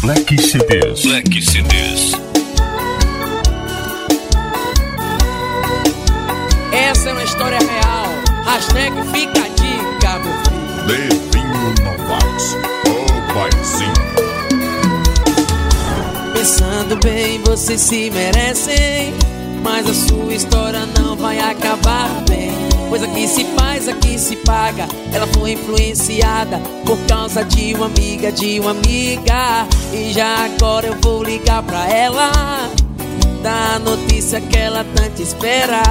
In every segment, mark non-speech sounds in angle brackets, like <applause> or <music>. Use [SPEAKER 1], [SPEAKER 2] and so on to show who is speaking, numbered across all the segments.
[SPEAKER 1] Black CDs.
[SPEAKER 2] Black CDs.
[SPEAKER 3] Essa é uma história real. Hashtag fica a dica, meu filho.
[SPEAKER 1] Levinho Novaes. O paizinho.
[SPEAKER 3] Pensando bem, vocês se merecem. Mas a sua história não vai acabar bem. Pois aqui se faz, aqui se paga. Ela foi influenciada por causa de uma amiga, de uma amiga. E já agora eu vou ligar pra ela. Da notícia que ela tanto espera.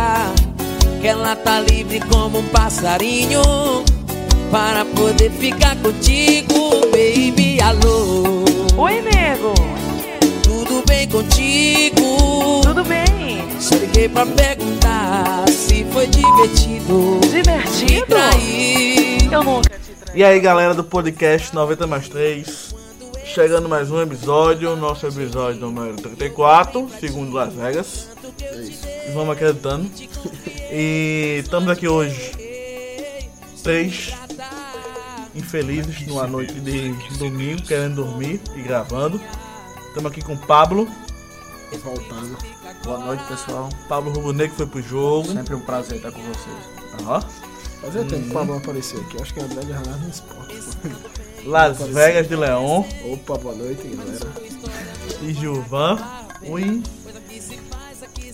[SPEAKER 3] Que ela tá livre como um passarinho. Para poder ficar contigo, baby. Alô,
[SPEAKER 4] Oi, nego!
[SPEAKER 3] tudo bem contigo?
[SPEAKER 4] Tudo bem?
[SPEAKER 3] Só liguei pra perguntar se foi divertido. Me
[SPEAKER 4] Divertido?
[SPEAKER 3] trair.
[SPEAKER 4] Eu nunca te traí.
[SPEAKER 5] E aí galera do podcast 90 mais 3 Chegando mais um episódio, nosso episódio número 34, segundo Las Vegas
[SPEAKER 6] É
[SPEAKER 5] Vamos acreditando E estamos aqui hoje Três infelizes numa noite de domingo, querendo dormir e gravando Estamos aqui com o Pablo,
[SPEAKER 6] voltando. Boa noite, pessoal.
[SPEAKER 5] Pablo Rubonê que foi pro jogo
[SPEAKER 6] Sempre um prazer estar com vocês.
[SPEAKER 5] Ó,
[SPEAKER 6] Fazia tempo que o Pablo não aparecia aqui. Acho que é André de Ranar no esporte.
[SPEAKER 5] Las Vegas de Leon
[SPEAKER 6] Opa, boa noite, galera.
[SPEAKER 5] e Gilvan Oi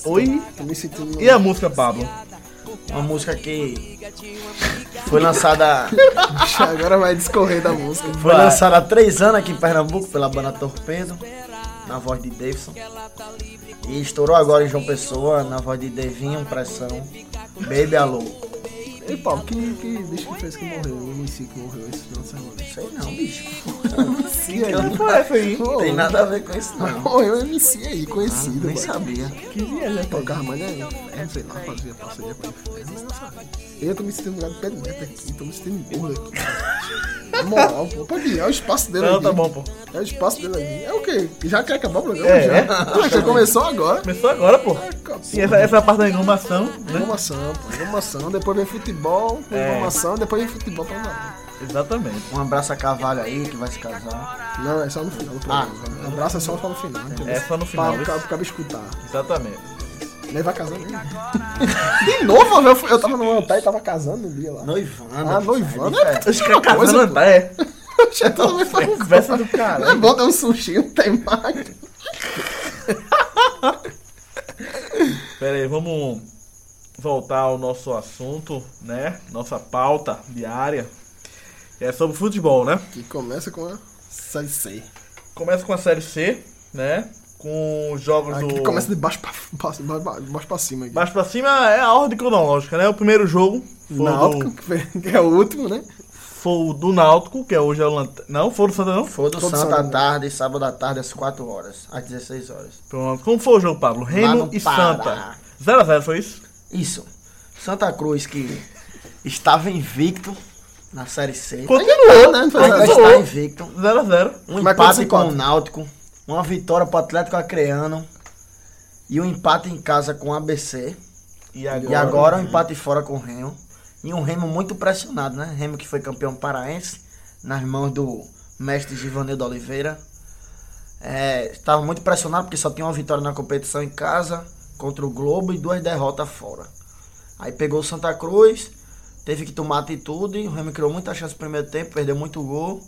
[SPEAKER 5] Oi
[SPEAKER 6] Tô me sentindo...
[SPEAKER 5] E a música, Pablo?
[SPEAKER 7] Uma música que foi lançada,
[SPEAKER 6] Ixi, <laughs> Agora vai discorrer da música.
[SPEAKER 7] foi lançada há três anos aqui em Pernambuco pela banda Torpedo, na voz de Davidson. E estourou agora em João Pessoa, na voz de Devinho, um Pressão, Baby Alô.
[SPEAKER 6] E Paulo, que, que bicho que fez que morreu? O MC que morreu esse final de semana.
[SPEAKER 7] Sei não, bicho.
[SPEAKER 6] Que aí?
[SPEAKER 7] Não
[SPEAKER 5] Parece aí.
[SPEAKER 7] tem nada a ver com isso não.
[SPEAKER 6] Morreu o MC aí, conhecido.
[SPEAKER 7] Nem
[SPEAKER 6] mano.
[SPEAKER 7] sabia.
[SPEAKER 6] é, Tocava mais de inferno, é, sei lá, fazia parceria com o inferno. não sabia. Eu tô me sentindo lugar de pé de meta aqui, tô me sentindo burro aqui. Na moral, pô, pode ir, é o espaço dele
[SPEAKER 5] Não,
[SPEAKER 6] aqui.
[SPEAKER 5] tá bom, pô.
[SPEAKER 6] É o espaço dele aqui. É o quê? Já quer acabar o programa?
[SPEAKER 5] É,
[SPEAKER 6] já.
[SPEAKER 5] é.
[SPEAKER 6] Ah, já começou agora.
[SPEAKER 5] Começou agora, pô.
[SPEAKER 6] Acabou.
[SPEAKER 5] Sim, essa, essa parte da englobação, né? É.
[SPEAKER 6] Informação, pô, informação, depois vem futebol, informação, depois vem futebol pra valer.
[SPEAKER 5] Exatamente.
[SPEAKER 7] Um abraço a Cavalho aí, que vai se casar.
[SPEAKER 6] Não, é só no final do programa. Um abraço é só no final, entendeu?
[SPEAKER 5] É só no final,
[SPEAKER 6] Pra, pra, pra escutar.
[SPEAKER 5] Exatamente.
[SPEAKER 6] Nem vai casar mesmo. <laughs> De novo, eu, fui- eu tava no altar e tava casando um dia lá.
[SPEAKER 7] Noivando.
[SPEAKER 6] Ah, noivando é
[SPEAKER 5] Acho que é
[SPEAKER 6] uma
[SPEAKER 5] casa
[SPEAKER 6] coisa,
[SPEAKER 5] não, tá? É.
[SPEAKER 6] <laughs> Já todo mundo fala
[SPEAKER 5] Conversa do
[SPEAKER 6] Não é
[SPEAKER 5] cara.
[SPEAKER 6] bom ter um sushi, não tem mais.
[SPEAKER 5] Pera aí, vamos voltar ao nosso assunto, né? Nossa pauta diária. que É sobre futebol, né?
[SPEAKER 6] Que começa com a Série C.
[SPEAKER 5] Começa com a Série C, né? Com os jogos
[SPEAKER 6] Aqui
[SPEAKER 5] do...
[SPEAKER 6] Ah, começa de baixo pra, pra, pra, pra, baixo pra cima. Aqui.
[SPEAKER 5] Baixo pra cima é a ordem cronológica, né? O primeiro jogo foi o
[SPEAKER 6] Náutico,
[SPEAKER 5] do,
[SPEAKER 6] que foi- que é o último, né?
[SPEAKER 5] foi o do Náutico, que é hoje é o Lanterna. Não, foi o do Santa, não?
[SPEAKER 7] Foi do
[SPEAKER 6] Todo
[SPEAKER 7] Santa à
[SPEAKER 6] sábado.
[SPEAKER 7] tarde, sábado à tarde, às 4 horas, às 16 horas.
[SPEAKER 5] Pronto. Como foi o jogo, Pablo? Reino
[SPEAKER 7] no
[SPEAKER 5] e
[SPEAKER 7] Pará.
[SPEAKER 5] Santa. 0x0 foi isso?
[SPEAKER 7] Isso. Santa Cruz, que estava invicto na Série C.
[SPEAKER 5] Continuou,
[SPEAKER 6] né? Não foi
[SPEAKER 7] Ainda
[SPEAKER 6] nada.
[SPEAKER 5] Mas-
[SPEAKER 7] está invicto.
[SPEAKER 5] 0x0.
[SPEAKER 7] Um
[SPEAKER 6] Mas quantos
[SPEAKER 7] empate com o
[SPEAKER 6] empates?
[SPEAKER 7] Náutico. Uma vitória pro Atlético Acreano. E um empate em casa com o ABC.
[SPEAKER 5] E
[SPEAKER 7] E agora um empate fora com o Remo. E um Remo muito pressionado, né? Remo que foi campeão paraense. Nas mãos do mestre Givanildo Oliveira. É, Estava muito pressionado porque só tinha uma vitória na competição em casa. Contra o Globo e duas derrotas fora. Aí pegou o Santa Cruz. Teve que tomar atitude. O Remo criou muita chance no primeiro tempo. Perdeu muito gol.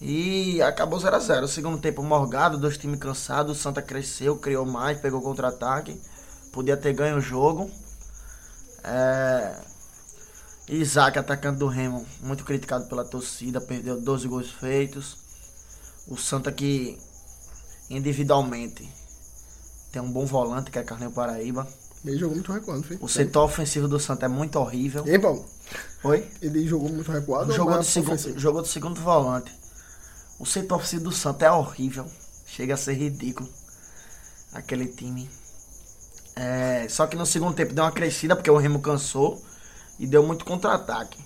[SPEAKER 7] E acabou 0 a 0 Segundo tempo morgado, dois times cansados. O Santa cresceu, criou mais, pegou contra-ataque. Podia ter ganho o jogo. É... Isaac, atacante do Remo, muito criticado pela torcida, perdeu 12 gols feitos. O Santa que individualmente tem um bom volante, que é Carneiro Paraíba.
[SPEAKER 6] Ele jogou muito recuado, filho.
[SPEAKER 7] O setor ofensivo do Santa é muito horrível.
[SPEAKER 6] Hein, Paulo?
[SPEAKER 7] Oi?
[SPEAKER 6] Ele jogou muito recuado ou
[SPEAKER 7] Jogou do,
[SPEAKER 6] mais
[SPEAKER 7] segundo,
[SPEAKER 6] ofensivo?
[SPEAKER 7] jogou do segundo volante. O setor ofensivo do Santa é horrível. Chega a ser ridículo. Aquele time. É, só que no segundo tempo deu uma crescida porque o Remo cansou e deu muito contra-ataque.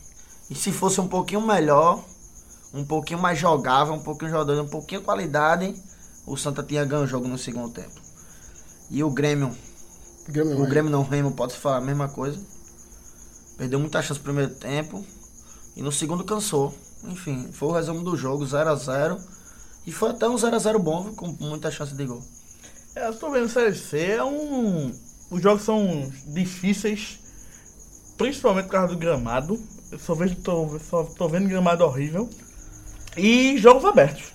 [SPEAKER 7] E se fosse um pouquinho melhor, um pouquinho mais jogável, um pouquinho jogador, um pouquinho qualidade, o Santa tinha ganho o jogo no segundo tempo. E o Grêmio
[SPEAKER 6] Grêmio,
[SPEAKER 7] o
[SPEAKER 6] né?
[SPEAKER 7] Grêmio não, o Remo pode se falar a mesma coisa. Perdeu muita chance no primeiro tempo. E no segundo cansou. Enfim, foi o resumo do jogo, 0 a 0 E foi até um 0x0 bom, viu, com muita chance de gol.
[SPEAKER 5] É, eu tô vendo Série C, é um. Os jogos são difíceis, principalmente por causa do gramado. Eu só vejo, tô, só tô vendo gramado horrível. E jogos abertos.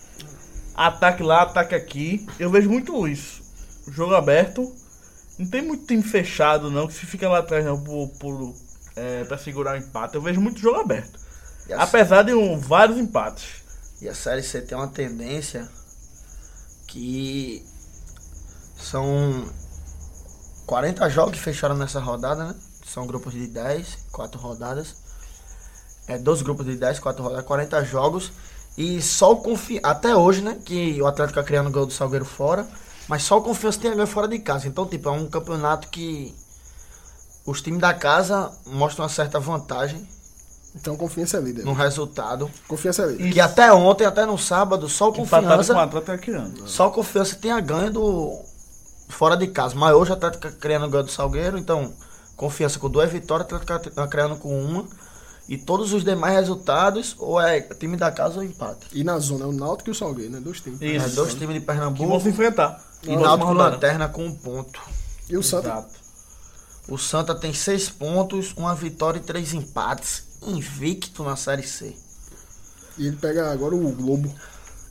[SPEAKER 5] Ataque lá, ataque aqui. Eu vejo muito isso. Jogo aberto. Não tem muito time fechado, não, que se fica lá atrás, não, por, por, é, pra segurar o empate. Eu vejo muito jogo aberto.
[SPEAKER 7] E assim, a,
[SPEAKER 5] Apesar de um, vários empates.
[SPEAKER 7] e a Série C tem uma tendência que são 40 jogos que fecharam nessa rodada, né? São grupos de 10, 4 rodadas. É, 12 grupos de 10, 4 rodadas, 40 jogos. E só o Confiança. Até hoje, né? Que o Atlético tá criando gol do Salgueiro fora. Mas só o Confiança tem a ganho fora de casa. Então, tipo, é um campeonato que os times da casa mostram uma certa vantagem
[SPEAKER 6] Então confiança é líder.
[SPEAKER 7] no resultado.
[SPEAKER 6] Confiança é líder.
[SPEAKER 7] Que até ontem, até no sábado, só o
[SPEAKER 5] Empatado com o
[SPEAKER 7] Confiança.
[SPEAKER 5] Atlético aqui, né?
[SPEAKER 7] Só o Confiança tem a ganho do. Fora de casa. Mas hoje o Atlético tá criando ganho do Salgueiro. Então, Confiança com duas vitórias, o Atlético tá criando com uma. E todos os demais resultados, ou é time da casa ou empate.
[SPEAKER 6] E na zona é o Náutico e o Salgueiro, né? Dois times.
[SPEAKER 5] Isso.
[SPEAKER 7] É, dois times de
[SPEAKER 5] Que vão se
[SPEAKER 7] Pernambuco
[SPEAKER 5] enfrentar.
[SPEAKER 7] e
[SPEAKER 5] Na
[SPEAKER 7] Náutico
[SPEAKER 5] última rodada.
[SPEAKER 7] Lanterna com um ponto.
[SPEAKER 6] E o Santa.
[SPEAKER 5] Exato.
[SPEAKER 7] O Santa tem seis pontos, uma vitória e três empates. Invicto na Série C.
[SPEAKER 6] E ele pega agora o Globo.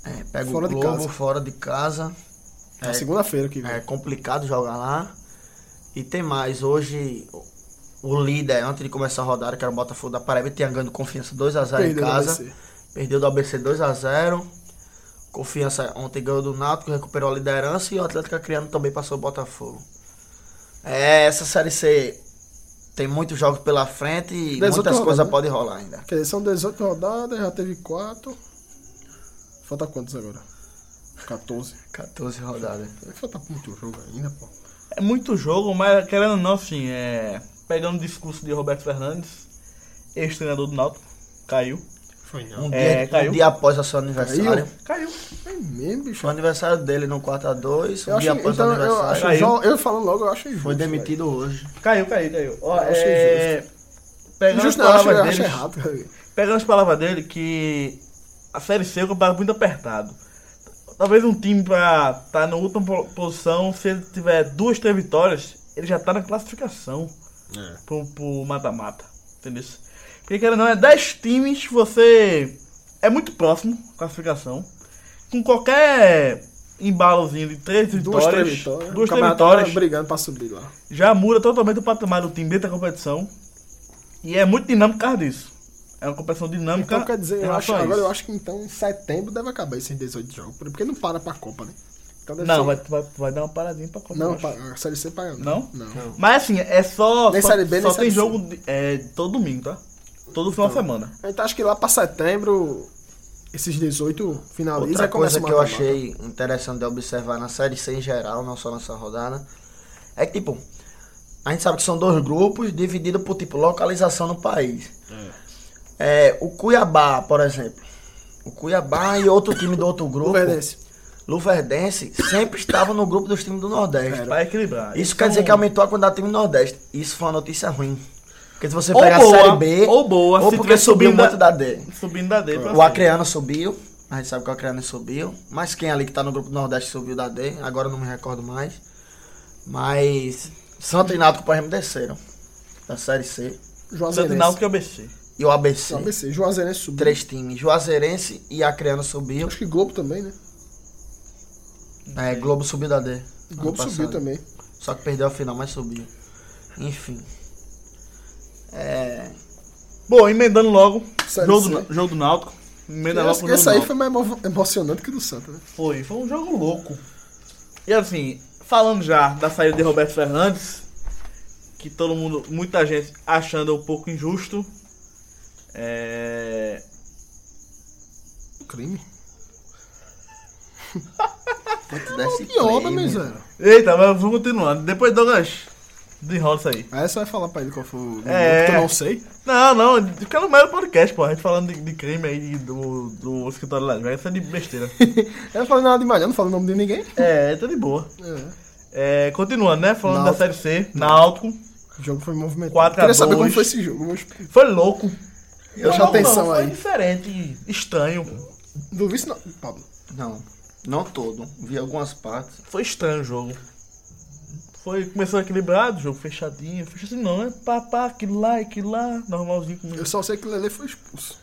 [SPEAKER 7] É, pega
[SPEAKER 6] Fora
[SPEAKER 7] o
[SPEAKER 6] de
[SPEAKER 7] Globo
[SPEAKER 6] casa.
[SPEAKER 7] fora de casa.
[SPEAKER 6] Na
[SPEAKER 7] É.
[SPEAKER 6] segunda-feira que vem.
[SPEAKER 7] É complicado jogar lá. E tem mais, hoje o- o líder, antes de começar a rodada, que era o Botafogo da Paraíba, tinha ganho do confiança 2x0 em
[SPEAKER 6] Perdeu do
[SPEAKER 7] casa.
[SPEAKER 6] ABC.
[SPEAKER 7] Perdeu do ABC 2x0. Confiança ontem ganhou do Náutico, recuperou a liderança e o Atlético Criando também passou o Botafogo. É, essa série C tem muitos jogos pela frente e
[SPEAKER 6] Mas outra
[SPEAKER 7] muitas coisas
[SPEAKER 6] rodada. né?
[SPEAKER 7] podem rolar ainda.
[SPEAKER 6] Quer dizer, são 18 rodadas, já teve 4. Falta quantos agora? 14.
[SPEAKER 7] 14 rodadas.
[SPEAKER 6] Falta muito jogo ainda, pô.
[SPEAKER 5] É muito jogo, mas querendo ou não, assim, é... pegando o discurso de Roberto Fernandes, ex-treinador do Náutico, caiu.
[SPEAKER 6] Foi não.
[SPEAKER 7] Um,
[SPEAKER 5] É,
[SPEAKER 7] dia, um
[SPEAKER 5] caiu.
[SPEAKER 7] dia após o seu aniversário.
[SPEAKER 5] Caiu.
[SPEAKER 6] É mesmo, bicho.
[SPEAKER 7] Foi o aniversário dele no 4x2, um
[SPEAKER 6] Eu, acho,
[SPEAKER 7] dia após o
[SPEAKER 6] então, eu,
[SPEAKER 7] aniversário.
[SPEAKER 6] acho,
[SPEAKER 5] Caiu.
[SPEAKER 6] jo- eu falo logo, eu acho injusto.
[SPEAKER 7] Foi demitido hoje.
[SPEAKER 5] Caiu, caiu, caiu. Ó,
[SPEAKER 6] Eu achei
[SPEAKER 5] é...
[SPEAKER 6] velho.
[SPEAKER 5] Pegando as,
[SPEAKER 6] Injusto não, eu acho, eu
[SPEAKER 5] palavras
[SPEAKER 6] acho
[SPEAKER 5] dele,
[SPEAKER 6] errado. velho.
[SPEAKER 5] pegando as palavras dele, que a Série C é um campeonato muito apertado. Talvez um time pra estar na última po- posição, se ele tiver duas, três vitórias, ele já tá na classificação pro, pro mata-mata. Entendeu? Porque querendo ou não, é 10 times, você é muito próximo a classificação. Com qualquer embalozinho de três
[SPEAKER 6] Duas,
[SPEAKER 5] vitórias,
[SPEAKER 6] três vitórias.
[SPEAKER 5] duas,
[SPEAKER 6] O
[SPEAKER 5] três
[SPEAKER 6] camarada tá
[SPEAKER 5] vitórias
[SPEAKER 6] brigando pra subir lá.
[SPEAKER 5] já muda totalmente o patamar do time dentro da competição. E é muito dinâmico por causa disso. É uma competição dinâmica.
[SPEAKER 6] Então quer dizer,
[SPEAKER 5] em
[SPEAKER 6] eu acho,
[SPEAKER 5] relação a
[SPEAKER 6] agora
[SPEAKER 5] isso.
[SPEAKER 6] eu acho que então em setembro deve acabar esses 18 jogos. Porque não para pra Copa, né? Então deve
[SPEAKER 5] Não,
[SPEAKER 6] ser-
[SPEAKER 5] vai, vai, vai dar uma paradinha pra Copa. eu
[SPEAKER 6] Não,
[SPEAKER 5] acho.
[SPEAKER 6] pa- a Série C paga
[SPEAKER 5] Não?
[SPEAKER 6] Não.
[SPEAKER 5] Mas assim, é só.
[SPEAKER 6] Nem
[SPEAKER 5] só
[SPEAKER 6] Série B, nem
[SPEAKER 5] só tem
[SPEAKER 6] Série C.
[SPEAKER 5] jogo de- é, todo domingo, tá? Todo final de semana.
[SPEAKER 6] Então acho que lá pra setembro, esses 18 finaliza
[SPEAKER 7] Outra
[SPEAKER 6] e começa
[SPEAKER 7] coisa
[SPEAKER 6] o
[SPEAKER 7] que eu
[SPEAKER 6] mata-mata.
[SPEAKER 7] achei interessante de observar na série C em geral, não só nessa rodada, é que, tipo, a gente sabe que são dois grupos divididos por, tipo, localização no país. É, o Cuiabá, por exemplo. O Cuiabá e outro time do outro grupo.
[SPEAKER 6] O Verdense.
[SPEAKER 7] Luverdense sempre estava no grupo dos times do Nordeste.
[SPEAKER 5] Pra equilibrar.
[SPEAKER 7] Isso
[SPEAKER 5] Então,
[SPEAKER 7] quer dizer que aumentou a quantidade de time do Nordeste. Isso foi uma notícia ruim. Porque se você
[SPEAKER 5] Ou
[SPEAKER 7] pegar
[SPEAKER 5] boa,
[SPEAKER 7] a Série B,
[SPEAKER 5] ou boa, se
[SPEAKER 7] porque
[SPEAKER 5] tiver
[SPEAKER 7] subiu
[SPEAKER 5] subindo a-
[SPEAKER 7] muito da D.
[SPEAKER 5] Subindo da D pra
[SPEAKER 7] O
[SPEAKER 5] cima.
[SPEAKER 7] Acreano subiu. A gente sabe que o Acreano subiu. Mas quem ali que tá no grupo do Nordeste subiu da D. Agora eu não me recordo mais. Mas Santa e Náutico, por exemplo, desceram. Da Série C.
[SPEAKER 5] Santo
[SPEAKER 6] Juazeirense.
[SPEAKER 5] Náutico e ABC.
[SPEAKER 7] E o ABC.
[SPEAKER 6] O ABC. Juazeirense subiu.
[SPEAKER 7] Três times. Juazeirense e Acreano subiu.
[SPEAKER 6] Acho que Globo também, né?
[SPEAKER 7] É, Globo subiu da D. ano
[SPEAKER 6] Globo
[SPEAKER 7] passado.
[SPEAKER 6] subiu também.
[SPEAKER 7] Só que perdeu a final, mas subiu. Enfim. É...
[SPEAKER 5] Bom, emendando logo.
[SPEAKER 6] Série
[SPEAKER 5] Jogo
[SPEAKER 6] C.
[SPEAKER 5] do, jogo do Náutico. Emenda logo
[SPEAKER 6] Esse,
[SPEAKER 5] pro jogo
[SPEAKER 6] esse
[SPEAKER 5] do
[SPEAKER 6] aí
[SPEAKER 5] Náutico.
[SPEAKER 6] foi mais emo- emocionante que o do Santa, né?
[SPEAKER 5] Foi, foi um jogo louco. E assim, falando já da saída de Roberto Fernandes, que todo mundo, muita gente achando um pouco injusto. É.
[SPEAKER 7] <laughs>
[SPEAKER 6] Crime.
[SPEAKER 7] Quanto desse
[SPEAKER 6] Que obra,
[SPEAKER 7] creme,
[SPEAKER 6] meu zero.
[SPEAKER 5] Eita, mas vamos continuando. Depois Douglas desenrola isso aí.
[SPEAKER 6] Aí você vai falar pra ele qual foi o
[SPEAKER 5] É.
[SPEAKER 6] é... que eu não sei.
[SPEAKER 5] Não, não, quero mais o podcast, pô. A gente falando de, de crime aí de- do, do escritório lá, velho. Isso é de <laughs> besteira.
[SPEAKER 6] <laughs> Eu não falei nada demais, eu não falei o nome de ninguém.
[SPEAKER 5] é, tá de boa.
[SPEAKER 6] É.
[SPEAKER 5] É, continuando, né? Falando da
[SPEAKER 7] Náutico.
[SPEAKER 5] série C, Náutico.
[SPEAKER 6] O jogo foi movimentado.
[SPEAKER 5] Quatro a
[SPEAKER 6] Queria saber
[SPEAKER 5] dois.
[SPEAKER 6] como foi esse jogo. Mas...
[SPEAKER 5] Foi louco.
[SPEAKER 6] Eu
[SPEAKER 5] Foi
[SPEAKER 6] já
[SPEAKER 5] louco, não,
[SPEAKER 6] atenção
[SPEAKER 5] Foi
[SPEAKER 6] aí.
[SPEAKER 5] diferente, estranho.
[SPEAKER 6] Do vice não. Pablo.
[SPEAKER 7] Não, não todo. Vi algumas partes.
[SPEAKER 5] Foi estranho o jogo. Foi, começou equilibrado, jogo fechadinho. Fechadinho não, é pá, pá, aquilo lá, aquilo lá, normalzinho comigo.
[SPEAKER 6] Eu só sei que Lele foi expulso.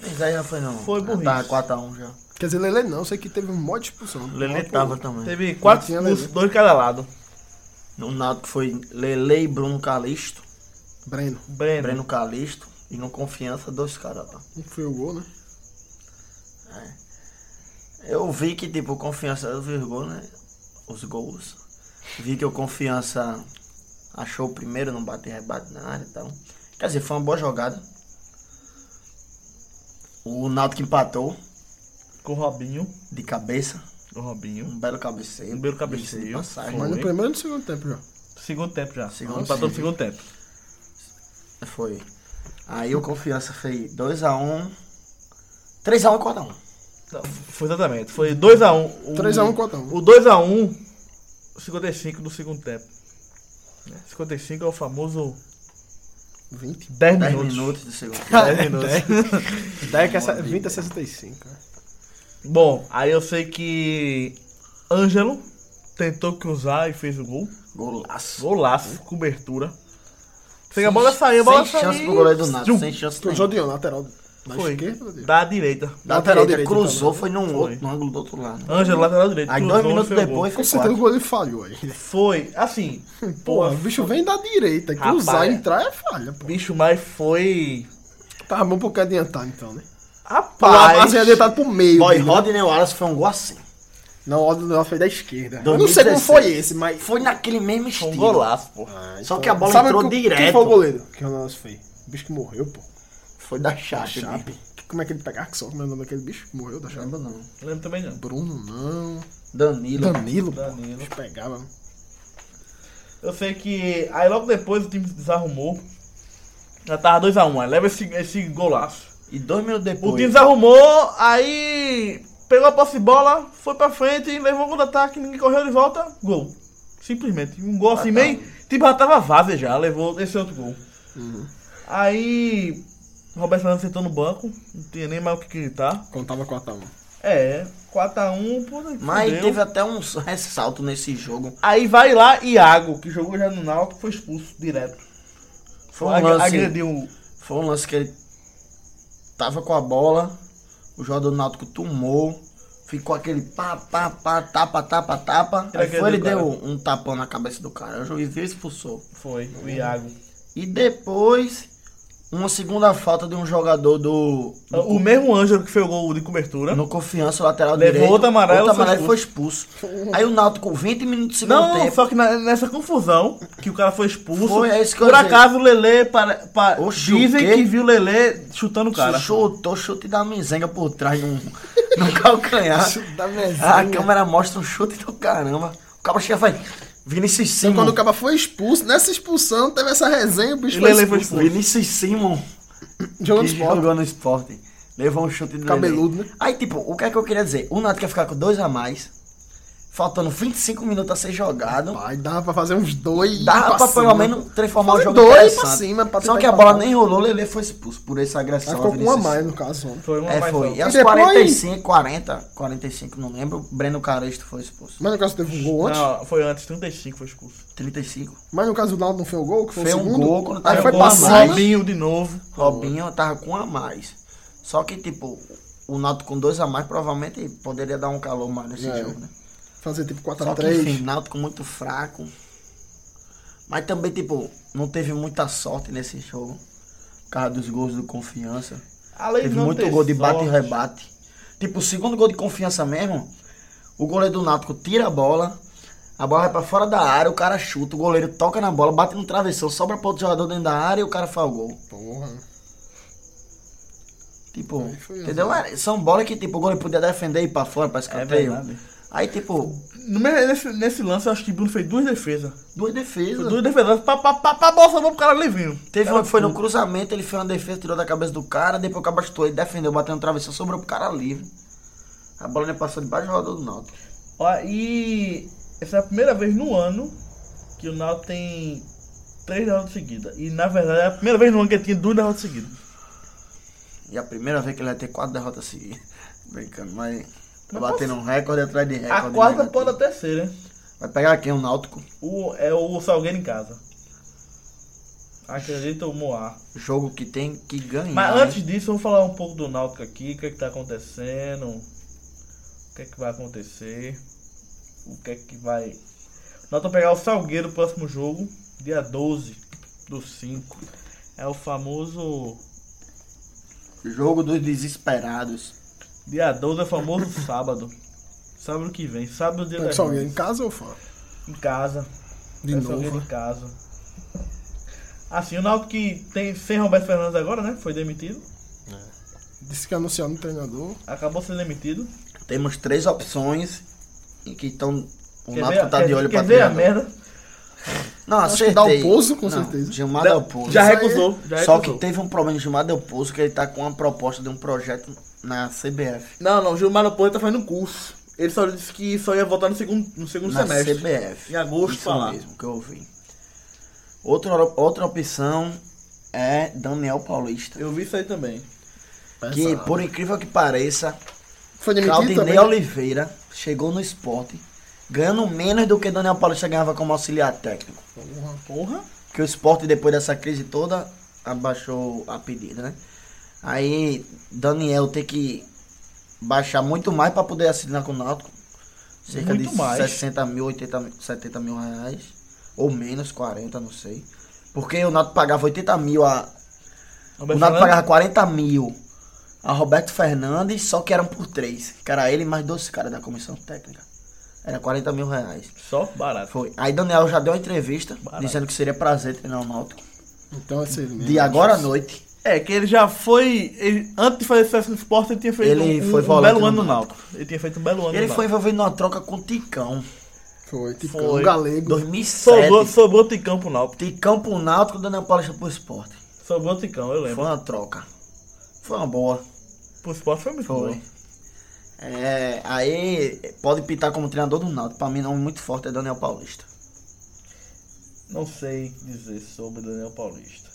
[SPEAKER 7] Mas aí já foi não.
[SPEAKER 5] Foi burrice.
[SPEAKER 7] Tá 4x1 já.
[SPEAKER 6] Quer dizer, Lele não, eu sei que teve um monte de expulsão.
[SPEAKER 5] Lelê
[SPEAKER 7] tava também.
[SPEAKER 5] Teve quatro
[SPEAKER 6] tinha
[SPEAKER 5] expulsos,
[SPEAKER 6] Lelê.
[SPEAKER 5] dois de cada lado.
[SPEAKER 7] No Náutico foi Lele e Bruno Calixto.
[SPEAKER 6] Breno.
[SPEAKER 5] Breno.
[SPEAKER 7] Breno Calixto. E no Confiança, dois caras, tá?
[SPEAKER 6] Um que foi o gol, né?
[SPEAKER 7] Eu vi que, tipo, o Confiança virgou, né? Os gols. Vi que o Confiança achou o primeiro, não bate rebate na área e tal. Quer dizer, foi uma boa jogada. O Náutico empatou
[SPEAKER 5] Com o Robinho.
[SPEAKER 7] de cabeça.
[SPEAKER 5] O Robinho.
[SPEAKER 7] Um belo cabeceio.
[SPEAKER 5] Um belo cabeceio.
[SPEAKER 7] De passagem.
[SPEAKER 6] Mas no
[SPEAKER 5] Foi.
[SPEAKER 6] primeiro e no segundo tempo já.
[SPEAKER 5] Segundo tempo já.
[SPEAKER 7] Segundo
[SPEAKER 5] Empatou no
[SPEAKER 7] tempo.
[SPEAKER 5] segundo tempo.
[SPEAKER 7] né? Foi. Aí o Confiança fez 2x1. 3x1 cada um.
[SPEAKER 5] Então, foi exatamente. Foi 2x1.
[SPEAKER 6] 3x1, 4x1.
[SPEAKER 5] O 2x1, 55 do segundo tempo. né? 55 é o famoso
[SPEAKER 6] 20.
[SPEAKER 5] 10
[SPEAKER 7] 10
[SPEAKER 5] minutos. <laughs>
[SPEAKER 7] minutos de segundo.
[SPEAKER 5] 10
[SPEAKER 7] <laughs>
[SPEAKER 5] minutos.
[SPEAKER 6] 10 que essa,
[SPEAKER 7] É
[SPEAKER 6] 20 a 65, cara.
[SPEAKER 5] Bom, aí eu sei que Ângelo tentou cruzar e fez o gol.
[SPEAKER 7] Golaço.
[SPEAKER 5] Golaço, cobertura. Sei que a bola saiu, a bola
[SPEAKER 7] sem chance
[SPEAKER 5] saiu.
[SPEAKER 7] pro goleiro do Nato,
[SPEAKER 5] Tchum.
[SPEAKER 7] sem chance
[SPEAKER 6] Tu
[SPEAKER 7] nenhuma.
[SPEAKER 6] jogou de lateral da
[SPEAKER 5] Foi.
[SPEAKER 6] esquerda ou da direita?
[SPEAKER 5] Da direita.
[SPEAKER 7] Lateral
[SPEAKER 6] Lateral
[SPEAKER 7] direito,
[SPEAKER 6] direito,
[SPEAKER 7] cruzou, foi num
[SPEAKER 5] Foi.
[SPEAKER 7] outro, no ângulo do outro lado.
[SPEAKER 5] Ângelo, lateral direito.
[SPEAKER 7] Aí
[SPEAKER 5] cruzou
[SPEAKER 7] dois
[SPEAKER 5] e
[SPEAKER 7] minutos
[SPEAKER 5] fez o
[SPEAKER 7] depois
[SPEAKER 5] gol.
[SPEAKER 7] foi
[SPEAKER 6] Com certeza o
[SPEAKER 7] quatro.
[SPEAKER 6] goleiro falhou aí.
[SPEAKER 5] Foi,
[SPEAKER 7] <laughs>
[SPEAKER 5] assim.
[SPEAKER 6] Porra,
[SPEAKER 5] Porra,
[SPEAKER 6] o bicho vem da direita. Cruzar
[SPEAKER 5] Rapaz,
[SPEAKER 6] e
[SPEAKER 5] é.
[SPEAKER 6] entrar é falha, pô.
[SPEAKER 5] bicho, mas foi.
[SPEAKER 6] Tava bom porque adiantar então, né? Pô,
[SPEAKER 5] Rapaz.
[SPEAKER 6] assim,
[SPEAKER 7] tá-
[SPEAKER 6] adiantado pro meio.
[SPEAKER 7] Boy,
[SPEAKER 6] né?
[SPEAKER 7] Rodney Wallace foi um gol assim.
[SPEAKER 6] Não, o do foi da esquerda. Eu não sei como
[SPEAKER 7] 2016.
[SPEAKER 6] foi esse, mas.
[SPEAKER 7] Foi naquele mesmo estilo. Ah, então,
[SPEAKER 5] Um golaço, pô.
[SPEAKER 7] Só que a bola
[SPEAKER 6] Sabe
[SPEAKER 7] entrou
[SPEAKER 6] que- Quem
[SPEAKER 7] direto.
[SPEAKER 6] foi o goleiro? Que o Ronaldo foi? O bicho que morreu, pô.
[SPEAKER 7] Foi da Chape.
[SPEAKER 6] Chape. Que- Como é que ele pega? Ah, que só como é o nome daquele bicho que morreu da
[SPEAKER 7] Não
[SPEAKER 6] Chape?
[SPEAKER 7] lembro não.
[SPEAKER 5] Lembro também não.
[SPEAKER 6] Bruno, não.
[SPEAKER 7] Danilo.
[SPEAKER 6] Danilo, pô.
[SPEAKER 5] Danilo.
[SPEAKER 6] Eles pegavam.
[SPEAKER 5] Eu sei que. Aí logo depois o time se desarrumou. Já tava 2x1. aí leva esse, esse golaço.
[SPEAKER 7] E dois minutos
[SPEAKER 5] O time
[SPEAKER 7] depois.
[SPEAKER 5] desarrumou, aí. Pegou a posse de bola, foi pra frente, levou o gol do ataque, ninguém correu de volta, gol. Simplesmente. Um gol assim, meio. Tipo, já tava vaza já, levou esse outro gol.
[SPEAKER 7] Uhum.
[SPEAKER 5] Aí. Roberto Fernandes sentou no banco, não tinha nem mais o que gritar.
[SPEAKER 6] Contava 4x1.
[SPEAKER 5] É, 4x1, puta que
[SPEAKER 7] Mas
[SPEAKER 5] pariu.
[SPEAKER 7] teve até um ressalto nesse jogo.
[SPEAKER 5] né, Aí vai lá Iago, que jogou já no Náutico, foi expulso direto.
[SPEAKER 7] Foi
[SPEAKER 5] Ag-
[SPEAKER 7] um lance,
[SPEAKER 5] Agrediu o-
[SPEAKER 7] foi um lance que ele tava com a bola. O jogador do Náutico tomou. Ficou aquele pá, pá, pá, tapa, tapa, tapa.
[SPEAKER 5] Ele
[SPEAKER 7] Aí foi, ele deu
[SPEAKER 5] agrediu o
[SPEAKER 7] um tapão na cabeça do cara. O juiz viu e expulsou.
[SPEAKER 5] Foi, o Iago.
[SPEAKER 7] E depois, uma segunda falta de um jogador do. do-
[SPEAKER 5] Ah, O mesmo Ângelo que fez o gol de cobertura.
[SPEAKER 7] no confiança, o lateral
[SPEAKER 5] Levou
[SPEAKER 7] direito.
[SPEAKER 5] outro amarelo,
[SPEAKER 7] outro
[SPEAKER 5] foi
[SPEAKER 7] amarelo foi expulso. Aí o Náutico, com 20 minutos de segundo
[SPEAKER 5] Não,
[SPEAKER 7] tempo.
[SPEAKER 5] só que na- nessa confusão que o cara foi expulso.
[SPEAKER 7] Foi, é isso que eu
[SPEAKER 5] por
[SPEAKER 7] ia dizer.
[SPEAKER 5] acaso o Lelê para, para,
[SPEAKER 7] Oxi, o
[SPEAKER 5] dizem
[SPEAKER 7] quê?
[SPEAKER 5] que viu o Lelê chutando o cara.
[SPEAKER 7] Chutou, chute da mizenga por trás num, num um <laughs> calcanhar. Ah,
[SPEAKER 6] Da
[SPEAKER 7] A
[SPEAKER 6] mesinha.
[SPEAKER 7] câmera mostra um chute do caramba. O cara chega e vai. Vinicius Simon.
[SPEAKER 6] Então, Quando o Caba foi expulso, nessa expulsão teve essa resenha, o bicho
[SPEAKER 5] Ele-
[SPEAKER 6] foi
[SPEAKER 5] ele foi
[SPEAKER 6] expulso.
[SPEAKER 5] expulso.
[SPEAKER 7] Vinicius Simon.
[SPEAKER 6] Jogando
[SPEAKER 7] que
[SPEAKER 6] esporte.
[SPEAKER 7] jogou no esporte. Levou um chute do
[SPEAKER 6] Cabeludo,
[SPEAKER 7] Lele.
[SPEAKER 6] né?
[SPEAKER 7] Aí, tipo, o que é que eu queria dizer? O Nato quer ficar com dois a mais. Faltando 25 minutos a ser jogado.
[SPEAKER 6] Pai, dava pra fazer uns dois.
[SPEAKER 7] Dava pra pelo menos transformar o
[SPEAKER 6] Fazer
[SPEAKER 7] jogo
[SPEAKER 6] dois pra
[SPEAKER 7] interessante.
[SPEAKER 6] cima, pra
[SPEAKER 7] Só
[SPEAKER 6] tentar
[SPEAKER 7] que a
[SPEAKER 6] empatar.
[SPEAKER 7] bola nem rolou, o Lele foi expulso por essa agressão.
[SPEAKER 6] Aí ficou
[SPEAKER 7] a
[SPEAKER 6] com uma
[SPEAKER 7] Vinicius
[SPEAKER 6] mais, no caso, ontem.
[SPEAKER 5] Foi uma
[SPEAKER 7] É,
[SPEAKER 5] mais
[SPEAKER 7] foi.
[SPEAKER 5] alta.
[SPEAKER 7] E aos
[SPEAKER 6] depois-
[SPEAKER 7] 45, 40, 45, não lembro, Breno Caresto foi expulso.
[SPEAKER 6] Mas no caso teve um gol antes.
[SPEAKER 5] Não, foi antes, 35 foi expulso.
[SPEAKER 7] 35.
[SPEAKER 6] Mas no caso do Naldo não foi o gol, que foi
[SPEAKER 7] Fez
[SPEAKER 6] o
[SPEAKER 7] um
[SPEAKER 6] segundo.
[SPEAKER 7] gol quando
[SPEAKER 6] Aí
[SPEAKER 7] tava
[SPEAKER 6] foi
[SPEAKER 7] com a
[SPEAKER 6] pra
[SPEAKER 7] mais.
[SPEAKER 6] cima.
[SPEAKER 5] Robinho de novo.
[SPEAKER 7] Robinho tava com um a mais. Só que, tipo, o Nato com dois a mais provavelmente poderia dar um calor mais nesse
[SPEAKER 6] É.
[SPEAKER 7] jogo, né?
[SPEAKER 6] Fazer tipo
[SPEAKER 7] Só que, enfim,
[SPEAKER 6] 4x3.
[SPEAKER 7] Náutico muito fraco. Mas também, tipo, não teve muita sorte nesse jogo. Por causa dos gols do Confiança.
[SPEAKER 5] Além de
[SPEAKER 7] Teve
[SPEAKER 5] não
[SPEAKER 7] muito
[SPEAKER 5] ter
[SPEAKER 7] gol de bate e
[SPEAKER 5] sorte.
[SPEAKER 7] rebate. Tipo, o segundo gol de confiança mesmo, o goleiro do Náutico tira a bola, a bola vai pra fora da área, o cara chuta, o goleiro toca na bola, bate no travessão, sobra pro outro jogador dentro da área e o cara faz o gol.
[SPEAKER 6] Porra.
[SPEAKER 7] Tipo,
[SPEAKER 6] Aí foi
[SPEAKER 7] entendeu? É, São bolas que, tipo, o goleiro podia defender e ir pra fora, pra escanteio.
[SPEAKER 5] É verdade.
[SPEAKER 7] Aí, tipo,
[SPEAKER 5] No meu- Nesse, nesse lance, eu acho que Bruno fez duas defesas. Foi
[SPEAKER 7] duas defesas.
[SPEAKER 5] Duas defesas. Pá, pá, pá, pá, bola salvou pro cara levinho.
[SPEAKER 7] Teve uma que foi no cruzamento, ele fez uma defesa, tirou da cabeça do cara, depois o cara chutou ele, defendeu, bateu no travessão, sobrou pro cara livre. A bola nem passou debaixo do jogador do Náutico.
[SPEAKER 5] Ó, e essa é a primeira vez no ano que o Náutico tem três derrotas seguidas. E na verdade é a primeira vez no ano que ele tinha duas derrotas seguidas.
[SPEAKER 7] E a primeira vez que ele vai ter quatro derrotas seguidas. assim, <laughs> Brincando, mas.
[SPEAKER 5] Mas
[SPEAKER 7] batendo um recorde atrás de recorde.
[SPEAKER 5] A quarta
[SPEAKER 7] negativo.
[SPEAKER 5] É, pode até ser, né?
[SPEAKER 7] Vai pegar quem? O Náutico.
[SPEAKER 5] O, é o Salgueiro em casa. Acredito o Moá.
[SPEAKER 7] Jogo que tem que ganhar.
[SPEAKER 5] Mas
[SPEAKER 7] né?
[SPEAKER 5] antes disso, eu vou falar um pouco do Náutico aqui, o que é que tá acontecendo, o que é que vai acontecer, o que é que vai... O Náutico vai pegar o Salgueiro no próximo jogo, dia 12 do 5. É o famoso...
[SPEAKER 7] Jogo dos desesperados.
[SPEAKER 5] Dia 12 é o famoso <laughs> sábado. Sábado que vem, sábado dia da
[SPEAKER 6] Pega alguém em casa ou fora?
[SPEAKER 5] Em casa.
[SPEAKER 6] De
[SPEAKER 5] Essa é
[SPEAKER 7] é
[SPEAKER 6] novo.
[SPEAKER 5] vez em casa. Assim, o Náutico que tem sem Roberto Fernandes agora, né? Foi demitido.
[SPEAKER 6] Disse que anunciaram no treinador.
[SPEAKER 5] Acabou sendo demitido.
[SPEAKER 7] Temos três opções e que estão. O
[SPEAKER 5] Quer
[SPEAKER 7] Náutico
[SPEAKER 5] ver-
[SPEAKER 7] tá
[SPEAKER 5] quer-
[SPEAKER 7] de olho
[SPEAKER 5] quer
[SPEAKER 7] pra
[SPEAKER 5] ver a
[SPEAKER 7] treinador.
[SPEAKER 5] merda?
[SPEAKER 7] Não,
[SPEAKER 6] Acho que
[SPEAKER 7] acertei.
[SPEAKER 6] dá o Pozo, com certeza.
[SPEAKER 7] Gilmar dá o Pozo.
[SPEAKER 5] Já
[SPEAKER 6] Isso aí.
[SPEAKER 5] recusou. Já
[SPEAKER 7] Só
[SPEAKER 5] recusou.
[SPEAKER 7] que teve um problema de Gilmar Del Pozo, que ele tá com uma proposta de um projeto na CBF.
[SPEAKER 5] Não, não, Gilmar Leopoldo tá fazendo curso. Ele só disse que só ia voltar no segundo, no segundo
[SPEAKER 7] na
[SPEAKER 5] Um semestre.
[SPEAKER 7] CBF.
[SPEAKER 5] Em agosto
[SPEAKER 7] Isso
[SPEAKER 5] pra lá.
[SPEAKER 7] mesmo que eu ouvi. Outra, outra opção é Daniel Paulista.
[SPEAKER 5] Eu vi isso aí também.
[SPEAKER 7] Que,
[SPEAKER 6] Essa-
[SPEAKER 7] por incrível que pareça,
[SPEAKER 6] Foi demitido
[SPEAKER 7] Claudinei
[SPEAKER 6] também.
[SPEAKER 5] né?
[SPEAKER 7] Oliveira chegou no esporte ganhando menos do que Daniel Paulista ganhava como auxiliar técnico.
[SPEAKER 5] Porra.
[SPEAKER 7] Porque o esporte, depois dessa crise toda, abaixou a pedida, né? Aí, Daniel tem que baixar muito mais para poder assinar com o Náutico. Cerca
[SPEAKER 5] Muito
[SPEAKER 7] de
[SPEAKER 5] mais.
[SPEAKER 7] 60 mil, 80 mil, 70 mil reais. Ou menos, 40, não sei. Porque o Náutico pagava 80 mil a... O
[SPEAKER 5] Roberto
[SPEAKER 7] Náutico
[SPEAKER 5] Fernandes-
[SPEAKER 7] pagava 40 mil a Roberto Fernandes, só que eram por três. Que era ele e mais dois caras da comissão técnica. Era 40 mil reais.
[SPEAKER 5] Só barato.
[SPEAKER 7] Foi. Aí Daniel já deu uma entrevista
[SPEAKER 5] Barato. Hum,
[SPEAKER 7] dizendo que seria prazer treinar o Náutico.
[SPEAKER 6] Então esse
[SPEAKER 7] De agora à noite.
[SPEAKER 5] É, que ele já foi. ele- antes de fazer sucesso no esporte, ele tinha feito
[SPEAKER 7] Ele
[SPEAKER 5] um,
[SPEAKER 7] foi
[SPEAKER 5] um
[SPEAKER 7] volante
[SPEAKER 5] belo
[SPEAKER 7] no
[SPEAKER 5] ano no
[SPEAKER 7] Náutico.
[SPEAKER 5] Náutico. Ele tinha feito um belo ano
[SPEAKER 7] Ele
[SPEAKER 5] no
[SPEAKER 7] foi
[SPEAKER 5] Náutico.
[SPEAKER 7] envolvido numa troca com o Ticão.
[SPEAKER 6] Foi, tipo,
[SPEAKER 5] Foi.
[SPEAKER 6] um galego.
[SPEAKER 7] 2007.
[SPEAKER 5] Sobrou, sobrou o Ticão pro Náutico.
[SPEAKER 7] Ticão pro Náutico, Daniel Paulista pro esporte.
[SPEAKER 5] Sobrou o Ticão, eu
[SPEAKER 7] Foi
[SPEAKER 5] lembro.
[SPEAKER 7] uma troca. Foi uma boa.
[SPEAKER 5] Pro esporte foi muito
[SPEAKER 7] Foi.
[SPEAKER 5] bom.
[SPEAKER 7] É, aí pode pintar como treinador do Náutico. Pra mim, não muito forte é Daniel Paulista.
[SPEAKER 5] Não sei dizer sobre o Daniel Paulista.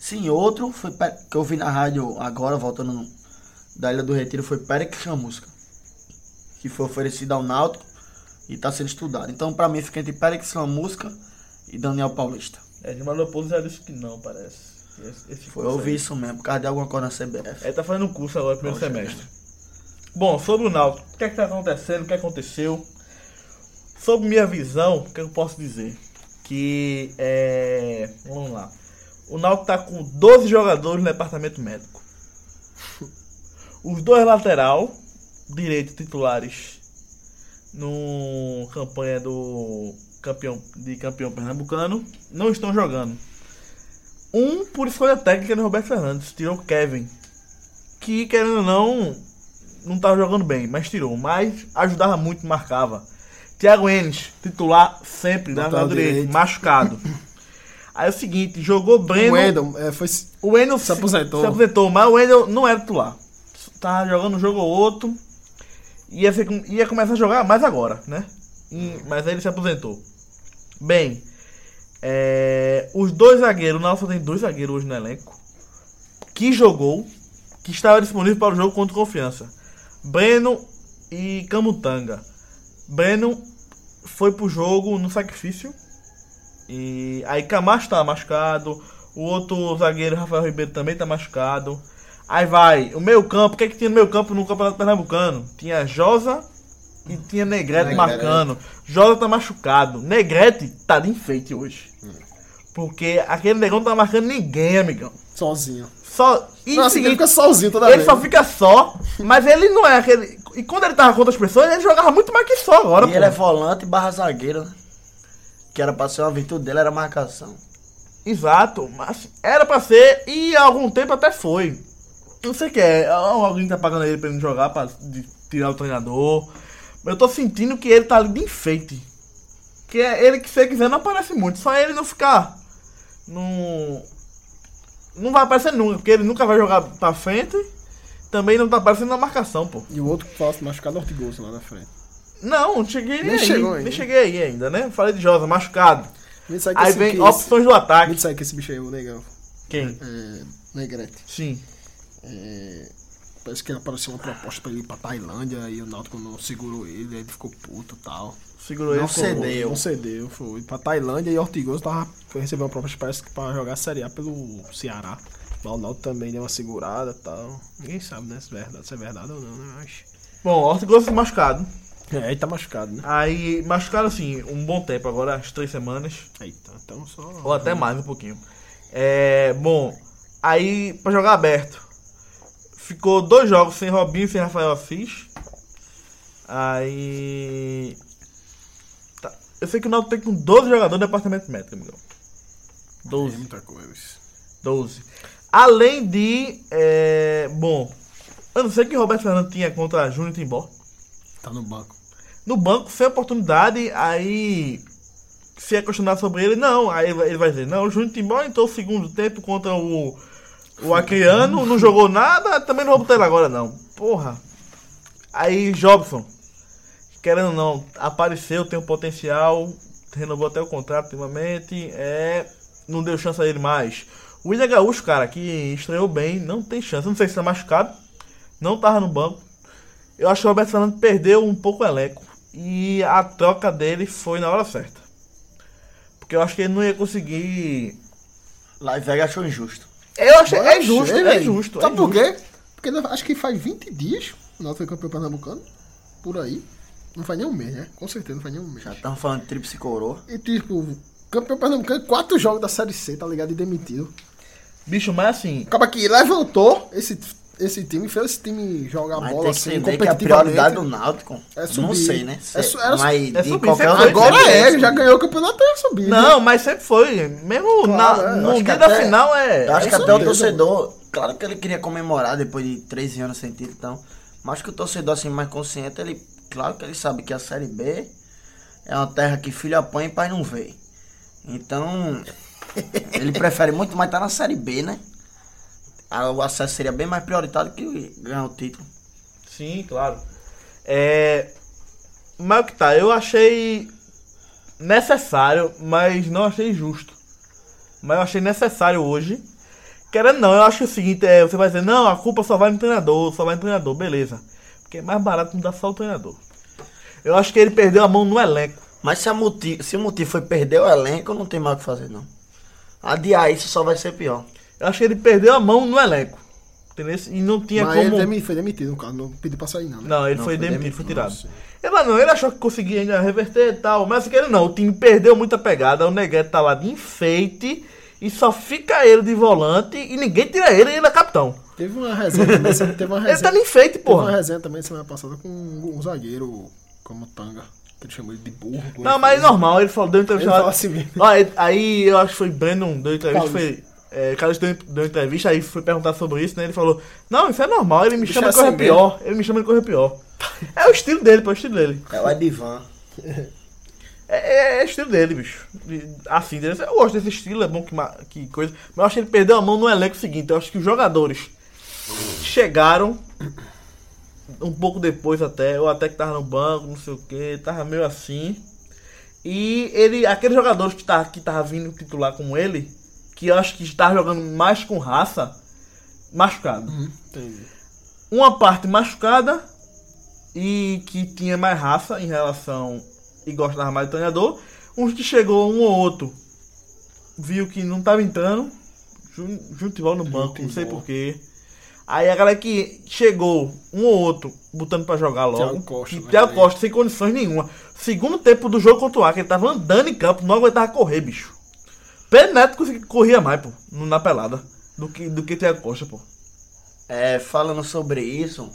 [SPEAKER 7] Sim, outro foi Pe- que eu vi na rádio agora, voltando no- da Ilha do Retiro, foi Perec Chamusca. Que foi oferecido ao Náutico e tá sendo estudado. Então, pra mim, fica entre Perec Chamusca e Daniel Paulista.
[SPEAKER 5] É, Gilmar Leopoldo já disse que não, parece. Esse, esse
[SPEAKER 7] Foi,
[SPEAKER 5] curso
[SPEAKER 7] eu
[SPEAKER 5] aí.
[SPEAKER 7] vi isso mesmo, por causa de alguma coisa na CBF.
[SPEAKER 6] É,
[SPEAKER 5] Ele tá fazendo um curso agora, primeiro
[SPEAKER 7] Poxa
[SPEAKER 5] semestre. Bom, sobre o Náutico, o que é que tá acontecendo, o que aconteceu. Sobre minha visão, o que eu posso dizer? Que é. Vamos lá. O Náutico tá com 12 jogadores no departamento
[SPEAKER 7] <laughs>
[SPEAKER 5] médico. Os dois lateral, direito titulares, no campanha do campeão de campeão pernambucano, não estão jogando. Um por escolha técnica do Roberto Fernandes, tirou o Kevin, que querendo ou não, não tava jogando bem, mas tirou. Mas ajudava muito, marcava. Thiago Enes, titular sempre, da
[SPEAKER 6] Lateral
[SPEAKER 5] lateral direito,
[SPEAKER 6] direito. <laughs>
[SPEAKER 5] machucado. Aí é o seguinte, jogou Breno.
[SPEAKER 6] O Edom, é, foi
[SPEAKER 5] O Wendel
[SPEAKER 6] Se aposentou.
[SPEAKER 5] se aposentou, mas o Wendel não era titular. Tava jogando um jogo ou outro. Ia, ser com- ia começar a jogar mais agora, né? E- mas aí ele se aposentou. Bem, é, os dois zagueiros, o Náutico tem dois zagueiros hoje no elenco. Que jogou, que estava disponível para o jogo contra o Confiança. Breno e Camutanga. Breno foi pro jogo no sacrifício. E aí Camacho tá machucado. O outro zagueiro, Rafael Ribeiro, também tá machucado. Aí vai, o meio campo, o que é que tinha no meio campo no Campeonato Pernambucano? Tinha Josa e tinha Negrete,
[SPEAKER 7] Negrete.
[SPEAKER 5] marcando. Josa tá machucado. Negrete tá de enfeite hoje. Porque aquele negão não tá marcando ninguém, amigão.
[SPEAKER 6] sozinho.
[SPEAKER 5] Só. E
[SPEAKER 6] Nossa,
[SPEAKER 5] o seguinte,
[SPEAKER 6] ele fica sozinho toda
[SPEAKER 5] ele
[SPEAKER 6] vez.
[SPEAKER 5] só fica só, mas ele não é aquele. E quando ele tava com outras pessoas, ele jogava muito mais que só agora,
[SPEAKER 7] e
[SPEAKER 5] pô.
[SPEAKER 7] ele é volante barra zagueiro, né? Que era pra ser uma virtude dele, era marcação.
[SPEAKER 5] Exato, mas era pra ser e há algum tempo até foi. Não sei o que é, alguém tá pagando ele pra ele não jogar, pra de- tirar o treinador. Mas eu tô sentindo que ele tá ali de enfeite. Que é ele que se ele quiser não aparece muito, só ele não ficar. Não. Não vai aparecer nunca, porque ele nunca vai jogar pra frente. Também não tá aparecendo na marcação, pô.
[SPEAKER 6] E o outro que fala se machucado é Ortigoso lá na frente.
[SPEAKER 5] Não, não cheguei nem,
[SPEAKER 6] Nem
[SPEAKER 5] aí.
[SPEAKER 6] chegou ainda.
[SPEAKER 5] Nem cheguei aí ainda, né? Falei de Josa, machucado.
[SPEAKER 6] Me sai que
[SPEAKER 5] Aí
[SPEAKER 6] esse-
[SPEAKER 5] vem
[SPEAKER 6] assim, que esse- é
[SPEAKER 5] opções do
[SPEAKER 6] Me
[SPEAKER 5] ataque.
[SPEAKER 6] sai que esse bicho aí, o negão.
[SPEAKER 5] Quem?
[SPEAKER 6] É, Negrete.
[SPEAKER 5] Sim.
[SPEAKER 6] É, parece que apareceu uma proposta pra ele ir pra Tailândia e o Náutico não segurou ele, aí ele ficou puto e tal.
[SPEAKER 5] Segurou ele.
[SPEAKER 7] Não
[SPEAKER 5] ficou bom.
[SPEAKER 7] cedeu.
[SPEAKER 6] Não cedeu, foi pra Tailândia e Ortigoso tava, foi receber uma proposta parece que pra jogar a Série A pelo Ceará. Mas o Náutico também deu uma segurada e tal. Ninguém sabe, né, se é verdade, se é verdade ou não, né? Mas...
[SPEAKER 5] Bom, Ortigoso foi machucado.
[SPEAKER 6] É, ele tá machucado, né?
[SPEAKER 5] Aí, machucado assim, um bom tempo agora, as três semanas.
[SPEAKER 6] Eita, então só.
[SPEAKER 5] Ou até mais um pouquinho. É. Bom, aí pra jogar aberto. Ficou dois jogos sem Robinho e sem Rafael Assis. Aí. tá. Eu sei que o Náutico tem com 12 jogadores no departamento médico, amigão. 12.
[SPEAKER 6] É muita coisa.
[SPEAKER 5] 12. Além de. é, bom, eu não sei que o Roberto Fernando tinha contra Júnior Timbó.
[SPEAKER 6] Tá no banco.
[SPEAKER 5] No banco, sem oportunidade, aí. Se é questionado sobre ele, não. Aí ele vai dizer: não, o Júnior Timbó entrou o segundo tempo contra o. O Acriano, não jogou nada, também não vou botar ele agora, não. Porra. Aí, Jobson. Querendo ou não, apareceu, tem um potencial, renovou até o contrato ultimamente, é, não deu chance a ele mais. O William Gaúcho, cara, que estreou bem, não tem chance. Não sei se tá machucado, não tava no banco. Eu acho que o Roberto Fernando perdeu um pouco o elenco. E a troca dele foi na hora certa. Porque eu acho que ele não ia conseguir.
[SPEAKER 7] Lá em Vegas achou injusto.
[SPEAKER 5] Eu achei.
[SPEAKER 6] Bora
[SPEAKER 5] é justo,
[SPEAKER 6] ver,
[SPEAKER 5] é
[SPEAKER 6] velho.
[SPEAKER 5] justo.
[SPEAKER 6] Sabe
[SPEAKER 5] é
[SPEAKER 6] por
[SPEAKER 5] justo.
[SPEAKER 6] quê? Porque não- acho que faz 20 dias o Náutico foi campeão pernambucano. Por aí. Não faz nem um mês, né? Com certeza não faz nem um mês.
[SPEAKER 7] Já estamos falando de tríplice coroa.
[SPEAKER 6] E tipo, campeão pernambucano, quatro jogos da Série C, tá ligado? E demitido.
[SPEAKER 5] Bicho, mas assim.
[SPEAKER 6] Acaba que levantou esse, esse time, fez esse time jogar
[SPEAKER 7] Mas
[SPEAKER 6] bola
[SPEAKER 7] tem que
[SPEAKER 6] assim,
[SPEAKER 7] entender que a prioridade do Náutico,
[SPEAKER 6] É subir.
[SPEAKER 7] não sei, né?
[SPEAKER 6] É su- era su-
[SPEAKER 7] mas
[SPEAKER 5] é
[SPEAKER 7] de
[SPEAKER 5] subir,
[SPEAKER 7] qualquer
[SPEAKER 5] sempre
[SPEAKER 7] outro
[SPEAKER 5] foi.
[SPEAKER 6] Agora
[SPEAKER 7] time,
[SPEAKER 6] é, né? ele
[SPEAKER 7] subir.
[SPEAKER 6] já ganhou o campeonato e subido.
[SPEAKER 5] né? Não, mas sempre foi. Mesmo
[SPEAKER 6] Claro,
[SPEAKER 5] na,
[SPEAKER 6] é.
[SPEAKER 5] no
[SPEAKER 7] Acho que
[SPEAKER 5] dia da
[SPEAKER 7] até-
[SPEAKER 5] final é.
[SPEAKER 7] Eu acho que
[SPEAKER 6] com
[SPEAKER 7] até o
[SPEAKER 6] certeza,
[SPEAKER 7] torcedor, claro que ele queria comemorar depois de 13 anos sem título, então. Mas acho que o torcedor assim mais consciente, ele, claro que ele sabe que a Série B é uma terra que filho apanha e pai não vê.
[SPEAKER 5] <laughs>
[SPEAKER 7] Então, ele prefere muito mais estar na Série B, né? A- O acesso seria bem mais prioritário que ganhar o título.
[SPEAKER 5] Sim, claro. É, mas o que tá, eu achei necessário, mas não achei justo. Mas eu achei necessário hoje. Querendo ou não, eu acho que é o seguinte, é, você vai dizer, não, a culpa só vai no treinador, só vai no treinador, beleza. Porque é mais barato mudar só o treinador. Eu acho que ele perdeu a mão no elenco.
[SPEAKER 7] Mas se, a motivo, se o motivo foi perder o elenco, não tem mais o que fazer, não. Adiar isso só vai ser pior.
[SPEAKER 5] Eu acho que ele perdeu a mão no elenco. Entendeu? E não tinha
[SPEAKER 6] Mas é ele
[SPEAKER 5] como.
[SPEAKER 6] demi- foi demitido, no caso, não pediu pra sair, não. Né?
[SPEAKER 5] Não, ele
[SPEAKER 7] Não,
[SPEAKER 5] foi,
[SPEAKER 7] foi
[SPEAKER 5] demitido,
[SPEAKER 7] demitido,
[SPEAKER 5] foi tirado. Ele não, ele achou que conseguia ainda reverter e tal, mas que ele não, o time perdeu muita pegada, o Neguete tá lá de enfeite e só fica ele de volante e ninguém tira ele e ele é capitão.
[SPEAKER 6] Teve uma resenha também, se- teve uma
[SPEAKER 5] <laughs> Ele tá
[SPEAKER 6] resenha.
[SPEAKER 5] de enfeite,
[SPEAKER 6] Teve uma
[SPEAKER 5] porra.
[SPEAKER 6] resenha também semana passada com um zagueiro como Tanga, que ele chamou ele de burro.
[SPEAKER 5] Não, mas é normal, ele falou, deu
[SPEAKER 6] Ele
[SPEAKER 5] entrevista.
[SPEAKER 6] fala
[SPEAKER 5] lá-
[SPEAKER 6] assim mesmo.
[SPEAKER 5] Ó, ele- aí eu acho que foi Brandon, deu entrevista,
[SPEAKER 6] Carlos.
[SPEAKER 5] foi. É, Carlos deu, deu entrevista, aí foi perguntar sobre isso, né? Ele falou, não, isso é normal, ele me
[SPEAKER 6] Bicho
[SPEAKER 5] chama
[SPEAKER 6] é
[SPEAKER 5] de correr
[SPEAKER 6] assim
[SPEAKER 5] pior. Ele me chama de correr pior. É o estilo dele, pô, é o estilo dele.
[SPEAKER 7] É o Edivan.
[SPEAKER 5] É, é, é estilo dele, bicho. De- Assim, entendeu? eu gosto desse estilo, é bom que, ma- que coisa. Mas eu acho que ele perdeu a mão no elenco seguinte. Eu acho que os jogadores chegaram um pouco depois até. Eu até que tava no banco, não sei o que, tava meio assim. E ele, aqueles jogadores que tava, que tava vindo titular com ele, que eu acho que estava jogando mais com raça, machucado
[SPEAKER 6] né? Entendi.
[SPEAKER 5] uma parte machucada e que tinha mais raça em relação e gostava mais do treinador. Uns que chegou um ou outro viu que não tava entrando, junto no banco, não sei porquê. Aí a galera que chegou, um ou outro, botando pra jogar logo.
[SPEAKER 6] Thiago Costa,
[SPEAKER 5] E
[SPEAKER 6] né?
[SPEAKER 5] Thiago Costa, sem condições nenhuma. Segundo tempo do jogo contra o Acre, ele tava andando em campo, não aguentava correr, bicho. Pé Neto consegui- corria mais, pô, na pelada, do que, do que Thiago Costa, pô.
[SPEAKER 7] É, falando sobre isso,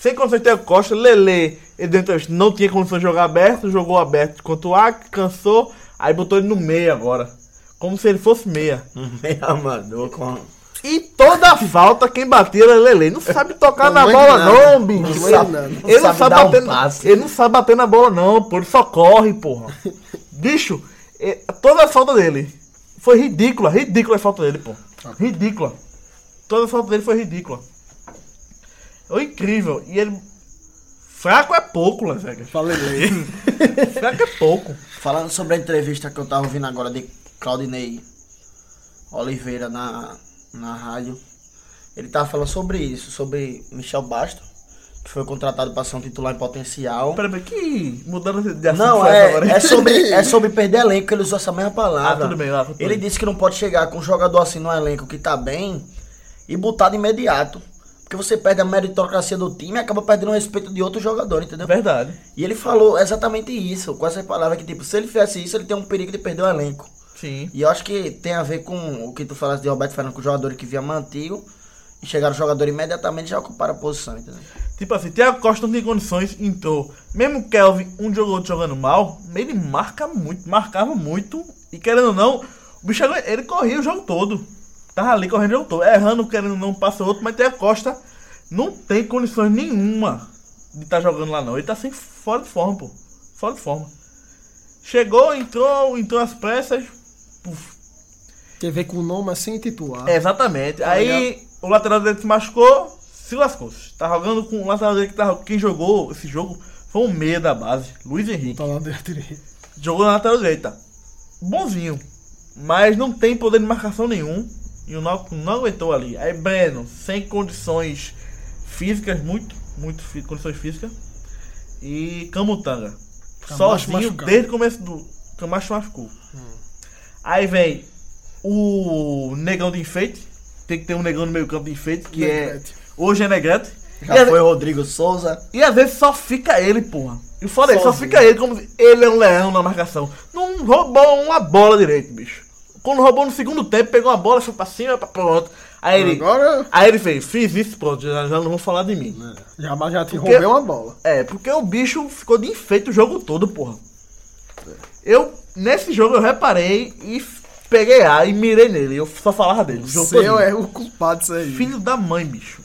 [SPEAKER 5] Sem condições de ter Costa, Lele, ele deu entrevista, não tinha condições de jogar aberto, jogou aberto contra o Acre, cansou, aí botou ele no meio agora. Como se ele fosse meia.
[SPEAKER 7] <laughs> um meio amador com.
[SPEAKER 5] E toda falta quem batia era Lele. Não sabe tocar na
[SPEAKER 6] Não é
[SPEAKER 5] bola,
[SPEAKER 6] nada.
[SPEAKER 5] não, bicho.
[SPEAKER 6] Não é
[SPEAKER 5] Sabe-
[SPEAKER 6] nada.
[SPEAKER 7] Não
[SPEAKER 5] Ele não
[SPEAKER 7] sabe
[SPEAKER 5] sabe
[SPEAKER 7] dar um
[SPEAKER 5] bater na-
[SPEAKER 7] passe.
[SPEAKER 5] ele não sabe bater na bola, não, pô. Ele só corre, porra. bicho, é- toda a falta dele foi ridícula, ridícula a falta dele, pô. Ridícula. Toda a falta dele foi ridícula. Foi incrível. E ele. Fraco é pouco, Las Vegas.
[SPEAKER 6] Falei, Lele.
[SPEAKER 5] <laughs> Fraco é pouco.
[SPEAKER 7] Falando sobre a entrevista que eu tava ouvindo agora de Claudinei Oliveira na, na rádio, Ele tava falando sobre isso, sobre Michel Basto, que foi contratado para ser um titular em potencial.
[SPEAKER 5] Peraí, peraí, que mudança de assunto
[SPEAKER 7] Não,
[SPEAKER 5] foi essa agora?
[SPEAKER 7] é, é sobre, é sobre perder elenco, ele usou essa mesma palavra.
[SPEAKER 5] Ah, tudo bem, lá, tudo
[SPEAKER 7] Ele
[SPEAKER 5] bem.
[SPEAKER 7] disse que não pode chegar com um jogador assim no elenco que tá bem e botar de imediato. Porque você perde a meritocracia do time e acaba perdendo o respeito de outro jogador,
[SPEAKER 5] <laughs>
[SPEAKER 7] entendeu?
[SPEAKER 5] Verdade.
[SPEAKER 7] E ele falou exatamente isso, com essas palavras que, tipo, se ele fizesse isso, ele tem um perigo de perder o elenco.
[SPEAKER 5] Sim.
[SPEAKER 7] E eu acho que tem a ver com o que tu falaste de Roberto Fernando, com os jogadores que vinha mantido e chegaram o jogador imediatamente e já ocuparam a posição, entendeu?
[SPEAKER 5] Tipo assim, Thiago Costa não tem condições, entrou. Mesmo o Kelvin, um jogo ou outro jogando mal, ele marca muito, marcava muito. E querendo ou não, o bicho agora- ele corria o jogo todo. Tava ali correndo o jogo todo. Errando, querendo ou não, passa outro, mas Thiago Costa não tem condições nenhuma de estar jogando lá não. Ele tá sem fora de forma, pô. Fora de forma. Chegou, entrou, entrou às pressas. Puf.
[SPEAKER 6] Tem a ver com o nome assim titular.
[SPEAKER 5] É. Exatamente. Aí o lateral dele se machucou, se lascou. Tá jogando com o lateral dele que tava, quem jogou esse jogo foi o meia da base, Luiz Henrique.
[SPEAKER 6] Tá lá dentro direito.
[SPEAKER 5] Jogou na lateral direita. Bonzinho. Mas não tem poder de marcação nenhum. E o Náutico não aguentou ali. Aí Breno, sem condições físicas, muito, muito fi- condições físicas. E Camutanga.
[SPEAKER 6] Camacho
[SPEAKER 5] sozinho
[SPEAKER 6] machucado. Hum.
[SPEAKER 5] desde o começo do. Camacho machucou. Aí vem o negão de enfeite. Tem que ter um negão no meio campo de enfeite, que
[SPEAKER 6] Negrete.
[SPEAKER 5] é. Hoje é Negrete.
[SPEAKER 7] Já
[SPEAKER 5] E às-
[SPEAKER 7] foi o Rodrigo Souza.
[SPEAKER 5] e às vezes só fica ele, porra. E fora ele, só
[SPEAKER 7] Sozinho.
[SPEAKER 5] fica ele, como se- ele é um leão na marcação. Não roubou uma bola direito, bicho. Quando roubou no segundo tempo, pegou uma bola, chupa pra cima, pra pronto. Aí ele.
[SPEAKER 6] Agora.
[SPEAKER 5] Aí ele fez, fiz isso, pronto, já, já não vão falar de mim.
[SPEAKER 6] Já, mas já te
[SPEAKER 5] Porque-
[SPEAKER 6] roubei uma bola.
[SPEAKER 5] É, porque o bicho ficou de enfeite o jogo todo, porra. Eu, nesse jogo, eu reparei e f- peguei A e mirei nele. Eu só falava dele. o jogo
[SPEAKER 6] Seu
[SPEAKER 5] todinho.
[SPEAKER 6] é o culpado disso aí.
[SPEAKER 5] Filho da mãe, bicho.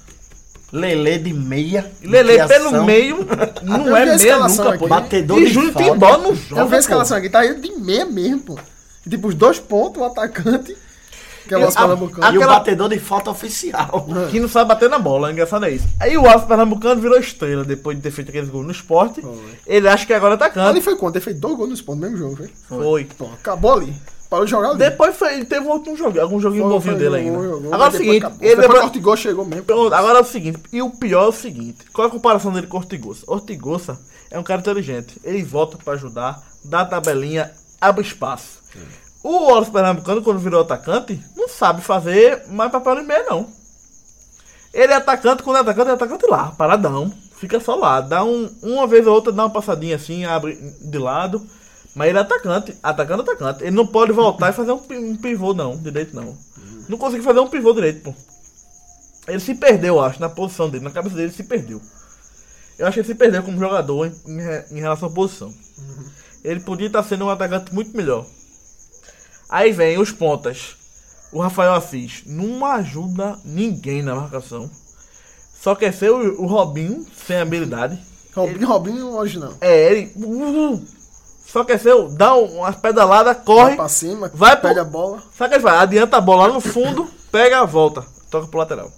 [SPEAKER 7] Lele de meia.
[SPEAKER 5] E Lele
[SPEAKER 7] Criação.
[SPEAKER 5] pelo meio,
[SPEAKER 6] Eu
[SPEAKER 5] não
[SPEAKER 6] vi a
[SPEAKER 5] é meia
[SPEAKER 6] escalação
[SPEAKER 5] nunca, pô.
[SPEAKER 6] aqui.
[SPEAKER 7] Batedor
[SPEAKER 5] e
[SPEAKER 7] de
[SPEAKER 5] Júnior
[SPEAKER 7] falta.
[SPEAKER 5] tem bola no jogo.
[SPEAKER 6] Eu vi a escalação aqui, tá indo de meia mesmo, pô. E, Tipo, os dois pontos, o atacante, que é o
[SPEAKER 5] E
[SPEAKER 6] nosso
[SPEAKER 5] a-
[SPEAKER 6] Pernambucano.
[SPEAKER 7] E o
[SPEAKER 5] Aquela-
[SPEAKER 7] batedor de falta oficial.
[SPEAKER 5] Que não sabe bater na bola, engraçado é isso. Aí o Alves Pernambucano virou estrela depois de ter feito aqueles gols no esporte. Ele acha que agora é
[SPEAKER 6] Ali
[SPEAKER 5] atacante.
[SPEAKER 6] foi quanto? Ele fez dois gols nos pontos no mesmo jogo, foi?
[SPEAKER 5] Foi.
[SPEAKER 6] Pô, acabou ali. Parou de jogar ali.
[SPEAKER 5] Depois foi, ele teve um outro jogo, algum joguinho
[SPEAKER 6] Foi,
[SPEAKER 5] novinho
[SPEAKER 6] foi,
[SPEAKER 5] dele
[SPEAKER 6] jogou,
[SPEAKER 5] ainda.
[SPEAKER 6] jogou,
[SPEAKER 5] agora é o
[SPEAKER 6] mas depois
[SPEAKER 5] seguinte,
[SPEAKER 6] acabou.
[SPEAKER 5] ele
[SPEAKER 6] Depois que o
[SPEAKER 5] levou...
[SPEAKER 6] Ortigol chegou mesmo.
[SPEAKER 5] Pronto, agora é o seguinte, e o pior é o seguinte, qual é a comparação dele com o Ortigoça? Ortigoça é um cara inteligente, ele volta pra ajudar, dá a tabelinha, abre espaço. O Wallace Pernambucano, quando virou atacante, não sabe fazer mais papel de meia, não. Ele é atacante, quando é atacante, é atacante lá, paradão. Fica só lá, dá um, uma vez ou outra, dá uma passadinha assim, abre de lado. Mas ele é atacante, atacante, atacante. Ele não pode voltar e fazer um, pi- um pivô, não, direito não. Não consegue fazer um pivô direito, pô. Ele se perdeu, eu acho, na posição dele, na cabeça dele, ele se perdeu. Eu acho que ele se perdeu como jogador em, em re- em relação à posição. Ele podia estar sendo um atacante muito melhor. Aí vem os pontas. O Rafael Assis não ajuda ninguém na marcação. Só quer ser o, o Robinho, sem habilidade.
[SPEAKER 6] Robinho, Robinho, hoje não.
[SPEAKER 5] É, ele. uh, uh, só quer ser. o- Dá um- umas pedaladas, corre.
[SPEAKER 7] um
[SPEAKER 6] Vai pra cima,
[SPEAKER 5] Vai
[SPEAKER 6] pega
[SPEAKER 5] pro-
[SPEAKER 6] a bola.
[SPEAKER 5] Sabe o que ele faz? Adianta a bola lá no fundo, pega a volta. Toca pro lateral.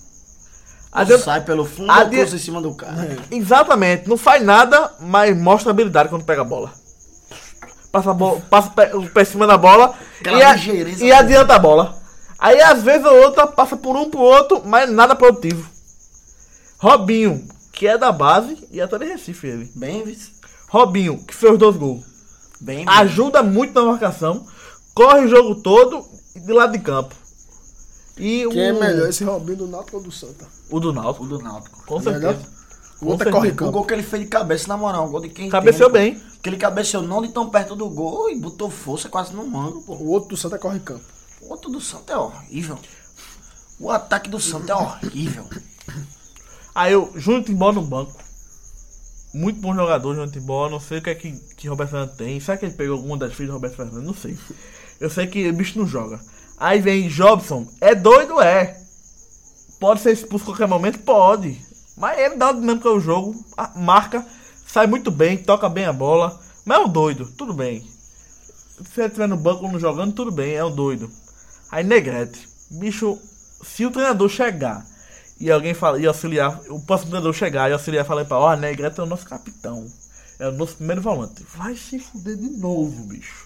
[SPEAKER 5] Adianta,
[SPEAKER 7] Sai pelo fundo
[SPEAKER 5] A
[SPEAKER 7] ou
[SPEAKER 5] de-
[SPEAKER 7] cruza em cima do cara.
[SPEAKER 6] É.
[SPEAKER 5] Exatamente, não faz nada, mas mostra habilidade quando pega a bola. Passa, a bola, passa o pé- o pé em cima da bola
[SPEAKER 7] Aquela
[SPEAKER 5] e, a-
[SPEAKER 7] ligeireza né?
[SPEAKER 5] e
[SPEAKER 7] mesmo.
[SPEAKER 5] adianta a bola. Aí às vezes a outra passa por um pro outro, mas nada produtivo. Robinho, que é da base e até de Recife ele.
[SPEAKER 7] Bem, vice.
[SPEAKER 5] Robinho, que fez os dois gols.
[SPEAKER 7] Bem, vice.
[SPEAKER 5] Ajuda muito na marcação, corre o jogo todo e de lado de campo. E
[SPEAKER 6] Quem é
[SPEAKER 5] o,
[SPEAKER 6] melhor, esse Robinho do Náutico ou do Santa?
[SPEAKER 5] o do Náutico,
[SPEAKER 7] O do Náutico.
[SPEAKER 5] com
[SPEAKER 6] Melhor?
[SPEAKER 5] certeza.
[SPEAKER 6] O outro
[SPEAKER 5] certeza.
[SPEAKER 6] é corre
[SPEAKER 7] O
[SPEAKER 6] campo.
[SPEAKER 7] Um gol que ele fez de cabeça, na moral, um gol de quem
[SPEAKER 5] Cabeceou
[SPEAKER 7] entende,
[SPEAKER 5] bem.
[SPEAKER 7] pô. Porque ele cabeceou não de tão perto do gol e botou força quase no mango, pô.
[SPEAKER 6] O outro do Santa é corre campo.
[SPEAKER 7] O outro do Santos é horrível. O ataque do Santos é horrível.
[SPEAKER 5] Aí eu, Júnior Timbó no banco. Muito bom jogador, Júnior Timbó. Não sei o que é que, que Roberto Fernando tem. Será que ele pegou alguma das filhas do Roberto Fernando? Não sei. Eu sei que o bicho não joga. Aí vem Jobson. É doido, é. Pode ser expulso a qualquer momento? Pode. Mas ele dá é o dinâmica ao jogo. a- Marca. Sai muito bem. Toca bem a bola. Mas é um doido. Tudo bem. Se ele estiver no banco ou não jogando, tudo bem. É um doido. Aí Negrete. Bicho, se o treinador chegar e alguém fala, e auxiliar, o próximo treinador chegar e auxiliar falar pra, ó, Negrete é o nosso capitão. É o nosso primeiro volante. Vai se fuder de novo, bicho.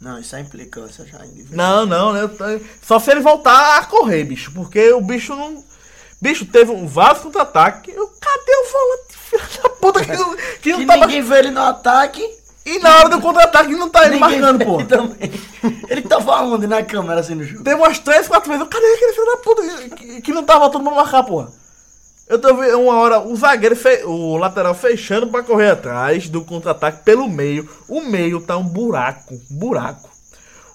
[SPEAKER 7] Não, isso é implicância já. indivíduo.
[SPEAKER 5] Não, não, né? Eu tô- Só se ele voltar a correr, bicho. Porque o bicho não. Bicho, teve um Vasco contra-ataque. Eu, cadê o volante, filho da puta, que não, que não
[SPEAKER 7] Que
[SPEAKER 5] tá
[SPEAKER 7] ninguém vê ele no ataque.
[SPEAKER 5] E na hora do contra-ataque não tá ele
[SPEAKER 7] ninguém
[SPEAKER 5] marcando,
[SPEAKER 7] <laughs> vê
[SPEAKER 5] pô.
[SPEAKER 7] Ele, também. ele tava onde? Na câmera, assim, no jogo.
[SPEAKER 5] Teve umas três, quatro vezes. eu, Cadê aquele filho da puta que, que não tava todo mundo marcar, porra? Eu tô vendo uma hora o zagueiro, fe- o lateral fechando pra correr atrás do contra-ataque pelo meio. O meio tá um buraco, um buraco.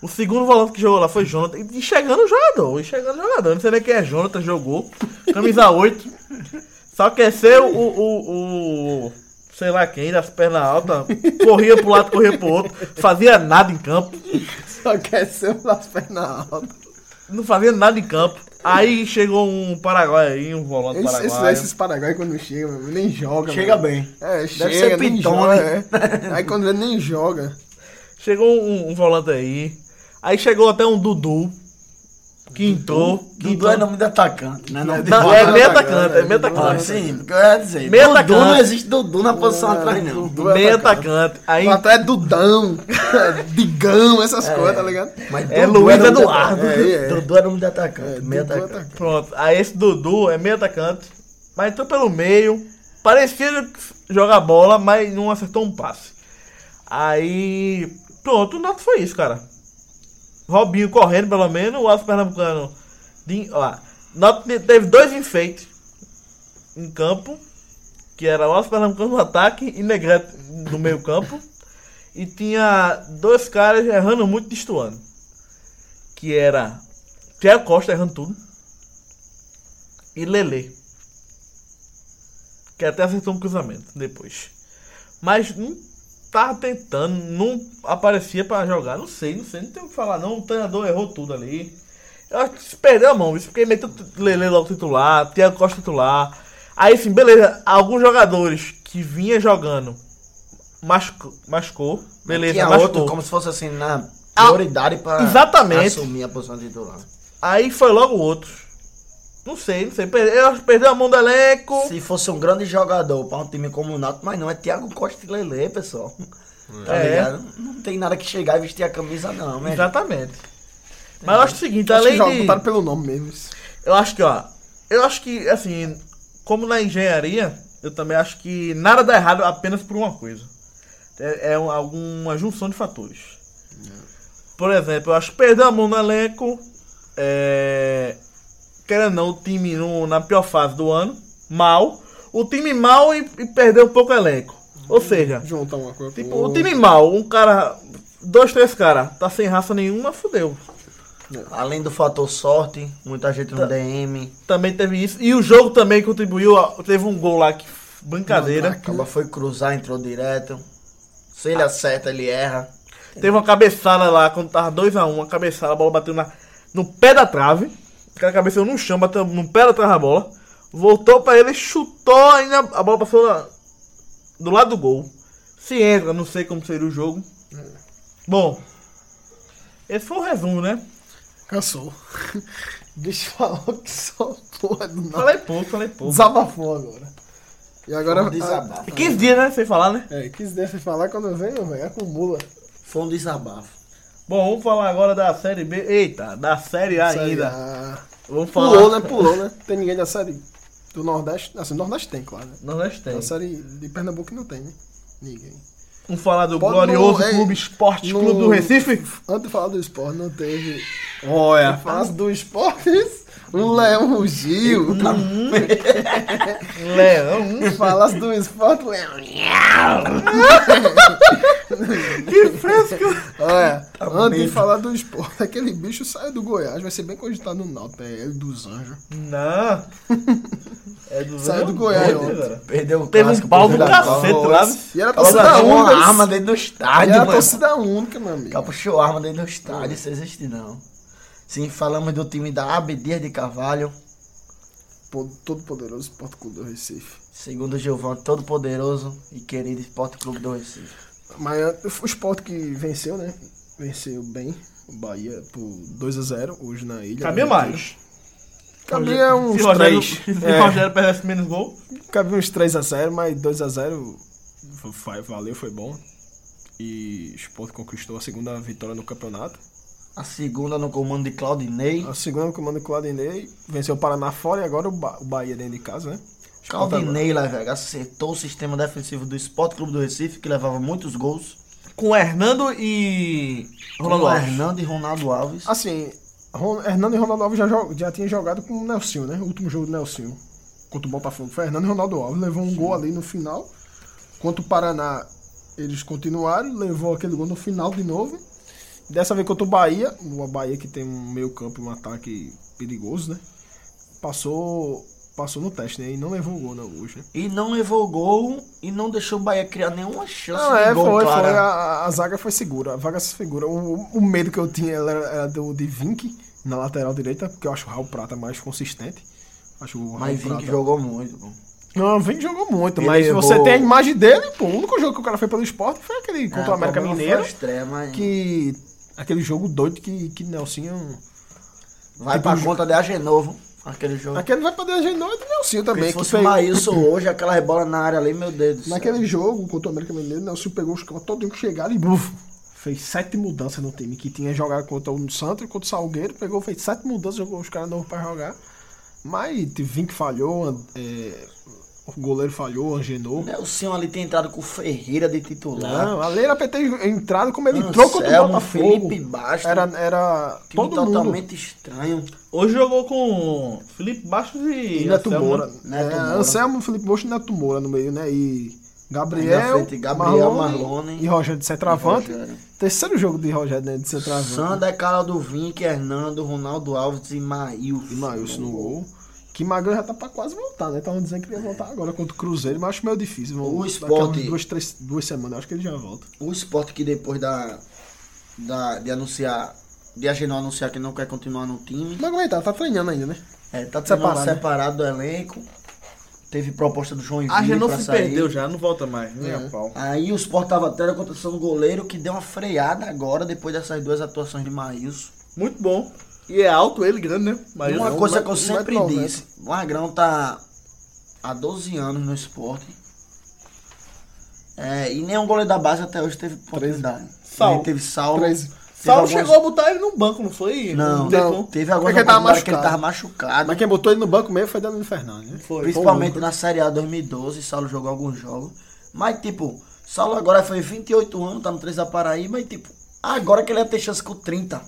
[SPEAKER 5] O segundo volante que jogou lá foi Jonathan. E chegando o jogador, e chegando o jogador. Não sei nem quem é Jonathan, jogou. Camisa <laughs> 8. Só quer ser o, o, o- Sei lá quem, das pernas altas. Corria pro lado, corria pro outro. Fazia nada em campo.
[SPEAKER 6] Só quer ser nas pernas altas.
[SPEAKER 5] Não fazia nada em campo. Aí chegou um paraguaio aí, um volante
[SPEAKER 6] Esses, esses,
[SPEAKER 5] paraguaio.
[SPEAKER 6] esses Paraguai quando chega, meu, nem joga.
[SPEAKER 7] Chega
[SPEAKER 6] meu.
[SPEAKER 7] bem.
[SPEAKER 6] É, chega,
[SPEAKER 7] ser
[SPEAKER 6] nem
[SPEAKER 7] Pitone.
[SPEAKER 6] joga, é. Aí quando ele nem joga.
[SPEAKER 5] Chegou um, um volante aí. Aí chegou até um Dudu. Que entrou. Que
[SPEAKER 7] Dudu
[SPEAKER 5] entrou.
[SPEAKER 7] é nome de atacante, né? Não,
[SPEAKER 5] Não, é meio
[SPEAKER 6] atacante,
[SPEAKER 5] atacante, é meio
[SPEAKER 6] Dudu
[SPEAKER 7] Ah,
[SPEAKER 5] atacante.
[SPEAKER 7] sim, porque eu ia dizer.
[SPEAKER 5] Meio
[SPEAKER 7] Dudu
[SPEAKER 5] atacante.
[SPEAKER 7] não existe Dudu na posição atrás, não.
[SPEAKER 6] Dudu é
[SPEAKER 5] Meio
[SPEAKER 6] atacante.
[SPEAKER 5] atacante. Aí
[SPEAKER 6] O atleta é Dudão, <laughs> é Digão, essas coisas, tá ligado?
[SPEAKER 7] Mas
[SPEAKER 5] É
[SPEAKER 7] Dudu
[SPEAKER 5] Luiz
[SPEAKER 7] nome de
[SPEAKER 5] Eduardo.
[SPEAKER 7] atacante.
[SPEAKER 6] É, é.
[SPEAKER 7] Dudu é nome de atacante, meio
[SPEAKER 6] Dudu é
[SPEAKER 7] atacante.
[SPEAKER 6] atacante.
[SPEAKER 5] pronto. Aí esse Dudu é meio atacante. Mas entrou pelo meio. Parecia jogar bola, mas não acertou um passe. Aí. Pronto, o Nato foi isso, cara. Robinho correndo, pelo menos. O Aço Pernambucano. De, ó, Nato te- teve dois enfeites em campo. Que era o Aço Pernambucano no ataque e Negrete no meio campo. E tinha dois caras errando muito destoando. Que era Thiago Costa errando tudo. E Lele. Que até acertou um cruzamento depois. Mas não tava tentando, não aparecia pra jogar. Não sei, não sei, não tem o que falar não. O treinador errou tudo ali. Eu acho que se perdeu a mão, isso porque meteu t- Lele logo titular, Thiago Costa titular. Aí sim, beleza, alguns jogadores que vinha jogando machucou, machucou beleza,
[SPEAKER 7] Tinha
[SPEAKER 5] machucou.
[SPEAKER 7] outro, como se fosse assim, na
[SPEAKER 5] Ah,
[SPEAKER 7] prioridade pra
[SPEAKER 5] exatamente.
[SPEAKER 7] assumir a posição de titular.
[SPEAKER 5] Aí foi logo outro. Não sei, não sei. Perdeu, eu acho que perdeu a mão do elenco.
[SPEAKER 7] Se fosse um grande jogador pra um time como o Nato, mas não, é Thiago Costa e Lele, pessoal. Tá
[SPEAKER 5] É.
[SPEAKER 7] ligado? Não tem nada que chegar e vestir a camisa, não, né?
[SPEAKER 5] Exatamente. Mas eu acho o seguinte,
[SPEAKER 6] Acho que
[SPEAKER 5] além
[SPEAKER 6] joga,
[SPEAKER 5] de...
[SPEAKER 6] botaram pelo nome mesmo. isso.
[SPEAKER 5] Eu acho que, ó... Eu acho que, assim... Como na engenharia, eu também acho que nada dá errado apenas por uma coisa. É, é um- alguma junção de fatores. Por exemplo, eu acho que perder a mão no elenco... É... Querendo ou não, o time no- na pior fase do ano, mal. O time mal e, e perder um pouco o elenco. Ou
[SPEAKER 6] Uhum.
[SPEAKER 5] seja...
[SPEAKER 6] Juntar uma coisa. com
[SPEAKER 5] Tipo, o
[SPEAKER 6] outra.
[SPEAKER 5] time mal, um cara. Dois, três caras, tá sem raça nenhuma, fudeu.
[SPEAKER 7] Além do fator sorte, muita gente
[SPEAKER 5] Tá.
[SPEAKER 7] no DM.
[SPEAKER 5] Também teve isso. E o jogo também contribuiu. ó, Teve um gol lá que. f- Brincadeira.
[SPEAKER 7] Acaba foi cruzar, entrou direto. Se ele acerta, ele erra.
[SPEAKER 5] Teve uma cabeçada lá, quando tava 2x1, uma cabeçada, a bola bateu na, no pé da trave. O cara cabeceou no chão, bateu no pé da trave a bola. Voltou pra ele, chutou ainda. A bola passou na- do lado do gol. Se entra, não sei como seria o jogo. Bom, esse foi o resumo, né?
[SPEAKER 6] Cansou. <laughs> Deixa eu falar que só porra do nada.
[SPEAKER 5] Falei pouco, falei pouco.
[SPEAKER 6] Desabafou agora. E agora.
[SPEAKER 7] Foi um desabafo.
[SPEAKER 5] 15 dias, né? Sem falar, né?
[SPEAKER 6] É, quis deixa falar quando eu venho, velho, acumula.
[SPEAKER 7] Foi um desabafo.
[SPEAKER 5] Bom, vamos falar agora da série B. Eita, da série A ainda.
[SPEAKER 6] Ah,
[SPEAKER 5] Vamos falar.
[SPEAKER 6] pulou, né? Pulou, né? Tem ninguém da série do Nordeste. Assim, Nordeste tem, claro. Né?
[SPEAKER 5] Nós, nós
[SPEAKER 6] Da
[SPEAKER 5] temos.
[SPEAKER 6] série de Pernambuco não tem, né? Ninguém.
[SPEAKER 5] Vamos falar do
[SPEAKER 6] Pode
[SPEAKER 5] glorioso
[SPEAKER 6] no- é,
[SPEAKER 5] Clube Esporte
[SPEAKER 6] no-
[SPEAKER 5] Clube do Recife.
[SPEAKER 6] Antes de falar do esporte, não teve.
[SPEAKER 5] Olha.
[SPEAKER 6] Faz do esporte é isso? O Leão Tá rugiu.
[SPEAKER 5] Leão.
[SPEAKER 6] Falas do esporte, Leão.
[SPEAKER 5] Que fresco.
[SPEAKER 6] Olha, antes de
[SPEAKER 7] mesmo.
[SPEAKER 6] falar do esporte, aquele bicho saiu do Goiás, vai ser bem cogitado no Náutico, é ele dos anjos. <laughs>
[SPEAKER 5] Não. É do
[SPEAKER 6] Saiu do
[SPEAKER 5] Leão
[SPEAKER 6] Goiás né?
[SPEAKER 5] doido,
[SPEAKER 6] ontem.
[SPEAKER 5] cara.
[SPEAKER 7] <laughs> Perdeu o
[SPEAKER 5] Teve
[SPEAKER 7] clássico
[SPEAKER 5] um pau
[SPEAKER 7] pro
[SPEAKER 5] do
[SPEAKER 7] Vila
[SPEAKER 5] cacete
[SPEAKER 7] Nova.
[SPEAKER 5] lá.
[SPEAKER 6] E era
[SPEAKER 7] Ela
[SPEAKER 6] torcida
[SPEAKER 7] puxou
[SPEAKER 5] um
[SPEAKER 7] uma
[SPEAKER 6] única.
[SPEAKER 7] arma dentro do
[SPEAKER 6] E
[SPEAKER 5] tá
[SPEAKER 7] estádio,
[SPEAKER 6] era
[SPEAKER 7] mano.
[SPEAKER 6] torcida única, meu amigo.
[SPEAKER 7] Ela puxou arma dentro do estádio, isso existe não. Sim, falamos do time da Abdias de Carvalho.
[SPEAKER 6] Po- Todo poderoso Esporte Clube do Recife.
[SPEAKER 7] Segundo Giovanni, todo poderoso e querido Esporte Clube do Recife.
[SPEAKER 6] Mas é, foi o esporte que venceu, né? Venceu bem o Bahia por 2x0 hoje na ilha. né?
[SPEAKER 5] Cabia mais.
[SPEAKER 6] Cabia uns É.
[SPEAKER 5] Se Rogério, <laughs>
[SPEAKER 6] 3.
[SPEAKER 5] se Rogério perdesse menos gol.
[SPEAKER 6] Cabia uns 3x0, mas 2x0 valeu, foi bom. E o Sport conquistou a segunda vitória no campeonato.
[SPEAKER 7] A segunda no comando de Claudinei.
[SPEAKER 6] A segunda comando Claudinei venceu o Paraná fora e agora o, ba o Bahia dentro de casa, né?
[SPEAKER 7] Claudinei, lá, velho, acertou o sistema defensivo do Esporte Clube do Recife, que levava muitos gols.
[SPEAKER 5] Com Hernando e. Ronaldo
[SPEAKER 7] Com
[SPEAKER 5] Alves.
[SPEAKER 7] Hernando e Ronaldo Alves.
[SPEAKER 6] Assim, Ron- Hernando e Ronaldo Alves já, jo- já tinham jogado com o Nelsinho, né? O último jogo do Nelsinho contra o Botafogo. Foi Hernando e Ronaldo Alves. Levou um gol ali no final. Contra o Paraná, eles continuaram. Levou aquele gol no final de novo. Dessa vez contra o Bahia. O Bahia que tem um meio campo e um ataque perigoso, né? Passou, passou no teste, né? E não levou o gol não, hoje, né?
[SPEAKER 7] E não levou o gol e não deixou o Bahia criar nenhuma chance
[SPEAKER 6] Não,
[SPEAKER 7] de
[SPEAKER 6] é,
[SPEAKER 7] gol,
[SPEAKER 6] foi,
[SPEAKER 7] clara.
[SPEAKER 6] foi. A, a zaga foi segura, a vaga se segura. O, o medo que eu tinha era, era do de Vink na lateral direita, porque eu acho o Raul Prata mais consistente. Acho o Raul
[SPEAKER 7] Mas Vink
[SPEAKER 6] Prata...
[SPEAKER 7] jogou muito, pô.
[SPEAKER 6] Não, o Vink jogou muito,
[SPEAKER 7] Ele
[SPEAKER 6] mas
[SPEAKER 7] errou.
[SPEAKER 6] você tem a imagem dele, pô. O único jogo que o cara fez pelo esporte foi aquele contra o
[SPEAKER 7] É,
[SPEAKER 6] América
[SPEAKER 7] problema
[SPEAKER 6] Mineiro.
[SPEAKER 7] foi a estreia, mas
[SPEAKER 6] Que. Aquele jogo doido que, que Nelsinho.
[SPEAKER 7] vai
[SPEAKER 6] tipo,
[SPEAKER 7] pra
[SPEAKER 6] jo-
[SPEAKER 7] conta de Agenovo, aquele jogo.
[SPEAKER 6] Aquele vai pra DG não é do Nelsinho também.
[SPEAKER 7] Porque se fosse
[SPEAKER 6] Que fez...
[SPEAKER 7] o Maílson hoje, aquela rebola na área ali, meu Deus do céu.
[SPEAKER 6] Naquele jogo contra o América Mineiro, o Nelson pegou os caras todo que chegaram e buf, fez sete mudanças no time que tinha jogado contra o Santos, contra o Salgueiro, pegou, fez sete mudanças, jogou os caras novos pra jogar. Mas Vink falhou, é, o goleiro falhou, Angenou.
[SPEAKER 7] Né, O Nelson ali tem entrado com o Ferreira de titular.
[SPEAKER 6] Não, a Leira PT entrado como ele
[SPEAKER 7] Anselmo,
[SPEAKER 6] entrou contra o Botafogo.
[SPEAKER 7] Felipe Bastos.
[SPEAKER 6] Era, era
[SPEAKER 7] Time
[SPEAKER 6] todo
[SPEAKER 7] totalmente
[SPEAKER 6] mundo.
[SPEAKER 7] estranho.
[SPEAKER 5] Hoje jogou com Felipe Baixos e.
[SPEAKER 6] E Neto
[SPEAKER 5] Anselmo,
[SPEAKER 6] Moura.
[SPEAKER 5] né?
[SPEAKER 7] Neto
[SPEAKER 6] É,
[SPEAKER 7] Moura.
[SPEAKER 6] Anselmo, Felipe Moura e Neto Moura no meio, né? E
[SPEAKER 7] Aí na
[SPEAKER 6] Gabriel,
[SPEAKER 7] frente, Gabriel, Marlone
[SPEAKER 6] e Rogério de centroavante.
[SPEAKER 7] e Rogério.
[SPEAKER 6] Terceiro jogo de Rogério né, de centroavante.
[SPEAKER 7] Sandra, Carla do Vink, Hernando, Ronaldo Alves e Maílson.
[SPEAKER 6] E Maílson no gol. Que Magrão já tá pra quase voltar, né? Estavam dizendo que ele ia voltar agora contra o Cruzeiro, mas acho meio difícil. Vão
[SPEAKER 7] O
[SPEAKER 6] daqui a
[SPEAKER 7] Sport-
[SPEAKER 6] umas Duas, três, duas semanas, eu acho que ele já volta.
[SPEAKER 7] O esporte que depois da, da- de anunciar, de Agenor anunciar que não quer continuar no time,
[SPEAKER 6] Não aguentar, tá treinando ainda, né?
[SPEAKER 7] é, tá
[SPEAKER 6] Separado,
[SPEAKER 7] separado,
[SPEAKER 6] né?
[SPEAKER 7] separado do elenco. Teve proposta do João Henrique.
[SPEAKER 5] A Renault
[SPEAKER 7] pra
[SPEAKER 5] se
[SPEAKER 7] sair.
[SPEAKER 5] perdeu já, não volta mais. Nem
[SPEAKER 6] É.
[SPEAKER 5] a pau.
[SPEAKER 7] Aí o Sport tava até na contratação do goleiro que deu uma freada agora depois dessas duas atuações de Maílson.
[SPEAKER 5] Muito bom. E é alto ele, grande, né? Mas
[SPEAKER 7] Uma
[SPEAKER 5] não,
[SPEAKER 7] coisa
[SPEAKER 5] mas-
[SPEAKER 7] que eu sempre disse, o Magrão tá há 12 anos no esporte. É, e nenhum goleiro da base até hoje teve oportunidade.
[SPEAKER 5] Salvo.
[SPEAKER 7] Nem teve salvo.
[SPEAKER 6] 13.
[SPEAKER 7] Teve
[SPEAKER 5] Saulo
[SPEAKER 7] algumas-
[SPEAKER 5] chegou a botar ele no banco, não foi?
[SPEAKER 7] Não,
[SPEAKER 5] Não.
[SPEAKER 7] teve algumas
[SPEAKER 6] É que ele tava
[SPEAKER 7] oportunidades que ele
[SPEAKER 6] machucado.
[SPEAKER 7] tava machucado.
[SPEAKER 6] Mas quem botou ele no banco mesmo foi Danilo Fernandes, né?
[SPEAKER 5] Foi.
[SPEAKER 7] Principalmente na Série A 2012, Saulo jogou alguns jogos. Mas, tipo, Saulo agora foi 28 anos, tá no 3 da Paraíba, e, tipo, agora que ele ia ter chance com 30.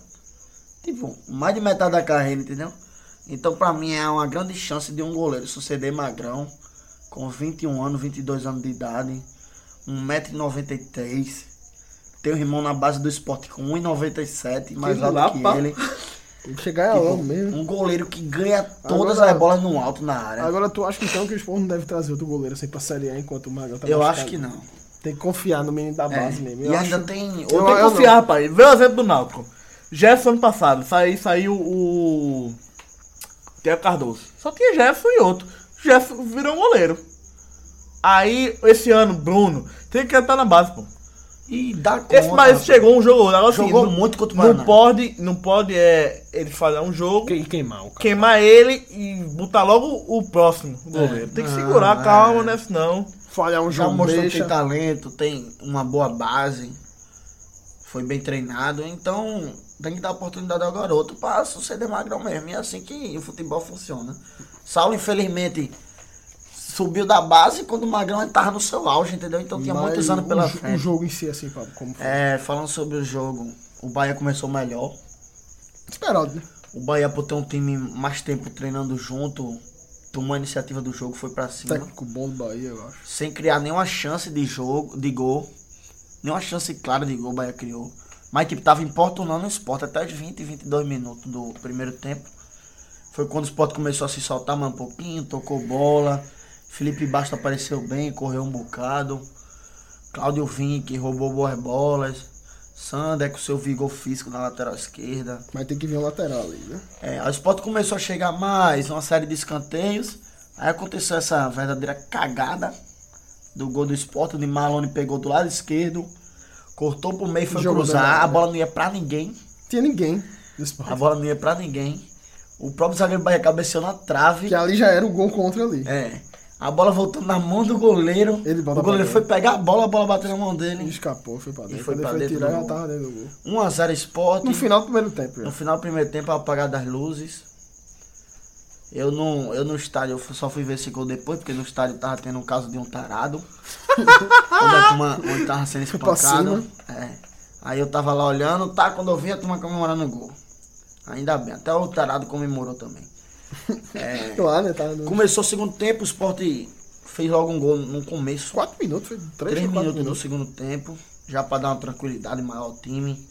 [SPEAKER 7] Tipo, mais de metade da carreira, entendeu? Então, pra mim, é uma grande chance de um goleiro suceder Magrão, com 21 anos, 22 anos de idade, 1,93m. Tem um irmão na base do esporte com 1,97m, mais
[SPEAKER 5] Que
[SPEAKER 7] alto
[SPEAKER 5] lá,
[SPEAKER 7] que
[SPEAKER 5] pá.
[SPEAKER 7] ele.
[SPEAKER 6] Tem que chegar é
[SPEAKER 7] Tipo,
[SPEAKER 6] logo Tá mesmo.
[SPEAKER 7] um goleiro que ganha todas
[SPEAKER 6] Agora-
[SPEAKER 7] as bolas no alto na área.
[SPEAKER 6] Agora tu acha então que o Sport não deve trazer outro goleiro assim pra Série A enquanto o Magrão tá
[SPEAKER 7] Eu
[SPEAKER 6] machucado?
[SPEAKER 7] acho que não.
[SPEAKER 6] Tem que confiar no menino da base mesmo.
[SPEAKER 7] É, E
[SPEAKER 6] Eu
[SPEAKER 7] ainda
[SPEAKER 6] acho-
[SPEAKER 7] tem
[SPEAKER 5] Eu
[SPEAKER 7] outro
[SPEAKER 5] tenho que
[SPEAKER 6] eu
[SPEAKER 5] confiar, rapaz. Vê o exemplo do Náutico. Jefferson ano passado, sai, saiu o. Thiago Cardoso. Só tinha Jefferson e outro. Jefferson virou um goleiro. Aí, esse ano, Bruno, tem que entrar na base, pô.
[SPEAKER 7] E dá conta.
[SPEAKER 5] Esse Maílson chegou um jogo. Agora, assim,
[SPEAKER 7] Jogou
[SPEAKER 5] não-
[SPEAKER 7] muito contra o
[SPEAKER 5] Não
[SPEAKER 7] Paraná.
[SPEAKER 5] pode, não pode é, ele falhar um jogo,
[SPEAKER 6] que queimar o cara.
[SPEAKER 5] queimar ele e botar logo o próximo goleiro. Tem que segurar,
[SPEAKER 7] Ah,
[SPEAKER 5] calma,
[SPEAKER 7] é.
[SPEAKER 5] né? Senão.
[SPEAKER 6] Falhar um
[SPEAKER 7] Já
[SPEAKER 6] jogo,
[SPEAKER 7] mostrou que tá-
[SPEAKER 6] deixa.
[SPEAKER 7] tem talento, tem uma boa base. Foi bem treinado. Então tem que dar oportunidade ao garoto para suceder magrão mesmo. E é assim que o futebol funciona. Saulo, infelizmente, subiu da base quando o magrão estava no seu auge, entendeu? Então tinha
[SPEAKER 6] Mas
[SPEAKER 7] muitos anos
[SPEAKER 6] o
[SPEAKER 7] pela
[SPEAKER 6] jo-
[SPEAKER 7] frente.
[SPEAKER 6] O jogo em si, assim, Pablo, como foi?
[SPEAKER 7] É, falando sobre o jogo, o Bahia começou melhor.
[SPEAKER 6] Esperado, né?
[SPEAKER 7] O Bahia por ter um time mais tempo treinando junto, tomou a iniciativa do jogo, foi pra cima.
[SPEAKER 6] Técnico bom do Bahia, eu acho.
[SPEAKER 7] Sem criar nenhuma chance de jogo, de gol. Nenhuma chance clara de gol o Bahia criou. Mas tipo, tava importunando o Sport até os 20, 22 minutos do primeiro tempo. Foi quando o Sport começou a se soltar mais um pouquinho, tocou bola. Felipe Basto apareceu bem, correu um bocado. Cláudio Vinck roubou boas bolas. Sander com seu vigor físico na lateral esquerda.
[SPEAKER 6] Mas tem que vir um lateral ali, né?
[SPEAKER 7] É, o esporte começou a chegar mais, uma série de escanteios. Aí aconteceu essa verdadeira cagada do gol do esporte. O de Malone pegou do lado esquerdo, cortou pro meio, foi
[SPEAKER 6] Jogou
[SPEAKER 7] cruzar.
[SPEAKER 6] danado,
[SPEAKER 7] A
[SPEAKER 6] né?
[SPEAKER 7] bola não ia pra ninguém.
[SPEAKER 6] Tinha ninguém no esporte.
[SPEAKER 7] A bola não ia pra ninguém. O próprio zagueiro Bahia cabeceou na trave.
[SPEAKER 6] Que ali já era o gol contra ali.
[SPEAKER 7] É. A bola voltou na mão do goleiro.
[SPEAKER 6] Ele bota
[SPEAKER 7] o goleiro foi
[SPEAKER 6] pra
[SPEAKER 7] pegar a bola, a bola bateu na mão
[SPEAKER 6] Ele
[SPEAKER 7] dele. Um
[SPEAKER 6] escapou, foi pra dentro.
[SPEAKER 7] É. foi
[SPEAKER 6] Quando
[SPEAKER 7] pra
[SPEAKER 6] ele foi
[SPEAKER 7] dentro
[SPEAKER 6] tirar,
[SPEAKER 7] do
[SPEAKER 6] já
[SPEAKER 7] gol.
[SPEAKER 6] tava dentro do gol.
[SPEAKER 7] 1x0 Sport.
[SPEAKER 6] No final do primeiro tempo,
[SPEAKER 7] No
[SPEAKER 6] já.
[SPEAKER 7] final do primeiro tempo, apagar das luzes. Eu não, eu no estádio, eu só fui ver esse gol depois, porque no estádio tava tendo um caso de um
[SPEAKER 6] <laughs>
[SPEAKER 7] tarado. onde, a turma, onde tava sendo
[SPEAKER 6] pra
[SPEAKER 7] espancado. É. Aí eu tava lá olhando, tá, quando eu vi a turma comemorando o gol. Ainda bem, até o tarado comemorou também. É,
[SPEAKER 6] Lá, né? Tava no...
[SPEAKER 7] começou o segundo tempo, o Sport fez logo um gol no começo.
[SPEAKER 6] 4 minutos, foi 3
[SPEAKER 7] Três
[SPEAKER 6] ou 4
[SPEAKER 7] minutos do
[SPEAKER 6] minutos.
[SPEAKER 7] segundo tempo, já pra dar uma tranquilidade maior ao time.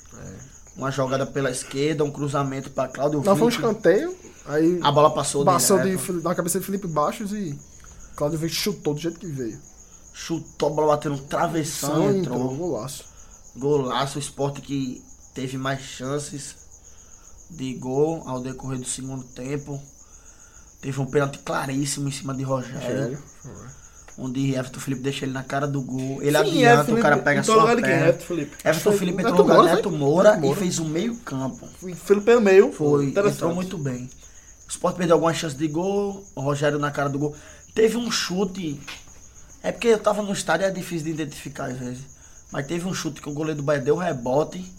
[SPEAKER 7] Uma jogada pela esquerda, um cruzamento pra Cláudio
[SPEAKER 6] É. Não, foi um
[SPEAKER 7] Vinck.
[SPEAKER 6] escanteio. Aí
[SPEAKER 7] A bola passou,
[SPEAKER 6] passou de,
[SPEAKER 7] direto.
[SPEAKER 6] Fili- na cabeça de Felipe Baixos e Claudio Veiga chutou do jeito que veio.
[SPEAKER 7] Chutou, a bola bateu no travessão,
[SPEAKER 6] São
[SPEAKER 7] entrou.
[SPEAKER 6] entrou, golaço.
[SPEAKER 7] Golaço, o esporte que teve mais chances de gol ao decorrer do segundo tempo. Teve um pênalti claríssimo em cima de Rogério.
[SPEAKER 6] Sério.
[SPEAKER 7] Onde Everton Felipe deixa ele na cara do gol. Ele
[SPEAKER 5] Quem é
[SPEAKER 7] adianta,
[SPEAKER 5] Felipe?
[SPEAKER 7] o cara pega
[SPEAKER 5] Então,
[SPEAKER 7] só a
[SPEAKER 5] lugar de quem é
[SPEAKER 7] perna.
[SPEAKER 5] Everton Felipe?
[SPEAKER 7] Everton
[SPEAKER 6] Foi
[SPEAKER 7] Felipe
[SPEAKER 6] Neto
[SPEAKER 7] entrou no lugar
[SPEAKER 6] Moura,
[SPEAKER 7] Neto
[SPEAKER 6] foi?
[SPEAKER 7] Moura,
[SPEAKER 6] Neto Moura.
[SPEAKER 7] e fez o meio campo.
[SPEAKER 5] Felipe é meio.
[SPEAKER 7] Foi,
[SPEAKER 5] Interessante.
[SPEAKER 7] entrou muito bem. O Sport perdeu algumas chances de gol, o Rogério na cara do gol. Teve um chute. É porque eu tava no estádio e é difícil de identificar às vezes. Mas teve um chute que o goleiro do Bahia deu um rebote.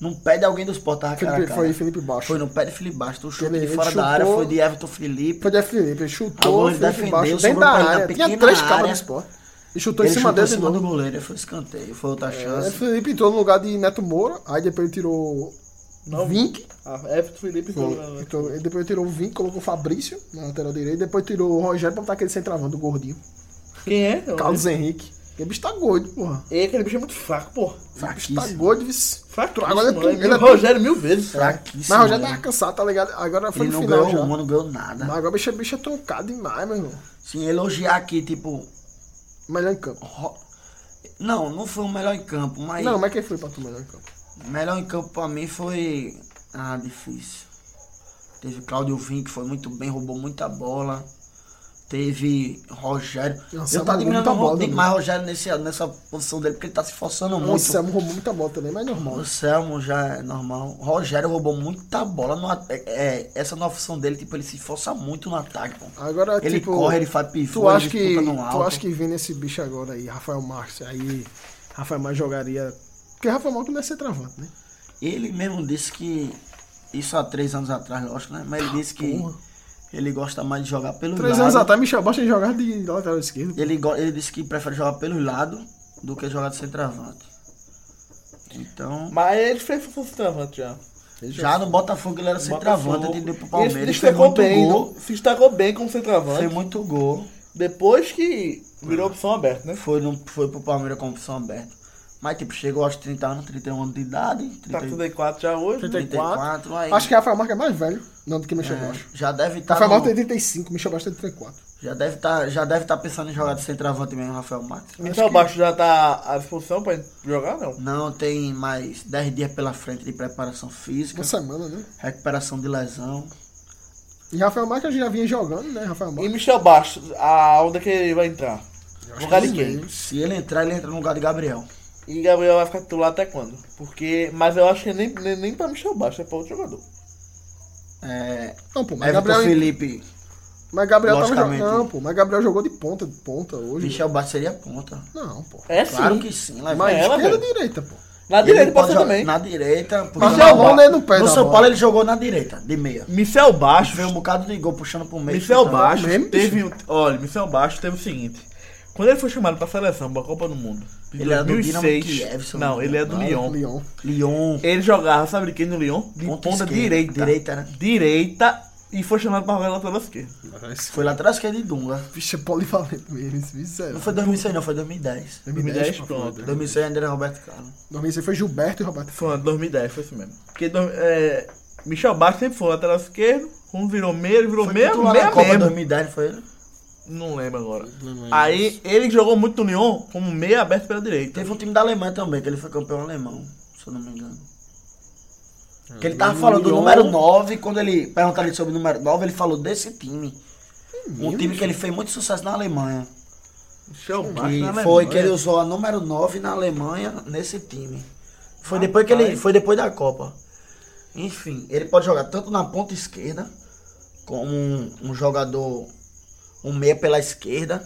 [SPEAKER 7] Não pede alguém do Sport, tava cara a
[SPEAKER 6] Felipe,
[SPEAKER 7] cara.
[SPEAKER 6] foi Felipe Baixos.
[SPEAKER 7] Foi no pé de Felipe Bastos. O chute
[SPEAKER 6] Ele-
[SPEAKER 7] de
[SPEAKER 6] ele
[SPEAKER 7] fora
[SPEAKER 6] chutou.
[SPEAKER 7] da área foi de Everton Felipe.
[SPEAKER 6] Foi de Felipe, ele chutou,
[SPEAKER 7] Alonso
[SPEAKER 6] Felipe
[SPEAKER 7] defendeu,
[SPEAKER 6] Baixos,
[SPEAKER 7] sobrou
[SPEAKER 6] dentro da
[SPEAKER 7] pra ele na
[SPEAKER 6] área. Tinha
[SPEAKER 7] pequena
[SPEAKER 6] três
[SPEAKER 7] área.
[SPEAKER 6] cabas no esporte. E chutou
[SPEAKER 7] Ele
[SPEAKER 6] em
[SPEAKER 7] chutou
[SPEAKER 6] cima
[SPEAKER 7] em
[SPEAKER 6] dele de
[SPEAKER 7] cima do
[SPEAKER 6] novo.
[SPEAKER 7] goleiro, aí foi um escanteio. Foi outra
[SPEAKER 6] É,
[SPEAKER 7] chance.
[SPEAKER 6] Felipe entrou no lugar de Neto Moura, aí depois ele tirou
[SPEAKER 5] Não.
[SPEAKER 6] Vink.
[SPEAKER 5] Ah,
[SPEAKER 7] é,
[SPEAKER 5] Everton Felipe. então,
[SPEAKER 6] Então, ele depois tirou o Vink, colocou o Fabrício na lateral direita, depois tirou o Rogério pra botar aquele centroavante do gordinho.
[SPEAKER 5] Quem é?
[SPEAKER 6] Carlos Henrique. Ele bicho tá gordo, porra.
[SPEAKER 5] Ei, Aquele bicho é muito fraco, pô.
[SPEAKER 6] Tá
[SPEAKER 7] Fraquíssimo.
[SPEAKER 6] gordo, vice.
[SPEAKER 5] Fraco.
[SPEAKER 6] Agora é tu- ele
[SPEAKER 5] Ele
[SPEAKER 6] é tu-
[SPEAKER 5] né? Rogério mil vezes.
[SPEAKER 6] Mas
[SPEAKER 7] Fraquíssimo.
[SPEAKER 6] o Rogério tava
[SPEAKER 7] né?
[SPEAKER 6] cansado, tá ligado? Agora foi
[SPEAKER 7] Ele
[SPEAKER 6] no
[SPEAKER 7] não
[SPEAKER 6] final
[SPEAKER 7] ganhou
[SPEAKER 6] já.
[SPEAKER 7] uma, né? não ganhou nada.
[SPEAKER 6] Mas agora o bicho, é- bicho é truncado demais, meu irmão.
[SPEAKER 7] Sim, elogiar aqui, tipo.
[SPEAKER 6] Melhor em campo.
[SPEAKER 7] ro- Não, não foi o melhor em campo, mas.
[SPEAKER 6] Não, mas quem foi pra tu melhor em campo?
[SPEAKER 7] Melhor em campo pra mim foi. Ah, difícil. Teve Claudio Vim, que foi muito bem, roubou muita bola. Teve Rogério.
[SPEAKER 6] Nossa,
[SPEAKER 7] eu tô
[SPEAKER 6] roubou muita
[SPEAKER 7] admirando
[SPEAKER 6] bola
[SPEAKER 7] bola,
[SPEAKER 6] também.
[SPEAKER 7] demais Rogério nesse, nessa posição dele, porque ele tá se forçando
[SPEAKER 6] O
[SPEAKER 7] muito.
[SPEAKER 6] Anselmo roubou muita bola também, mas é normal.
[SPEAKER 7] O Selmo já é normal. Rogério roubou muita bola. No, at- é, é, essa nova função dele, tipo, ele se força muito no ataque, pô.
[SPEAKER 6] Agora,
[SPEAKER 7] Ele
[SPEAKER 6] tipo,
[SPEAKER 7] corre, ele faz pivô,
[SPEAKER 6] Tu acha
[SPEAKER 7] ele
[SPEAKER 6] que,
[SPEAKER 7] disputa no alto.
[SPEAKER 6] tu acha que vem nesse bicho agora aí, Rafael Marques, aí Rafael Marques jogaria... Porque Rafael Marques não é centroavante, né?
[SPEAKER 7] Ele mesmo disse que. Isso há três anos atrás, lógico, né? Mas ele disse que ele gosta mais de jogar pelo
[SPEAKER 6] Três
[SPEAKER 7] lado.
[SPEAKER 6] anos atrás, Michel Bosch jogava de lateral esquerdo.
[SPEAKER 7] Ele, go- ele disse que prefere jogar pelo lado do que jogar de centroavante. Então.
[SPEAKER 5] Mas ele fez centroavante já.
[SPEAKER 7] Já no Botafogo ele era centroavante,
[SPEAKER 5] Botafogo.
[SPEAKER 7] ele deu pro
[SPEAKER 5] Ele se
[SPEAKER 7] Palmeiras. Fez
[SPEAKER 5] destacou
[SPEAKER 7] muito
[SPEAKER 5] bem,
[SPEAKER 7] gol.
[SPEAKER 5] não- se destacou bem como centroavante.
[SPEAKER 7] Fez muito É. gol.
[SPEAKER 5] Depois que virou opção aberta, né?
[SPEAKER 7] Foi, no, foi pro Palmeiras com opção aberta. Mas tipo, chegou aos 30 anos, 31 anos de idade. 30,
[SPEAKER 5] Tá 34 já hoje. né?
[SPEAKER 7] 34, aí.
[SPEAKER 6] Acho que Rafael Marques é Tá mais velho, não, do que
[SPEAKER 7] É,
[SPEAKER 6] Michel Bosch.
[SPEAKER 7] já deve tá estar.
[SPEAKER 6] Rafael Marques tem 35, Michel Bosch tem 34.
[SPEAKER 7] já deve tá, já deve estar pensando em jogar de centroavante mesmo, Rafael Matos.
[SPEAKER 5] Então o Baixo já tá à disposição pra jogar, não?
[SPEAKER 7] Não tem mais 10 dias pela frente de preparação física,
[SPEAKER 6] Uma semana, né?
[SPEAKER 7] recuperação de lesão.
[SPEAKER 6] E Rafael Marques já vinha jogando, né, Rafael
[SPEAKER 5] E
[SPEAKER 6] Marques?
[SPEAKER 5] Michel Baixo, aonde é que ele vai entrar? No lugar de quem?
[SPEAKER 7] Se ele entrar, ele entra no lugar de Gabriel.
[SPEAKER 5] E Gabriel vai ficar titular até quando? Porque. Mas eu acho que nem, nem, nem pra Michel Baixo, é pra outro jogador.
[SPEAKER 7] É,
[SPEAKER 6] Não, pô, mas
[SPEAKER 7] Everton
[SPEAKER 6] Gabriel,
[SPEAKER 7] Felipe,
[SPEAKER 6] mas Gabriel tava jogando.
[SPEAKER 7] Logicamente.
[SPEAKER 6] Não, pô, mas Gabriel jogou de ponta, de ponta hoje.
[SPEAKER 7] Michel Bastos seria ponta.
[SPEAKER 6] Não, pô.
[SPEAKER 5] É
[SPEAKER 7] Claro
[SPEAKER 5] sim.
[SPEAKER 7] que sim, lá
[SPEAKER 5] Mas
[SPEAKER 7] vai.
[SPEAKER 5] é, ela-
[SPEAKER 6] Esquerda
[SPEAKER 5] velho.
[SPEAKER 6] ou direita, pô?
[SPEAKER 5] Na
[SPEAKER 7] Ele
[SPEAKER 5] direita
[SPEAKER 7] pode
[SPEAKER 5] pode
[SPEAKER 7] jogar
[SPEAKER 5] também. é
[SPEAKER 7] Na direita. porque
[SPEAKER 6] Mas
[SPEAKER 7] na
[SPEAKER 6] Alonso
[SPEAKER 7] bola-
[SPEAKER 6] ele não perde
[SPEAKER 7] No
[SPEAKER 6] a
[SPEAKER 7] São
[SPEAKER 6] bola.
[SPEAKER 7] Paulo ele jogou na Tá direita, de meia.
[SPEAKER 5] Michel Baixo.
[SPEAKER 7] Veio um bocado de gol puxando pro meio.
[SPEAKER 5] Michel
[SPEAKER 7] chutando.
[SPEAKER 5] Baixo
[SPEAKER 6] mesmo,
[SPEAKER 5] teve. um- Olha, Michel Baixo teve o seguinte. Quando ele foi chamado pra seleção, pra Copa do Mundo, de
[SPEAKER 7] Ele era do Dinamo
[SPEAKER 5] 2006.
[SPEAKER 7] Kiev, se eu não
[SPEAKER 5] não,
[SPEAKER 7] me
[SPEAKER 5] ele é do Lyon.
[SPEAKER 6] Leon.
[SPEAKER 7] Lyon.
[SPEAKER 5] Ele jogava, sabe de quem no Lyon? De
[SPEAKER 7] Ponta
[SPEAKER 5] ponta,
[SPEAKER 7] esquerda.
[SPEAKER 5] direita.
[SPEAKER 7] Direita, né?
[SPEAKER 5] Direita, E foi chamado pra jogar lateral esquerda.
[SPEAKER 7] Foi lá atrás que é de Dunga.
[SPEAKER 6] Bicho é polivalente mesmo, esse bicho
[SPEAKER 7] <laughs>
[SPEAKER 6] é.
[SPEAKER 7] Não foi 2006, não, foi 2010.
[SPEAKER 5] 2010,
[SPEAKER 6] pô,
[SPEAKER 5] pronto.
[SPEAKER 7] 2006 André Roberto Carlos.
[SPEAKER 6] 2006 foi Gilberto e Roberto.
[SPEAKER 5] Foi ano de 2010, foi isso mesmo. Porque do- é, Michel Baixo sempre foi lateral esquerdo. Um virou meia, ele virou
[SPEAKER 7] Foi
[SPEAKER 5] meia,
[SPEAKER 7] titular
[SPEAKER 5] meia
[SPEAKER 7] na Copa
[SPEAKER 5] mesmo.
[SPEAKER 7] 2010, não foi ele?
[SPEAKER 5] Não lembro agora. Aí ele jogou muito no Lyon como meia aberto pela direita.
[SPEAKER 7] Teve um time da Alemanha também, que ele foi campeão alemão, se eu não me engano. Que ele tava falando do número 9, quando ele perguntaram ele sobre o número 9, ele falou desse time. Um time que ele fez muito sucesso na Alemanha. um
[SPEAKER 5] Michel Baixo
[SPEAKER 7] Que
[SPEAKER 5] na Alemanha.
[SPEAKER 7] foi que ele usou a número 9 na Alemanha nesse time.
[SPEAKER 5] Ah,
[SPEAKER 7] Foi depois que ele. Foi depois da Copa. Enfim, ele pode jogar tanto na ponta esquerda como um, um jogador um meia pela esquerda,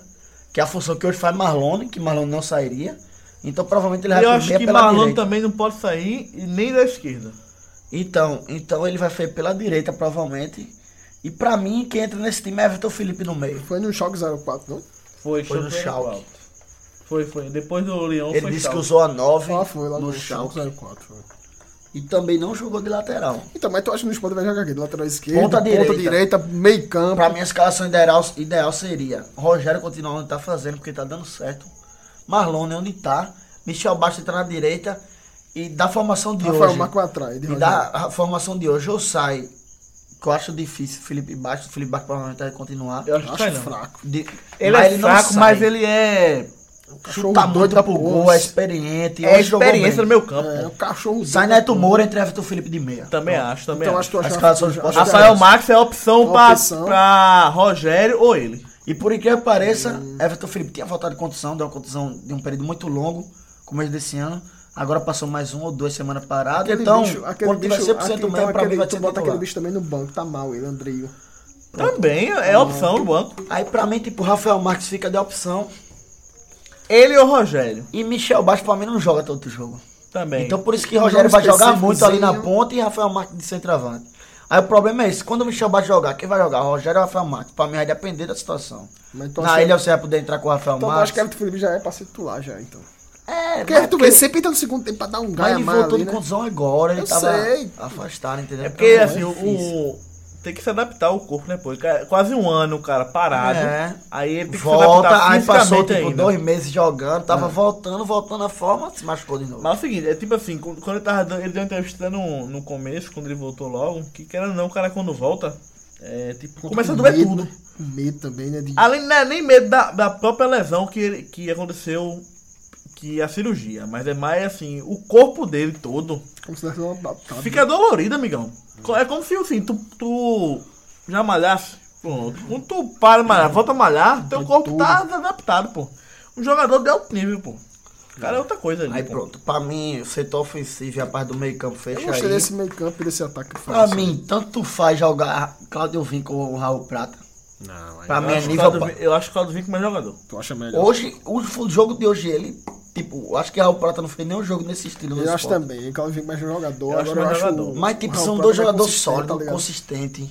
[SPEAKER 7] que é a função que hoje faz Marlon, que Marlon não sairia. Então provavelmente ele vai
[SPEAKER 5] Eu
[SPEAKER 7] pro
[SPEAKER 5] acho
[SPEAKER 7] meia
[SPEAKER 5] que
[SPEAKER 7] pela
[SPEAKER 5] Marlon
[SPEAKER 7] direita.
[SPEAKER 5] também não pode sair e nem da esquerda.
[SPEAKER 7] Então, então ele vai fazer pela direita, provavelmente. E pra mim, quem entra nesse time é Everton Felipe no meio.
[SPEAKER 6] Foi no Shock 04, não?
[SPEAKER 5] Foi,
[SPEAKER 7] Foi no
[SPEAKER 5] chutando
[SPEAKER 7] Schalke.
[SPEAKER 5] alto. Foi, foi. Depois do Leão
[SPEAKER 7] Ele
[SPEAKER 5] foi
[SPEAKER 7] disse que
[SPEAKER 5] Schalke.
[SPEAKER 7] usou a 9
[SPEAKER 6] Ah, foi lá
[SPEAKER 7] no
[SPEAKER 6] no
[SPEAKER 7] Schalke.
[SPEAKER 6] Shock 04. Foi.
[SPEAKER 7] E também não jogou de lateral.
[SPEAKER 6] Então, mas tu acha que no Sport vai jogar aqui? De lateral esquerdo,
[SPEAKER 7] Ponta
[SPEAKER 6] ponta,
[SPEAKER 7] direita.
[SPEAKER 6] direita. meio campo.
[SPEAKER 7] Pra mim, a escalação ideal, ideal seria Rogério continuar onde tá fazendo, porque tá dando certo. Marlon né, onde tá. Michel Bastos entrar na direita. E da formação de
[SPEAKER 6] Rafael
[SPEAKER 7] hoje.
[SPEAKER 6] Marco atrás. de
[SPEAKER 7] E da
[SPEAKER 6] Rogério.
[SPEAKER 7] a formação de hoje, ou sai, que eu acho difícil, Felipe Bastos. Felipe Bastos provavelmente vai continuar.
[SPEAKER 5] Eu acho que
[SPEAKER 6] Acho
[SPEAKER 5] sai não.
[SPEAKER 6] fraco.
[SPEAKER 7] De-
[SPEAKER 5] Ele
[SPEAKER 7] mas
[SPEAKER 5] é fraco,
[SPEAKER 7] sai.
[SPEAKER 5] mas ele é.
[SPEAKER 6] Cachorro
[SPEAKER 7] chuta muito
[SPEAKER 6] doido
[SPEAKER 7] pro
[SPEAKER 6] pro
[SPEAKER 7] gol,
[SPEAKER 6] gol.
[SPEAKER 7] é experiente.
[SPEAKER 5] É
[SPEAKER 7] hoje jogou
[SPEAKER 5] experiência
[SPEAKER 7] bem.
[SPEAKER 5] no meu campo.
[SPEAKER 6] É,
[SPEAKER 5] pô.
[SPEAKER 6] o cachorro
[SPEAKER 7] Sai
[SPEAKER 6] doido.
[SPEAKER 7] Neto Moura, entra Everton Felipe de meia.
[SPEAKER 5] Também acho, também
[SPEAKER 6] Então acho
[SPEAKER 5] acho.
[SPEAKER 6] que tu acha
[SPEAKER 7] As escalações
[SPEAKER 6] acho
[SPEAKER 7] postas-
[SPEAKER 6] que tu
[SPEAKER 5] Rafael
[SPEAKER 6] acha-
[SPEAKER 5] Marques é a opção,
[SPEAKER 6] Uma
[SPEAKER 5] pra,
[SPEAKER 6] opção.
[SPEAKER 5] pra Rogério ou ele.
[SPEAKER 7] E por incrível que pareça, Everton Felipe tinha voltado de contusão, deu uma contusão de um período muito longo, começo desse ano. Agora passou mais uma ou duas semanas parado.
[SPEAKER 6] Aquele
[SPEAKER 7] então,
[SPEAKER 6] bicho, aquele
[SPEAKER 7] quando tiver
[SPEAKER 6] bicho-
[SPEAKER 7] 100%
[SPEAKER 6] aquele-
[SPEAKER 7] mesmo, é pra mim
[SPEAKER 6] aquele-
[SPEAKER 7] vai
[SPEAKER 6] tu
[SPEAKER 7] ser
[SPEAKER 6] bota aquele
[SPEAKER 7] titular.
[SPEAKER 6] bicho também no banco, tá mal ele, Andreio.
[SPEAKER 5] Também
[SPEAKER 7] Ah,
[SPEAKER 5] é opção no banco.
[SPEAKER 7] Aí pra mim, tipo, Rafael Marques fica de opção.
[SPEAKER 5] Ele ou Rogério?
[SPEAKER 7] E Michel Baixo pra mim não joga todo jogo.
[SPEAKER 5] Também.
[SPEAKER 7] Então por isso que Rogério vai
[SPEAKER 6] específicozinho.
[SPEAKER 7] jogar muito ali na ponta e Rafael Marques de centroavante. Aí o problema é esse, quando o Michel Baixo jogar, quem vai jogar? Rogério ou Rafael Marques? Pra mim vai depender da situação.
[SPEAKER 6] Mas então
[SPEAKER 7] na
[SPEAKER 6] assim-
[SPEAKER 7] ilha você vai poder entrar com é o Rafael
[SPEAKER 6] Então eu
[SPEAKER 7] Marques.
[SPEAKER 6] acho que Everton Felipe já é pra ser titular já, então.
[SPEAKER 7] É,
[SPEAKER 6] Porque
[SPEAKER 7] mas
[SPEAKER 6] Everton
[SPEAKER 7] porque-
[SPEAKER 6] Felipe sempre entra no segundo tempo pra dar um
[SPEAKER 7] Mas
[SPEAKER 6] ganho
[SPEAKER 7] ele
[SPEAKER 6] mais
[SPEAKER 7] voltou
[SPEAKER 6] ali,
[SPEAKER 7] de
[SPEAKER 6] né?
[SPEAKER 7] contusão agora, ele
[SPEAKER 6] Eu
[SPEAKER 7] tava
[SPEAKER 6] sei.
[SPEAKER 7] afastado, entendeu?
[SPEAKER 5] É porque,
[SPEAKER 7] Então,
[SPEAKER 5] assim, o,
[SPEAKER 7] difícil.
[SPEAKER 5] o- Tem que se adaptar o corpo, né, pô? Ca- Quase um ano o cara parado.
[SPEAKER 7] É.
[SPEAKER 5] Aí ele tem que se
[SPEAKER 7] Volta,
[SPEAKER 5] adaptar
[SPEAKER 7] aí passou
[SPEAKER 5] fisicamente
[SPEAKER 7] tipo
[SPEAKER 5] ainda. É.
[SPEAKER 7] dois meses jogando, tava voltando, voltando a forma, se machucou de novo.
[SPEAKER 5] Mas é o seguinte, é tipo assim, quando quando ele tava dando, ele deu uma entrevista no, no começo, quando ele voltou logo, que querendo ou não, o cara quando volta, é tipo, começa a
[SPEAKER 6] Com
[SPEAKER 5] doer
[SPEAKER 6] medo,
[SPEAKER 5] tudo.
[SPEAKER 6] né? Com medo também, né? De...
[SPEAKER 5] Além, não é nem medo da, da própria lesão que, ele- que aconteceu, que a cirurgia, mas é mais assim, o corpo dele todo
[SPEAKER 6] Como se desse uma tá adaptada.
[SPEAKER 5] fica dolorido, amigão. Co- É como se assim, tu, tu já malhasse, pronto. Quando tu para de malhar, volta a malhar, teu corpo tá adaptado, pô. Um jogador de alto nível, pô. O cara é outra coisa ali,
[SPEAKER 7] Aí
[SPEAKER 5] pô.
[SPEAKER 7] pronto, pra mim, o setor ofensivo e a parte do meio campo
[SPEAKER 6] Eu
[SPEAKER 7] fecha aí.
[SPEAKER 6] gostei desse meio campo e desse ataque
[SPEAKER 7] Pra
[SPEAKER 6] fácil.
[SPEAKER 7] mim, tanto faz jogar Claudio Vinco ou Raul Prata.
[SPEAKER 6] Não,
[SPEAKER 7] Pra
[SPEAKER 5] Eu
[SPEAKER 7] mim é
[SPEAKER 5] acho que o
[SPEAKER 7] nível...
[SPEAKER 5] Claudio
[SPEAKER 7] ba-
[SPEAKER 5] Vin- Eu acho que o Claudio Vinck é mais jogador.
[SPEAKER 6] tu acha melhor?
[SPEAKER 7] Hoje, o fu- jogo de hoje, ele... Tipo, acho que Raul Prata não fez nenhum jogo nesse estilo.
[SPEAKER 6] Eu
[SPEAKER 7] nesse
[SPEAKER 6] acho
[SPEAKER 7] esporte.
[SPEAKER 6] também. O Claudio Vinck mais jogador.
[SPEAKER 5] Eu acho
[SPEAKER 6] agora eu
[SPEAKER 5] mais
[SPEAKER 6] acho
[SPEAKER 5] jogador.
[SPEAKER 6] o-
[SPEAKER 7] Mas,
[SPEAKER 6] o
[SPEAKER 7] tipo,
[SPEAKER 6] Raul
[SPEAKER 7] são
[SPEAKER 6] Prata
[SPEAKER 7] dois
[SPEAKER 6] mais
[SPEAKER 7] jogadores
[SPEAKER 6] consistente, tá
[SPEAKER 7] sólidos,
[SPEAKER 6] ligado?
[SPEAKER 7] consistentes,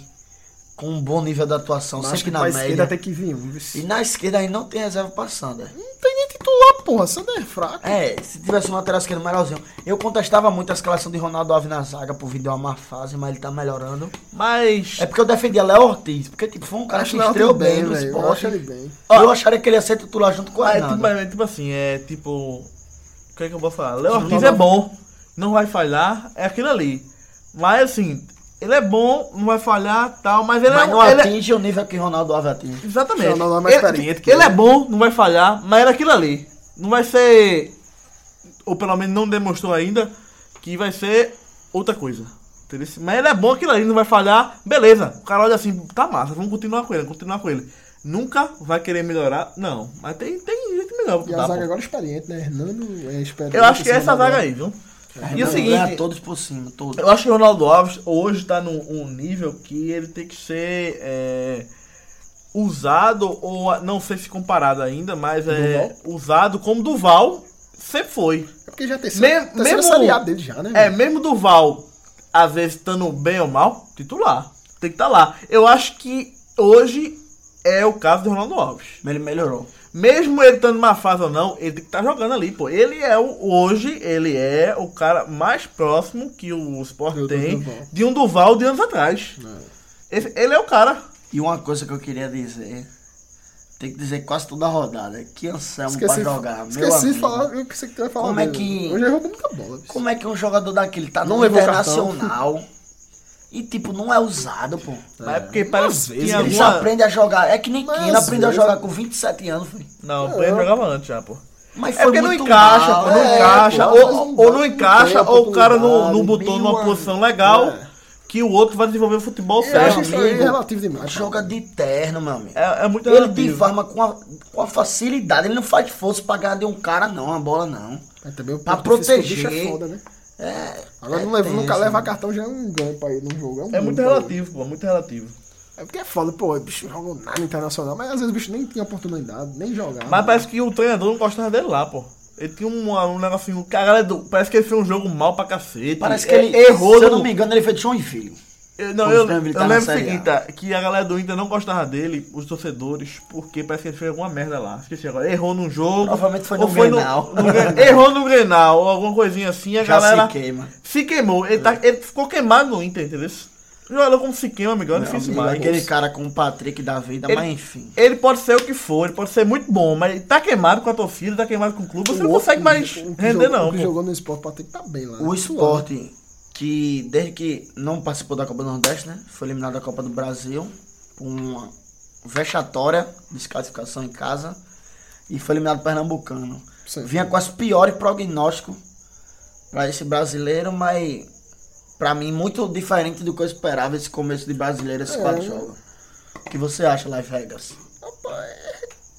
[SPEAKER 7] com um bom nível de atuação,
[SPEAKER 6] Mas acho
[SPEAKER 7] sempre
[SPEAKER 6] que
[SPEAKER 7] na
[SPEAKER 6] pra esquerda
[SPEAKER 7] média.
[SPEAKER 6] tem que vir um.
[SPEAKER 7] E
[SPEAKER 6] vice.
[SPEAKER 7] na esquerda aí não tem reserva pra Sander.
[SPEAKER 6] Não tem nem titular, porra. Sander é fraco.
[SPEAKER 7] É, se tivesse um lateral esquerdo melhorzinho. Eu contestava muito a escalação de Ronaldo Alves na zaga por vir de uma má fase, mas ele tá melhorando.
[SPEAKER 5] Mas.
[SPEAKER 7] É porque eu defendia Léo Ortiz, porque tipo, foi um cara que
[SPEAKER 6] Léo
[SPEAKER 7] estreou
[SPEAKER 6] Ortiz
[SPEAKER 7] bem no
[SPEAKER 6] velho, Eu
[SPEAKER 7] esporte.
[SPEAKER 6] acho ele bem.
[SPEAKER 7] Eu acharia que ele ia ser titular junto com o
[SPEAKER 5] Ah, é tipo,
[SPEAKER 7] Hernando.
[SPEAKER 5] mas é tipo assim, é tipo. O que é que eu vou falar? Léo Ortiz é bom, não vai falhar, é aquilo ali. Mas assim, ele é bom, não vai falhar tal, mas ele
[SPEAKER 7] Mas
[SPEAKER 5] é
[SPEAKER 7] não
[SPEAKER 5] ele é-
[SPEAKER 7] atinge o nível que Ronaldo Alves atinge.
[SPEAKER 5] Exatamente.
[SPEAKER 6] Não, não, não é mais
[SPEAKER 5] ele,
[SPEAKER 6] experiente que
[SPEAKER 5] ele é
[SPEAKER 6] ele.
[SPEAKER 5] bom, não vai falhar, mas era aquilo ali. Não vai ser. Ou pelo menos não demonstrou ainda que vai ser outra coisa. Entendeu? Mas ele é bom aquilo ali, não vai falhar, beleza. O cara olha assim, tá massa, vamos continuar com ele, continuar com ele. Nunca vai querer melhorar, não. Mas tem, tem jeito melhor.
[SPEAKER 6] E
[SPEAKER 5] pra
[SPEAKER 6] a
[SPEAKER 5] dar,
[SPEAKER 6] zaga
[SPEAKER 5] pô.
[SPEAKER 6] agora é experiente, né? Hernando é experiente.
[SPEAKER 5] Eu acho que é essa
[SPEAKER 6] Salvador.
[SPEAKER 5] zaga aí, viu? E é o
[SPEAKER 7] Não, ganha
[SPEAKER 5] seguinte,
[SPEAKER 7] todos por cima, todos.
[SPEAKER 5] eu acho que o Ronaldo Alves hoje tá num um nível que ele tem que ser é, usado, ou não sei se comparado ainda, mas é usado como Duval sempre foi.
[SPEAKER 6] É porque já tem
[SPEAKER 5] Mem-
[SPEAKER 6] terceira
[SPEAKER 5] mesmo-
[SPEAKER 6] Série A dele já, né?
[SPEAKER 5] É,
[SPEAKER 6] velho?
[SPEAKER 5] mesmo Duval, às vezes estando bem ou mal, titular. Tem que estar lá. Eu acho que hoje é o caso do Ronaldo Alves.
[SPEAKER 7] Ele melhorou.
[SPEAKER 5] Mesmo ele estando numa fase ou não, ele tem que estar jogando ali, pô. Ele é o, hoje, ele é o cara mais próximo que o Sport
[SPEAKER 6] Do- do
[SPEAKER 5] tem
[SPEAKER 6] Duval.
[SPEAKER 5] de um Duval de anos atrás. Esse- ele é o cara.
[SPEAKER 7] E uma coisa que eu queria dizer, tem que dizer quase toda a rodada, que Anselmo pra jogar, meu
[SPEAKER 6] esqueci
[SPEAKER 7] amigo.
[SPEAKER 6] de falar o que você quer falar.
[SPEAKER 7] Como é
[SPEAKER 6] dele.
[SPEAKER 7] que-
[SPEAKER 6] Hoje ele roubou muita bola. bicho.
[SPEAKER 7] Como é que um jogador daquele tá
[SPEAKER 6] Não
[SPEAKER 7] no
[SPEAKER 6] levou
[SPEAKER 7] internacional e, tipo, não é usado, pô.
[SPEAKER 5] Mas é porque parece que
[SPEAKER 6] vezes
[SPEAKER 5] tinha
[SPEAKER 7] Eles
[SPEAKER 5] alguma...
[SPEAKER 7] aprendem a jogar. É que nem
[SPEAKER 6] Mas
[SPEAKER 7] Keno
[SPEAKER 6] às
[SPEAKER 7] aprendeu a
[SPEAKER 6] vezes-
[SPEAKER 7] jogar com 27 anos, foi.
[SPEAKER 5] Não, pô, ele jogava antes já, pô.
[SPEAKER 7] Mas
[SPEAKER 5] É
[SPEAKER 7] foi
[SPEAKER 5] porque não
[SPEAKER 7] muito
[SPEAKER 5] encaixa,
[SPEAKER 7] mal.
[SPEAKER 5] pô, não
[SPEAKER 7] É,
[SPEAKER 5] encaixa.
[SPEAKER 7] pô.
[SPEAKER 5] ou,
[SPEAKER 6] mas
[SPEAKER 5] ou
[SPEAKER 6] não
[SPEAKER 5] não
[SPEAKER 6] dá,
[SPEAKER 5] encaixa,
[SPEAKER 6] não tem
[SPEAKER 5] ou o cara não,
[SPEAKER 6] oportunidade,
[SPEAKER 5] não botou
[SPEAKER 7] mil
[SPEAKER 5] numa
[SPEAKER 7] anos. É.
[SPEAKER 5] posição legal
[SPEAKER 6] É.
[SPEAKER 5] que o outro vai desenvolver é o futebol
[SPEAKER 6] Eu acho
[SPEAKER 5] certo.
[SPEAKER 6] isso aí
[SPEAKER 7] amigo,
[SPEAKER 6] relativo demais. tá?
[SPEAKER 7] Joga de terno, meu amigo.
[SPEAKER 5] É, é muito
[SPEAKER 7] Ele
[SPEAKER 5] relativo.
[SPEAKER 7] divarma com a, com a facilidade. Ele não faz força pra ganhar de um cara, não, a bola, não.
[SPEAKER 6] Mas É também o
[SPEAKER 7] Pra
[SPEAKER 6] ponto físico do
[SPEAKER 7] proteger.
[SPEAKER 6] bicho é foda, né?
[SPEAKER 7] É.
[SPEAKER 6] Agora
[SPEAKER 7] é
[SPEAKER 6] não leva,
[SPEAKER 7] tenso,
[SPEAKER 6] nunca leva
[SPEAKER 7] né?
[SPEAKER 6] cartão já é um ganho pra ele no jogo. É, um
[SPEAKER 5] É muito
[SPEAKER 6] ganho pra ele.
[SPEAKER 5] relativo, pô, muito relativo.
[SPEAKER 6] É porque é foda, pô, o bicho não jogou nada internacional, mas às vezes o bicho nem tinha oportunidade, nem jogava.
[SPEAKER 5] Mas parece que o treinador não gostava dele lá, pô. Ele tinha um, um negocinho, caralho, do- parece que ele fez um jogo mal pra cacete.
[SPEAKER 7] Parece que ele
[SPEAKER 5] É, errou.
[SPEAKER 7] Se eu
[SPEAKER 5] no-
[SPEAKER 7] não me engano, ele foi de Joinville.
[SPEAKER 5] Eu- Não,
[SPEAKER 7] Os
[SPEAKER 5] eu,
[SPEAKER 7] Grêmio, ele
[SPEAKER 5] eu
[SPEAKER 7] tá na
[SPEAKER 5] lembro o
[SPEAKER 7] Série A.
[SPEAKER 5] seguinte, tá, que a galera do Inter não gostava dele, os torcedores, porque parece que ele fez alguma merda lá. Esqueci agora. Errou num jogo.
[SPEAKER 7] Provavelmente foi
[SPEAKER 5] ou
[SPEAKER 7] no Grenal.
[SPEAKER 5] no Gre-
[SPEAKER 7] <laughs>
[SPEAKER 5] errou no Grenal, ou alguma coisinha assim, a
[SPEAKER 7] Já
[SPEAKER 5] galera.
[SPEAKER 7] se queima.
[SPEAKER 5] se queimou. Ele, tá- ele ficou queimado no Inter, entendeu? Um Jogador como se queima, amigão, é
[SPEAKER 7] Meu
[SPEAKER 5] difícil
[SPEAKER 7] amigo,
[SPEAKER 5] demais.
[SPEAKER 7] aquele cara com o Patrick da vida,
[SPEAKER 5] Ele-
[SPEAKER 7] mas enfim.
[SPEAKER 5] Ele pode ser o que for, ele pode ser muito bom, mas ele tá queimado com a torcida, tá queimado com o clube, você não
[SPEAKER 6] outro-
[SPEAKER 5] consegue mais
[SPEAKER 6] o que
[SPEAKER 5] render,
[SPEAKER 6] jogou-
[SPEAKER 5] não.
[SPEAKER 6] O
[SPEAKER 5] pô.
[SPEAKER 6] que
[SPEAKER 5] Ah,
[SPEAKER 6] jogou no esporte pode ter que tá bem lá.
[SPEAKER 7] O esporte, que desde que não participou da Copa do Nordeste, né? Foi eliminado da Copa do Brasil por uma vexatória desclassificação em casa. E foi eliminado do Pernambucano.
[SPEAKER 6] Sim.
[SPEAKER 7] Vinha com as piores prognósticos para esse brasileiro, mas para mim muito diferente do que eu esperava esse começo de brasileiro, esses quatro jogos. O que você acha, Las Vegas?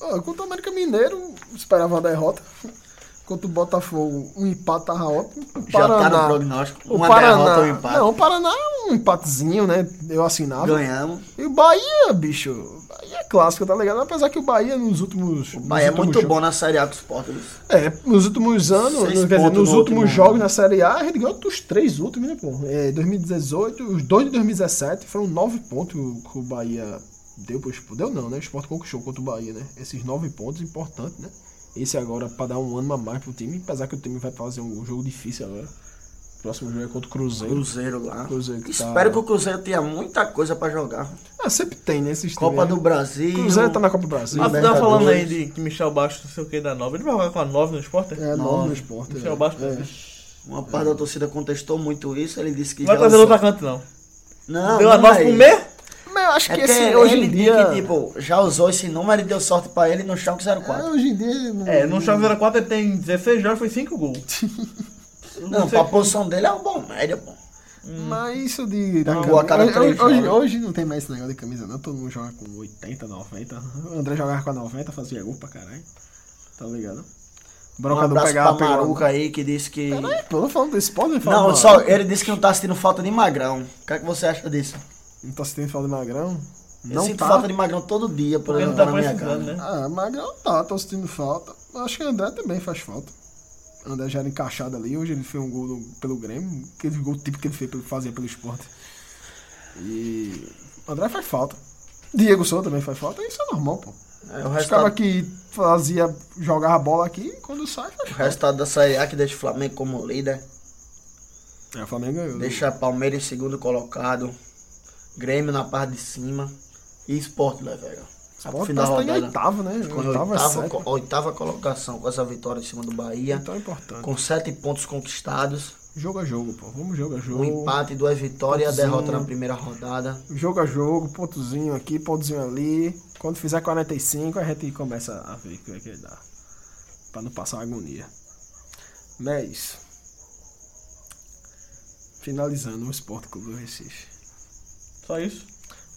[SPEAKER 6] Ó, é, contra o América Mineiro, esperava uma derrota. <laughs> Contra o Botafogo, um empate tava ótimo. O
[SPEAKER 7] Já tá
[SPEAKER 6] Paraná.
[SPEAKER 7] no prognóstico.
[SPEAKER 6] o
[SPEAKER 7] uma
[SPEAKER 6] Paraná.
[SPEAKER 7] derrota ou um empate.
[SPEAKER 6] Não, o Paraná é um empatezinho, né? Eu assinava.
[SPEAKER 7] Ganhamos.
[SPEAKER 6] E o Bahia, bicho. Bahia é clássico, tá ligado? Apesar que o Bahia nos últimos. nos
[SPEAKER 7] Bahia é
[SPEAKER 6] últimos
[SPEAKER 7] muito
[SPEAKER 6] jogos-
[SPEAKER 7] bom na Série A com os Portos.
[SPEAKER 6] É, nos últimos anos,
[SPEAKER 7] Seis
[SPEAKER 6] nos, quer dizer,
[SPEAKER 7] pontos
[SPEAKER 6] nos
[SPEAKER 7] no
[SPEAKER 6] últimos
[SPEAKER 7] último
[SPEAKER 6] jogos
[SPEAKER 7] ano.
[SPEAKER 6] na Série A, a gente ganhou os três últimos, né, pô? É, 2018, os dois de 2017 foram nove pontos que o Bahia deu pro Sport. Deu não, né? O Sport conquistou contra o Bahia, né? Esses nove pontos, importante, né? Esse agora pra dar um ano a mais pro time, apesar que o time vai fazer um jogo difícil agora. O próximo jogo é contra o Cruzeiro.
[SPEAKER 7] Cruzeiro lá.
[SPEAKER 6] Cruzeiro que tá-
[SPEAKER 7] Espero que o Cruzeiro tenha muita coisa pra jogar.
[SPEAKER 6] Ah, sempre tem, né? Esses
[SPEAKER 7] Copa
[SPEAKER 6] times,
[SPEAKER 7] do
[SPEAKER 6] né?
[SPEAKER 7] Brasil.
[SPEAKER 6] Cruzeiro tá na Copa do Brasil.
[SPEAKER 5] Ah,
[SPEAKER 6] né?
[SPEAKER 5] tu tava falando aí
[SPEAKER 7] Libertadores.
[SPEAKER 5] de que Michel Bastos não sei o que da 9. Ele vai jogar com a 9 no esporte?
[SPEAKER 6] É, nove no Sport.
[SPEAKER 5] Michel
[SPEAKER 6] né?
[SPEAKER 5] Bastos.
[SPEAKER 6] É.
[SPEAKER 7] Uma parte da torcida contestou muito isso. Ele disse que.
[SPEAKER 5] Não vai
[SPEAKER 7] já
[SPEAKER 5] trazer
[SPEAKER 7] lançou-
[SPEAKER 5] outro atacante, não.
[SPEAKER 7] Não,
[SPEAKER 5] Deu a
[SPEAKER 7] não
[SPEAKER 5] 9
[SPEAKER 7] é
[SPEAKER 5] pro
[SPEAKER 7] isso.
[SPEAKER 5] meio?
[SPEAKER 6] Mas eu acho
[SPEAKER 7] É
[SPEAKER 6] que
[SPEAKER 7] porque
[SPEAKER 6] esse, hoje
[SPEAKER 7] ele
[SPEAKER 6] em
[SPEAKER 7] disse
[SPEAKER 6] dia.
[SPEAKER 7] que, tipo, já usou esse número e deu sorte pra ele no Chão 04.
[SPEAKER 6] é, hoje em dia. não-
[SPEAKER 5] É, no Chave 04 ele tem 16 jogos, foi 5 gols. Eu
[SPEAKER 7] não,
[SPEAKER 5] sei-
[SPEAKER 7] pra posição dele é um bom médio, pô. Hum.
[SPEAKER 6] Mas isso de. Da
[SPEAKER 7] Não,
[SPEAKER 6] camisa-
[SPEAKER 7] a cada
[SPEAKER 6] hoje-
[SPEAKER 7] três
[SPEAKER 6] hoje, hoje,
[SPEAKER 7] jogos.
[SPEAKER 6] não tem mais esse negócio de camisa, não. Todo mundo joga com 80, 90. O André jogava com a 90, fazia gol pra caralho. Tá ligado?
[SPEAKER 7] Um
[SPEAKER 6] Broca não
[SPEAKER 7] abraço
[SPEAKER 6] pegava,
[SPEAKER 7] pra
[SPEAKER 6] pegava.
[SPEAKER 7] Maruca aí que disse que.
[SPEAKER 6] Peraí, pô, eu tô falando do esporte,
[SPEAKER 7] Não, só ele disse que não tá sentindo falta de magrão. O que, é que você acha disso?
[SPEAKER 6] Não tá sentindo falta de Magrão?
[SPEAKER 7] eu
[SPEAKER 6] Não
[SPEAKER 7] sinto
[SPEAKER 6] tá.
[SPEAKER 7] falta de magrão todo dia por
[SPEAKER 5] Ele não
[SPEAKER 7] exemplo,
[SPEAKER 5] tá
[SPEAKER 7] na minha casa.
[SPEAKER 5] precisando, né?
[SPEAKER 6] Ah, Magrão tá, tô sentindo falta. Acho que o André também faz falta. O André já era encaixado ali, hoje ele fez um gol no- pelo Grêmio, aquele gol tipo que ele fez pelo, fazia pelo esporte. E. O André faz falta. Diego Souza também faz falta, isso é normal, pô.
[SPEAKER 7] É, o
[SPEAKER 6] Os
[SPEAKER 7] resultado
[SPEAKER 6] caras que fazia, jogava a bola aqui, quando sai, faz
[SPEAKER 7] O resultado da Série A que deixa o Flamengo como líder,
[SPEAKER 6] falta. É, o Flamengo ganhou.
[SPEAKER 7] deixa Palmeiras em segundo colocado, Grêmio na parte de cima e Sport, né, velho? A
[SPEAKER 6] Bota
[SPEAKER 7] final
[SPEAKER 6] tá em
[SPEAKER 7] rodada
[SPEAKER 6] oitavo, né?
[SPEAKER 7] ficou em
[SPEAKER 6] Oitavo é
[SPEAKER 7] oitava,
[SPEAKER 6] sétimo.
[SPEAKER 7] co- oitava colocação com essa vitória em cima do Bahia,
[SPEAKER 6] Então é importante.
[SPEAKER 7] com sete pontos conquistados,
[SPEAKER 6] Jogo a jogo, pô. Vamos jogo a
[SPEAKER 7] um
[SPEAKER 6] jogo.
[SPEAKER 7] empate, duas vitórias e a derrota
[SPEAKER 6] Pontozinho.
[SPEAKER 7] na primeira rodada.
[SPEAKER 6] Jogo a jogo, pontozinho aqui, pontozinho ali. Quando fizer 45, a gente começa a ver o que é que dá. Pra não passar uma agonia. Mas é isso. Finalizando o Esporte Clube do Recife.
[SPEAKER 5] Só isso.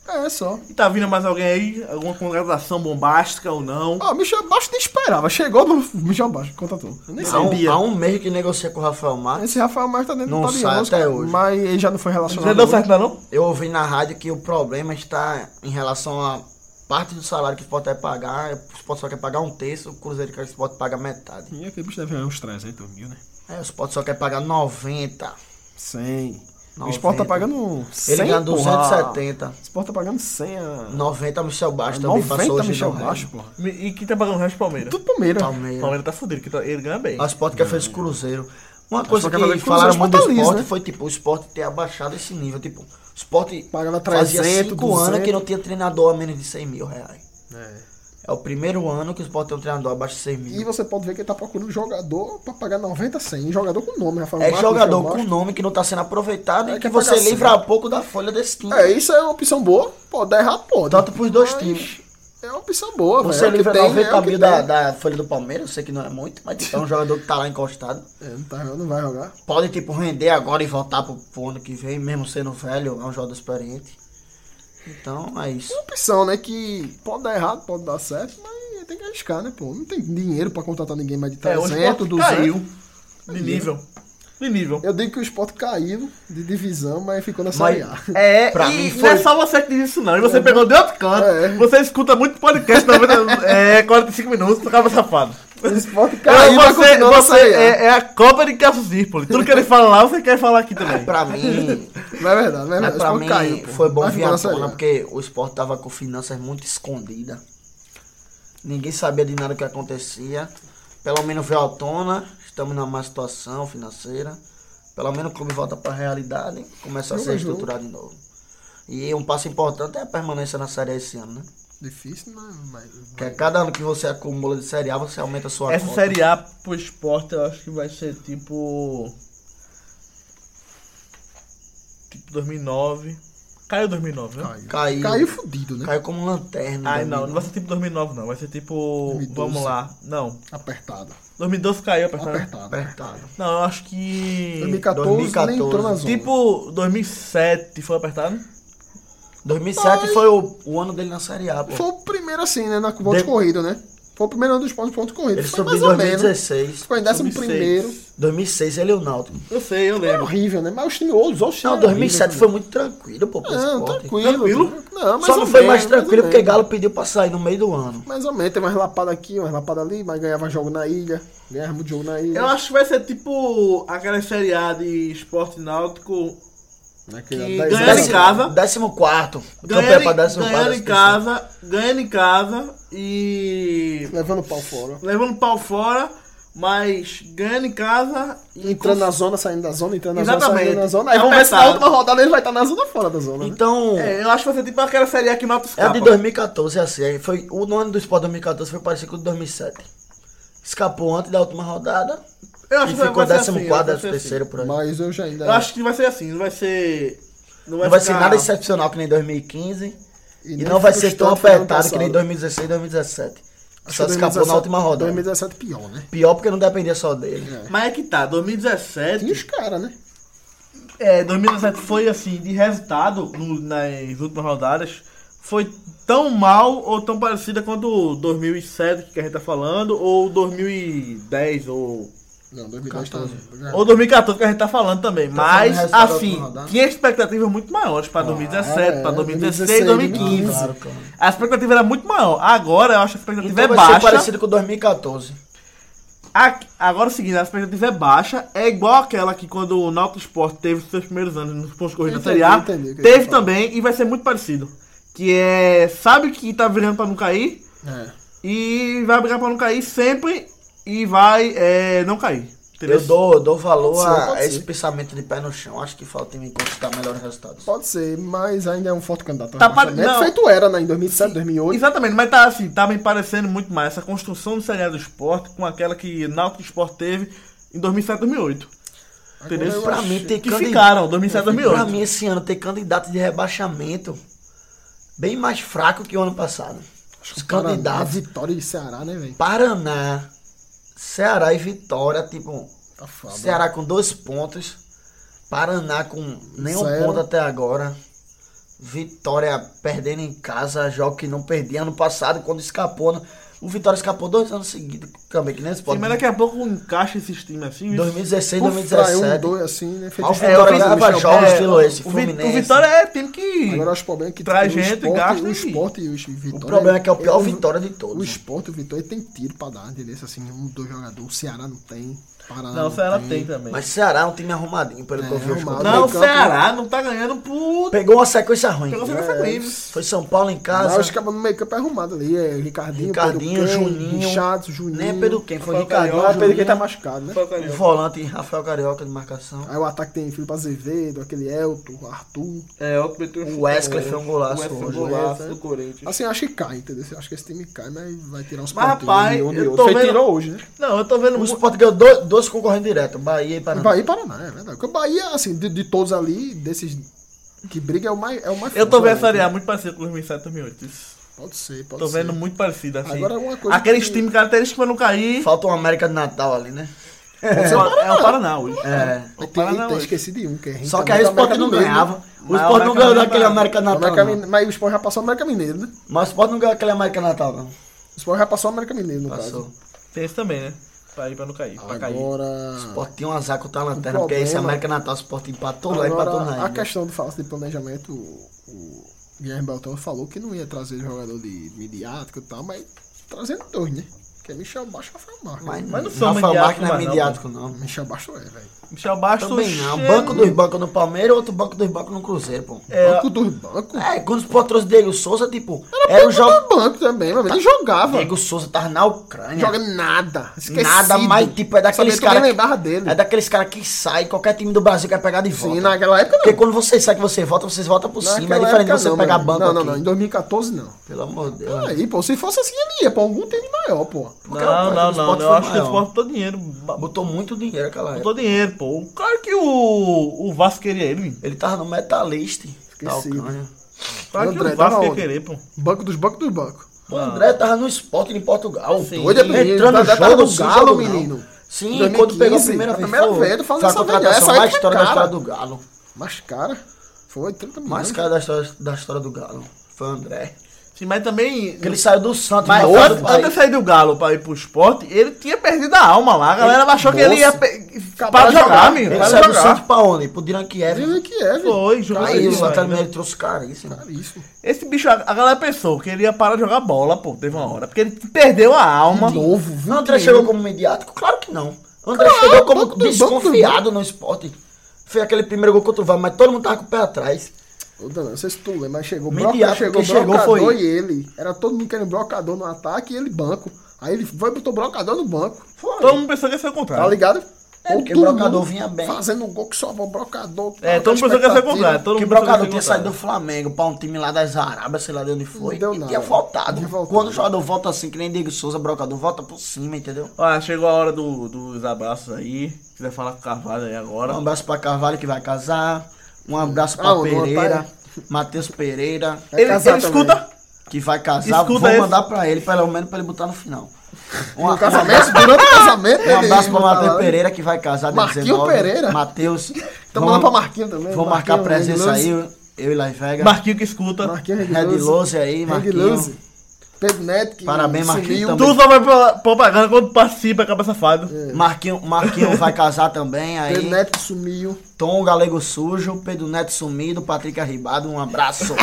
[SPEAKER 6] É, só.
[SPEAKER 5] E tá vindo mais alguém aí? Alguma contratação bombástica ou não?
[SPEAKER 6] Ah, o Michel Baixo nem esperava. Chegou no <laughs> Michel Baixo, contratou. Eu nem
[SPEAKER 7] Há um,
[SPEAKER 6] sabia.
[SPEAKER 7] há um mês que negocia com o Rafael Marques,
[SPEAKER 6] Esse Rafael Marques tá dentro
[SPEAKER 7] Não
[SPEAKER 6] do top
[SPEAKER 7] sai
[SPEAKER 6] 11,
[SPEAKER 7] até
[SPEAKER 6] cara,
[SPEAKER 7] hoje.
[SPEAKER 6] mas ele já não foi relacionado.
[SPEAKER 5] Já deu
[SPEAKER 6] hoje.
[SPEAKER 5] certo, não? é não?
[SPEAKER 7] eu ouvi na rádio que o problema está em relação à parte do salário que o Sport vai pagar, o Sport só quer pagar um terço, o Cruzeiro quer que o Sport paga metade.
[SPEAKER 6] E aquele bicho deve ganhar uns 300 mil, né?
[SPEAKER 7] É, o Sport só quer pagar 90.
[SPEAKER 6] 100. O
[SPEAKER 7] 90.
[SPEAKER 6] Sport tá pagando 100,
[SPEAKER 7] Ele ganha
[SPEAKER 6] porra.
[SPEAKER 7] 270.
[SPEAKER 6] O Sport tá pagando 100 a...
[SPEAKER 7] 90 Michel Baixo também passou
[SPEAKER 6] 90
[SPEAKER 7] hoje
[SPEAKER 6] Michel
[SPEAKER 7] no
[SPEAKER 6] Baixo,
[SPEAKER 7] Remo.
[SPEAKER 6] porra.
[SPEAKER 5] Me- E quem tá pagando o resto do Palmeiras?
[SPEAKER 6] Do Palmeiras.
[SPEAKER 5] O
[SPEAKER 7] Palmeiras.
[SPEAKER 5] Palmeiras tá fudido, que tá- ele ganha bem.
[SPEAKER 7] A Sport que fez o Cruzeiro. Uma coisa que
[SPEAKER 6] Sport quer fazer com o
[SPEAKER 7] falaram
[SPEAKER 6] Cruzeiro,
[SPEAKER 7] muito do
[SPEAKER 6] Sport tá liso,
[SPEAKER 7] Sport
[SPEAKER 6] né?
[SPEAKER 7] foi tipo, o Sport ter abaixado esse nível. Tipo, o Sport
[SPEAKER 6] Pagava
[SPEAKER 7] fazia
[SPEAKER 6] 300,
[SPEAKER 7] 5 anos
[SPEAKER 6] 200.
[SPEAKER 7] que não tinha treinador a menos de 100 mil reais. É o primeiro ano que o Sport tem um treinador abaixo de 100
[SPEAKER 6] E
[SPEAKER 7] mil.
[SPEAKER 6] você pode ver que ele tá procurando jogador pra pagar 90, 100. Jogador com nome, Rafael
[SPEAKER 7] É
[SPEAKER 6] Marques,
[SPEAKER 7] jogador
[SPEAKER 6] Michel
[SPEAKER 7] com
[SPEAKER 6] Baixo.
[SPEAKER 7] nome que não tá sendo aproveitado
[SPEAKER 6] É,
[SPEAKER 7] e que
[SPEAKER 6] quer
[SPEAKER 7] você
[SPEAKER 6] pagar
[SPEAKER 7] livra
[SPEAKER 6] cem.
[SPEAKER 7] pouco da folha desse time.
[SPEAKER 6] É, isso é uma opção boa. Pode dar errado, pode.
[SPEAKER 7] Tanto pros dois
[SPEAKER 6] Mas
[SPEAKER 7] times.
[SPEAKER 6] É uma opção boa, velho.
[SPEAKER 7] Você
[SPEAKER 6] É o que
[SPEAKER 7] livra
[SPEAKER 6] tem, é o
[SPEAKER 7] 90
[SPEAKER 6] que
[SPEAKER 7] mil
[SPEAKER 6] tem.
[SPEAKER 7] da, da folha do Palmeiras, eu sei que não é muito, mas tipo, é um jogador que tá lá encostado.
[SPEAKER 6] É, não, tá, não vai jogar.
[SPEAKER 7] pode tipo render agora e voltar pro, pro ano que vem, mesmo sendo velho, é um jogador experiente. Então é isso.
[SPEAKER 6] uma opção, né? Que pode dar errado, pode dar certo, mas tem que arriscar, né, pô? Não tem dinheiro pra contratar ninguém mais de
[SPEAKER 5] É,
[SPEAKER 6] 300,
[SPEAKER 5] hoje o Sport
[SPEAKER 6] 200.
[SPEAKER 5] caiu de nível. de nível.
[SPEAKER 6] Eu digo que o esporte caiu de divisão, mas ficou na Série
[SPEAKER 7] Mas,
[SPEAKER 6] A. <laughs>
[SPEAKER 7] é,
[SPEAKER 5] Pra
[SPEAKER 7] e
[SPEAKER 5] mim
[SPEAKER 7] não
[SPEAKER 5] foi...
[SPEAKER 7] é
[SPEAKER 5] Não é só você que diz isso, não. E Você pegou de outro canto.
[SPEAKER 6] É.
[SPEAKER 5] Você escuta muito podcast, 90, <laughs> é, 45 minutos, tu acaba safado.
[SPEAKER 6] O esporte
[SPEAKER 5] É,
[SPEAKER 6] caiu, mas
[SPEAKER 5] você
[SPEAKER 6] continuou na
[SPEAKER 5] você
[SPEAKER 6] Série A.
[SPEAKER 5] é, é a Copa de Cassius Zirpoli. Tudo que ele fala lá, você quer falar aqui também.
[SPEAKER 7] <laughs> Pra mim,
[SPEAKER 6] Não é verdade, não é
[SPEAKER 7] mas
[SPEAKER 6] verdade.
[SPEAKER 7] pra
[SPEAKER 6] O esporte
[SPEAKER 7] mim
[SPEAKER 6] caiu, pô.
[SPEAKER 7] foi bom
[SPEAKER 6] Mas
[SPEAKER 7] vir
[SPEAKER 6] ficou na
[SPEAKER 7] à
[SPEAKER 6] Série
[SPEAKER 7] tona,
[SPEAKER 6] A.
[SPEAKER 7] porque o esporte tava com finanças muito escondidas. Ninguém sabia de nada que acontecia. Pelo menos veio à tona, estamos numa má situação financeira. Pelo menos o clube volta pra realidade, começa a
[SPEAKER 6] Jogo
[SPEAKER 7] ser
[SPEAKER 6] é jogo.
[SPEAKER 7] estruturado de novo. E um passo importante é a permanência na Série A esse ano, né?
[SPEAKER 6] Difícil, mas... mas-
[SPEAKER 7] Porque a cada ano que você acumula de Série A, você aumenta a sua
[SPEAKER 5] Essa
[SPEAKER 7] cota.
[SPEAKER 5] Série A pro esporte eu acho que vai ser tipo. Tipo 2009. Caiu 2009, né?
[SPEAKER 6] Caiu.
[SPEAKER 7] Caiu.
[SPEAKER 6] Caiu fudido, né?
[SPEAKER 7] Caiu como lanterna.
[SPEAKER 5] Ai,
[SPEAKER 7] né,
[SPEAKER 5] não,
[SPEAKER 7] amigo?
[SPEAKER 5] não vai ser tipo 2009, não. Vai ser tipo.
[SPEAKER 6] 2012.
[SPEAKER 5] Vamos lá. Não.
[SPEAKER 6] Apertado.
[SPEAKER 5] 2012 caiu, apertaram.
[SPEAKER 6] Apertado.
[SPEAKER 7] Apertado.
[SPEAKER 5] Não, eu acho que.
[SPEAKER 6] 2014, nem
[SPEAKER 7] 2014.
[SPEAKER 6] entrou na zona.
[SPEAKER 5] Tipo 2007 foi apertado?
[SPEAKER 7] 2007 foi o, o ano dele na Série A, pô.
[SPEAKER 6] Foi o primeiro assim, né? Na ponto
[SPEAKER 7] De-
[SPEAKER 6] corrida, né? Foi o primeiro ano dos pontos de ponto corrida.
[SPEAKER 7] Ele
[SPEAKER 6] Foi
[SPEAKER 7] subiu em
[SPEAKER 6] mais ou menos.
[SPEAKER 7] 2016.
[SPEAKER 6] Ficou em décimo
[SPEAKER 5] 2006.
[SPEAKER 6] primeiro.
[SPEAKER 7] 2006 ele e o Náutico.
[SPEAKER 5] Eu sei, eu
[SPEAKER 6] É
[SPEAKER 5] lembro.
[SPEAKER 6] horrível, né? Mas os times, os outros
[SPEAKER 7] Não,
[SPEAKER 6] times
[SPEAKER 7] 2007 foi muito tranquilo, pô, pro
[SPEAKER 6] Não,
[SPEAKER 7] esporte.
[SPEAKER 6] tranquilo.
[SPEAKER 5] tá Tranquilo? um
[SPEAKER 6] Não, mas
[SPEAKER 7] Só não foi mais tranquilo porque Galo pediu pra sair no meio do ano.
[SPEAKER 6] Mais ou menos, tem umas lapadas aqui, umas lapadas ali, mas ganhava jogo na ilha. Ganhava muito jogo na ilha.
[SPEAKER 5] Eu acho que vai ser tipo aquela Série A de esporte náutico que
[SPEAKER 6] Naquele dez
[SPEAKER 5] ganharam
[SPEAKER 6] anos.
[SPEAKER 5] em casa.
[SPEAKER 7] Décimo quarto. O campeão é pra
[SPEAKER 5] ganhando,
[SPEAKER 7] décimo
[SPEAKER 5] em-
[SPEAKER 7] quarto,
[SPEAKER 5] ganhando
[SPEAKER 7] as
[SPEAKER 5] em
[SPEAKER 7] pessoas.
[SPEAKER 5] casa, ganhando em casa e
[SPEAKER 6] Levando o pau fora.
[SPEAKER 5] levando pau fora, mas ganhando em casa e
[SPEAKER 6] Entrando na
[SPEAKER 5] cons-
[SPEAKER 6] zona, saindo da zona, entrando na zona,
[SPEAKER 5] Então, Exatamente.
[SPEAKER 6] saindo da zona. Aí
[SPEAKER 5] É um
[SPEAKER 6] vamos ver se na
[SPEAKER 5] pecado.
[SPEAKER 6] última rodada ele vai estar na zona ou fora da zona. Né?
[SPEAKER 7] Então, é,
[SPEAKER 5] É, eu acho que vai ser tipo aquela série A que nota
[SPEAKER 7] a
[SPEAKER 5] escapa.
[SPEAKER 7] de 2014, assim. aí Foi, o ano do Sport 2014 foi parecido com o de 2007. Escapou antes da última rodada.
[SPEAKER 5] Eu
[SPEAKER 7] e
[SPEAKER 5] acho que vai-
[SPEAKER 7] ficou
[SPEAKER 5] vai ser
[SPEAKER 7] décimo
[SPEAKER 5] assim,
[SPEAKER 7] quarto,
[SPEAKER 5] vai ser
[SPEAKER 7] décimo terceiro por aí.
[SPEAKER 6] Mas eu já ainda.
[SPEAKER 5] assim. Eu acho que vai ser assim, não vai ser.
[SPEAKER 7] Não vai ser
[SPEAKER 5] ficar-
[SPEAKER 7] nada excepcional que nem 2015. E,
[SPEAKER 6] nem
[SPEAKER 7] não vai
[SPEAKER 6] foi
[SPEAKER 7] ser tão
[SPEAKER 6] frustrante ano
[SPEAKER 7] apertado que nem
[SPEAKER 6] passado.
[SPEAKER 7] 2016 2017.
[SPEAKER 6] Acho
[SPEAKER 7] Só
[SPEAKER 6] que
[SPEAKER 7] escapou na
[SPEAKER 6] 2017
[SPEAKER 7] última rodada.
[SPEAKER 6] 2017 pior, né?
[SPEAKER 7] Pior porque não dependia só dele.
[SPEAKER 5] Mas é que tá,
[SPEAKER 6] Tinha
[SPEAKER 5] 2017.
[SPEAKER 6] os caras, né?
[SPEAKER 5] É, 2017 foi assim, de resultado no- nas últimas rodadas, foi tão mal ou tão parecida quanto 2007 que a gente tá falando, ou 2010 ou
[SPEAKER 6] Não, 2010 tá.
[SPEAKER 7] 14.
[SPEAKER 5] Ou 2014 que a gente tá falando também. mas,
[SPEAKER 7] falando do resultado da
[SPEAKER 5] assim,
[SPEAKER 7] última rodada?
[SPEAKER 5] tinha expectativas muito maiores pra 2017,
[SPEAKER 6] é,
[SPEAKER 5] pra 2016,
[SPEAKER 6] 2016,
[SPEAKER 5] 2015. A expectativa era muito maior. Agora eu acho que a expectativa
[SPEAKER 7] Então
[SPEAKER 5] é
[SPEAKER 7] vai ser
[SPEAKER 5] baixa.
[SPEAKER 7] parecido com 2014.
[SPEAKER 5] A- agora é o seguinte, a expectativa é baixa. É igual aquela que quando o Náutico Sport teve seus primeiros anos nos pontos corridos da
[SPEAKER 6] Entendi,
[SPEAKER 5] Série A,
[SPEAKER 6] entendi o que
[SPEAKER 5] teve
[SPEAKER 6] você fala.
[SPEAKER 5] também e vai ser muito parecido. Que é, sabe que tá virando pra não cair
[SPEAKER 6] É.
[SPEAKER 5] e vai brigar pra não cair sempre e vai é, não cair. Entendeu?
[SPEAKER 7] Eu dou, eu dou valor
[SPEAKER 6] Pode ser,
[SPEAKER 7] a
[SPEAKER 6] pode
[SPEAKER 7] esse
[SPEAKER 6] ser.
[SPEAKER 7] pensamento de pé no chão. Acho que falta me conquistar melhores resultados.
[SPEAKER 6] Pode ser, mas ainda é um forte candidato.
[SPEAKER 5] Tá
[SPEAKER 6] ao rebaixamento.
[SPEAKER 5] pare- não.
[SPEAKER 6] Feito era né, em 2007, 2008.
[SPEAKER 5] Exatamente, mas tá assim, tá me parecendo muito mais essa construção do Série A do esporte com aquela que Náutico Sport teve em 2007, 2008. Entendeu?
[SPEAKER 6] eu
[SPEAKER 7] Pra
[SPEAKER 6] acho
[SPEAKER 7] mim tem
[SPEAKER 5] que
[SPEAKER 7] candid-
[SPEAKER 5] ficaram, é 2007,
[SPEAKER 7] É, Pra
[SPEAKER 5] 2008.
[SPEAKER 7] mim esse ano tem candidato de rebaixamento bem mais fraco que o ano passado. Os
[SPEAKER 6] Paraná,
[SPEAKER 7] candidatos
[SPEAKER 6] Vitória e Ceará, né, velho?
[SPEAKER 7] Paraná, Ceará e Vitória, tipo,
[SPEAKER 6] Tá foda.
[SPEAKER 7] Ceará com dois pontos, Paraná com nenhum
[SPEAKER 6] Zero.
[SPEAKER 7] ponto até agora. Vitória perdendo em casa, jogo que não perdia ano passado, quando escapou. né? O Vitória escapou dois anos seguidos também, que nem esse
[SPEAKER 5] Sim, mas daqui a pouco encaixa esses times assim. é isso.
[SPEAKER 7] 2016,
[SPEAKER 6] Pô, fraiu um
[SPEAKER 7] 2017.
[SPEAKER 6] dois assim, né? Feito
[SPEAKER 7] Mas o
[SPEAKER 6] de-
[SPEAKER 5] É,
[SPEAKER 7] Vitória
[SPEAKER 5] eu fiz-
[SPEAKER 7] ganhava
[SPEAKER 5] eu-
[SPEAKER 7] jogos
[SPEAKER 5] é,
[SPEAKER 7] estilo esse,
[SPEAKER 5] o, Vi-
[SPEAKER 7] Fluminense.
[SPEAKER 5] o Vitória é time que.
[SPEAKER 6] Agora os problemas que
[SPEAKER 5] Traz
[SPEAKER 6] o
[SPEAKER 5] gente, gasta
[SPEAKER 6] o
[SPEAKER 5] e-
[SPEAKER 6] esporte e os Vitória.
[SPEAKER 7] O problema é que é o pior Vitória de
[SPEAKER 6] O
[SPEAKER 7] todos.
[SPEAKER 6] esporte e o Vitória tem tiro pra dar, entendeu? Assim, um, dois jogadores. O Ceará não tem. Paraná
[SPEAKER 5] Não, o Ceará tem, também.
[SPEAKER 7] Mas Ceará é um time arrumadinho, pelo que eu vi. os
[SPEAKER 6] arrumado.
[SPEAKER 7] contos.
[SPEAKER 5] não, o
[SPEAKER 6] meio campo-
[SPEAKER 5] Ceará não tá ganhando por.
[SPEAKER 7] Pegou uma sequência ruim. É.
[SPEAKER 5] Pegou uma sequência ruim.
[SPEAKER 7] Foi São Paulo em
[SPEAKER 6] Mas
[SPEAKER 7] casa.
[SPEAKER 6] os cabos no meio campo é arrumado ali. É Ricardinho,
[SPEAKER 7] Ricardinho,
[SPEAKER 6] Pedro Quem,
[SPEAKER 7] Juninho.
[SPEAKER 6] Richardo, Juninho.
[SPEAKER 7] Nem é Pedro quem, foi
[SPEAKER 5] Rafael
[SPEAKER 7] Ricardinho.
[SPEAKER 5] Carioca,
[SPEAKER 6] Ah, Pedro Quem
[SPEAKER 7] Juninho,
[SPEAKER 6] tá machucado, né?
[SPEAKER 7] O volante Rafael Carioca de marcação.
[SPEAKER 6] Aí o ataque tem Felipe Azevedo, aquele Elton, Arthur.
[SPEAKER 5] É, o Petro-
[SPEAKER 7] O Wesley foi um golaço
[SPEAKER 5] O Wesley foi um
[SPEAKER 7] hoje. né?
[SPEAKER 5] golaço
[SPEAKER 6] É,
[SPEAKER 5] do Corinthians.
[SPEAKER 6] Assim, eu acho que cai, entendeu? Eu acho que esse time cai, mas vai tirar uns
[SPEAKER 5] Mas,
[SPEAKER 6] pontinhos
[SPEAKER 5] rapaz,
[SPEAKER 6] de um de
[SPEAKER 5] eu
[SPEAKER 6] outro.
[SPEAKER 5] tô
[SPEAKER 6] Foi
[SPEAKER 5] vendo-
[SPEAKER 6] tirou hoje, né?
[SPEAKER 5] Não, eu tô vendo.
[SPEAKER 7] O
[SPEAKER 5] muito-
[SPEAKER 7] Sport ganhou dois, dois concorrentes direto, Bahia e Paraná.
[SPEAKER 6] Bahia e Paraná, é verdade. Porque o Bahia, assim, de, de todos ali, desses que briga, é o mais, é o mais
[SPEAKER 5] Eu tô
[SPEAKER 6] forte,
[SPEAKER 5] vendo a
[SPEAKER 6] né?
[SPEAKER 5] Série A muito parecida com 2007, 2008. Isso.
[SPEAKER 6] Pode ser, pode
[SPEAKER 5] Tô
[SPEAKER 6] ser.
[SPEAKER 5] vendo muito parecida assim.
[SPEAKER 6] Agora, uma coisa
[SPEAKER 5] Aqueles
[SPEAKER 6] que-
[SPEAKER 5] times característicos pra não cair.
[SPEAKER 7] Falta um América de Natal ali, né?
[SPEAKER 5] É, o Paraná hoje.
[SPEAKER 7] É.
[SPEAKER 6] Mas
[SPEAKER 5] O
[SPEAKER 6] tem,
[SPEAKER 5] Paraná
[SPEAKER 6] tem
[SPEAKER 5] hoje.
[SPEAKER 6] esquecido de um, que é
[SPEAKER 7] Só que aí o Sport não ganhava. O Sport não ganhou daquele América de Natal.
[SPEAKER 6] América,
[SPEAKER 7] não.
[SPEAKER 6] Mine- Mas o Sport já passou o América Mineiro, né?
[SPEAKER 7] Mas o Sport não ganhou aquele América de Natal, não.
[SPEAKER 6] O Sport já passou o América Mineiro, no
[SPEAKER 7] Passou.
[SPEAKER 6] caso.
[SPEAKER 5] Tem esse também, né? Pra ir pra não cair. Pra cair.
[SPEAKER 6] Agora.
[SPEAKER 7] Sport tem um azar contra a lanterna,
[SPEAKER 6] O
[SPEAKER 7] porque esse
[SPEAKER 6] problema-
[SPEAKER 7] América Natal, o Sport empatou lá e empatou na
[SPEAKER 6] Agora, a
[SPEAKER 7] ilha.
[SPEAKER 6] questão do falso de planejamento, o, o Guilherme Beltrão falou que não ia trazer jogador de midiático e tal, mas trazendo dois, né? Que é Michel Baixo e Rafael Marques.
[SPEAKER 7] Mas,
[SPEAKER 5] Mas não
[SPEAKER 7] não
[SPEAKER 5] são
[SPEAKER 7] Rafael Marques não é
[SPEAKER 5] midiático,
[SPEAKER 7] midiático, não.
[SPEAKER 6] Michel Baixo é, velho.
[SPEAKER 5] Michel Bastos.
[SPEAKER 7] Também
[SPEAKER 6] Tá
[SPEAKER 7] não.
[SPEAKER 5] chega-
[SPEAKER 7] Banco dos bancos no Palmeiras, outro banco dos bancos no Cruzeiro, pô.
[SPEAKER 5] É.
[SPEAKER 6] Banco dos bancos.
[SPEAKER 7] É, quando o Sport trouxe Diego Souza, tipo, era o jogo.
[SPEAKER 6] Era um banco também, mas ele jogava.
[SPEAKER 7] Diego Souza tava na Ucrânia.
[SPEAKER 6] Joga nada. Esquecido.
[SPEAKER 7] Nada mais, tipo, é daqueles
[SPEAKER 6] Sabia, tu nem
[SPEAKER 7] caras.
[SPEAKER 6] lembrava dele.
[SPEAKER 7] É daqueles caras que sai, qualquer time do Brasil quer pegar de volta.
[SPEAKER 6] Sim, naquela época
[SPEAKER 7] Porque
[SPEAKER 6] não.
[SPEAKER 7] quando você sai que você volta, vocês voltam por cima.
[SPEAKER 6] Naquela
[SPEAKER 7] é diferente
[SPEAKER 6] época
[SPEAKER 7] você
[SPEAKER 6] não,
[SPEAKER 7] pegar
[SPEAKER 6] meu
[SPEAKER 7] banco.
[SPEAKER 6] irmão. Não, não, não.
[SPEAKER 7] aqui. Ah.
[SPEAKER 6] Em 2014 não.
[SPEAKER 7] Pelo amor de Deus.
[SPEAKER 6] Aí, pô, se fosse assim, ele ia pra algum time maior, pô.
[SPEAKER 7] é
[SPEAKER 5] Não, não,
[SPEAKER 7] O
[SPEAKER 5] não.
[SPEAKER 7] Sport
[SPEAKER 5] Eu
[SPEAKER 7] foi
[SPEAKER 5] acho que o
[SPEAKER 7] maior.
[SPEAKER 5] Sport botou dinheiro. ba-
[SPEAKER 7] Botou muito dinheiro aquela época.
[SPEAKER 5] Botou dinheiro, pô. Claro que o, o Vasco queria ele, menino.
[SPEAKER 7] Ele tava no Metalist. da
[SPEAKER 6] Esquecido.
[SPEAKER 7] Ucrânia.
[SPEAKER 5] Claro
[SPEAKER 6] O
[SPEAKER 5] que
[SPEAKER 6] André
[SPEAKER 5] o Vasco
[SPEAKER 6] tava
[SPEAKER 5] ia
[SPEAKER 6] onde?
[SPEAKER 5] querer, pô.
[SPEAKER 6] Banco dos bancos dos bancos. é
[SPEAKER 7] O André tava no esporte de Portugal.
[SPEAKER 5] Sim.
[SPEAKER 7] Doido, menino.
[SPEAKER 6] Entrando
[SPEAKER 7] Tá-
[SPEAKER 6] no
[SPEAKER 7] tá
[SPEAKER 6] jogo
[SPEAKER 7] sim,
[SPEAKER 6] Galo,
[SPEAKER 7] jogo não.
[SPEAKER 6] menino.
[SPEAKER 7] Sim,
[SPEAKER 6] 2015,
[SPEAKER 7] quando pegou a primeira
[SPEAKER 6] a
[SPEAKER 7] vez.
[SPEAKER 6] primeira
[SPEAKER 7] foi-
[SPEAKER 6] vez, eu falo
[SPEAKER 7] foi a
[SPEAKER 6] dessa
[SPEAKER 7] contratação
[SPEAKER 6] velha, essa
[SPEAKER 7] mais
[SPEAKER 6] aí foi
[SPEAKER 7] história da
[SPEAKER 6] cara.
[SPEAKER 7] história do Galo.
[SPEAKER 6] Mas, cara, foi 30 milhões.
[SPEAKER 7] Mais cara da história, da história do Galo. Foi o André.
[SPEAKER 5] Sim, mas
[SPEAKER 6] Hum.
[SPEAKER 5] também.
[SPEAKER 7] Porque ele saiu do Santos.
[SPEAKER 5] Mas
[SPEAKER 7] novo,
[SPEAKER 5] antes,
[SPEAKER 7] aí-
[SPEAKER 5] antes de sair do Galo pra ir pro esporte, ele tinha perdido a alma lá. A galera
[SPEAKER 7] Ele-
[SPEAKER 5] achou que ele ia
[SPEAKER 7] Nossa.
[SPEAKER 5] pe... para de
[SPEAKER 6] de
[SPEAKER 5] jogar,
[SPEAKER 6] jogar,
[SPEAKER 5] menino.
[SPEAKER 7] Ele
[SPEAKER 5] Para de
[SPEAKER 7] saiu do
[SPEAKER 5] jogar.
[SPEAKER 7] Santos pra onde? Pro Diran Kiev.
[SPEAKER 6] Dizem que é, velho.
[SPEAKER 5] Foi, jogou
[SPEAKER 7] Aí
[SPEAKER 5] isso,
[SPEAKER 7] o né? Atlético
[SPEAKER 5] velho.
[SPEAKER 7] Mineiro trouxe caríssimo.
[SPEAKER 6] Caríssimo.
[SPEAKER 5] Esse bicho, a, a galera pensou que ele ia parar de jogar bola, pô. Teve uma hora. Porque ele perdeu a alma.
[SPEAKER 6] Novo,
[SPEAKER 7] O
[SPEAKER 6] 20
[SPEAKER 7] André chegou como mediático? Claro que não. O André chegou como
[SPEAKER 6] banco do
[SPEAKER 7] desconfiado no esporte. Foi aquele primeiro gol contra o VAR, mas todo mundo tava com o pé atrás.
[SPEAKER 6] Ô, Dana, não sei se tu lembra, mas chegou
[SPEAKER 7] Mediato,
[SPEAKER 6] Broca, chegou
[SPEAKER 7] quem chegou
[SPEAKER 6] Brocador
[SPEAKER 7] foi-
[SPEAKER 6] e ele. Era todo mundo querendo Brocador no ataque e ele banco. Aí ele foi e botou Brocador no banco. um,
[SPEAKER 5] Todo mundo pensou que ia ser o contrário.
[SPEAKER 6] Tá ligado?
[SPEAKER 7] É,
[SPEAKER 6] Ou
[SPEAKER 7] porque
[SPEAKER 6] todo
[SPEAKER 7] Brocador
[SPEAKER 6] mundo
[SPEAKER 7] vinha bem.
[SPEAKER 6] Fazendo um gol que só o Brocador.
[SPEAKER 5] É, todo mundo pensou
[SPEAKER 6] tava
[SPEAKER 5] que ia ser o
[SPEAKER 6] tá expectativa.
[SPEAKER 5] contrário. Todo
[SPEAKER 7] que o
[SPEAKER 5] mundo pensou
[SPEAKER 7] Brocador
[SPEAKER 5] que ia
[SPEAKER 7] tinha
[SPEAKER 5] ser o
[SPEAKER 7] saído do
[SPEAKER 5] contrário.
[SPEAKER 7] Flamengo pra um time lá das Arábias, sei lá de onde foi.
[SPEAKER 6] é. deu
[SPEAKER 7] e
[SPEAKER 6] nada.
[SPEAKER 7] tinha voltado.
[SPEAKER 6] Tinha voltado.
[SPEAKER 7] Quando o jogador volta assim, que nem Diego Souza, o Brocador volta por cima, entendeu?
[SPEAKER 5] Ah, chegou a hora do- dos abraços aí. Se quiser falar com o Carvalho aí agora.
[SPEAKER 7] Um abraço pra Carvalho que vai casar. Um abraço pra
[SPEAKER 6] Ah, o Luan tá
[SPEAKER 7] Pereira. Matheus Pereira,
[SPEAKER 6] Vai
[SPEAKER 5] ele
[SPEAKER 6] é casar
[SPEAKER 5] ele
[SPEAKER 6] também.
[SPEAKER 5] escuta.
[SPEAKER 7] que vai casar.
[SPEAKER 5] Escuta
[SPEAKER 7] Vou
[SPEAKER 5] esse.
[SPEAKER 7] mandar pra ele, pelo menos pra ele botar no
[SPEAKER 6] <laughs>
[SPEAKER 7] final. Um, um
[SPEAKER 6] No casamento, durante o casamento.
[SPEAKER 7] Um abraço pra Matheus
[SPEAKER 6] Matheus
[SPEAKER 7] Pereira que vai casar dia
[SPEAKER 6] Marquinho
[SPEAKER 7] 19.
[SPEAKER 6] Pereira?
[SPEAKER 7] Matheus.
[SPEAKER 6] Tamo lá pra Marquinho também.
[SPEAKER 7] Vou marcar
[SPEAKER 6] Marquinho,
[SPEAKER 7] presença aí,
[SPEAKER 6] Reguiluz.
[SPEAKER 7] eu, eu e Las
[SPEAKER 6] É.
[SPEAKER 7] Vegas.
[SPEAKER 5] Marquinho que escuta.
[SPEAKER 6] Marquinhos
[SPEAKER 7] Red Lose aí, Marquinho.
[SPEAKER 6] Reguiluz. Pedro Neto. que
[SPEAKER 7] Parabéns, Marquinho,
[SPEAKER 6] sumiu.
[SPEAKER 7] também.
[SPEAKER 5] Tu só vai pra propaganda quando participa, acaba safado.
[SPEAKER 6] É.
[SPEAKER 7] Marquinho, Marquinho vai casar também aí.
[SPEAKER 6] <laughs> Pedro Neto que sumiu.
[SPEAKER 7] Tom, Galego Sujo, Pedro Neto Sumido, Patrick Arribado, um
[SPEAKER 6] <laughs>
[SPEAKER 7] abraço.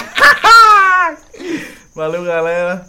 [SPEAKER 5] Valeu, galera.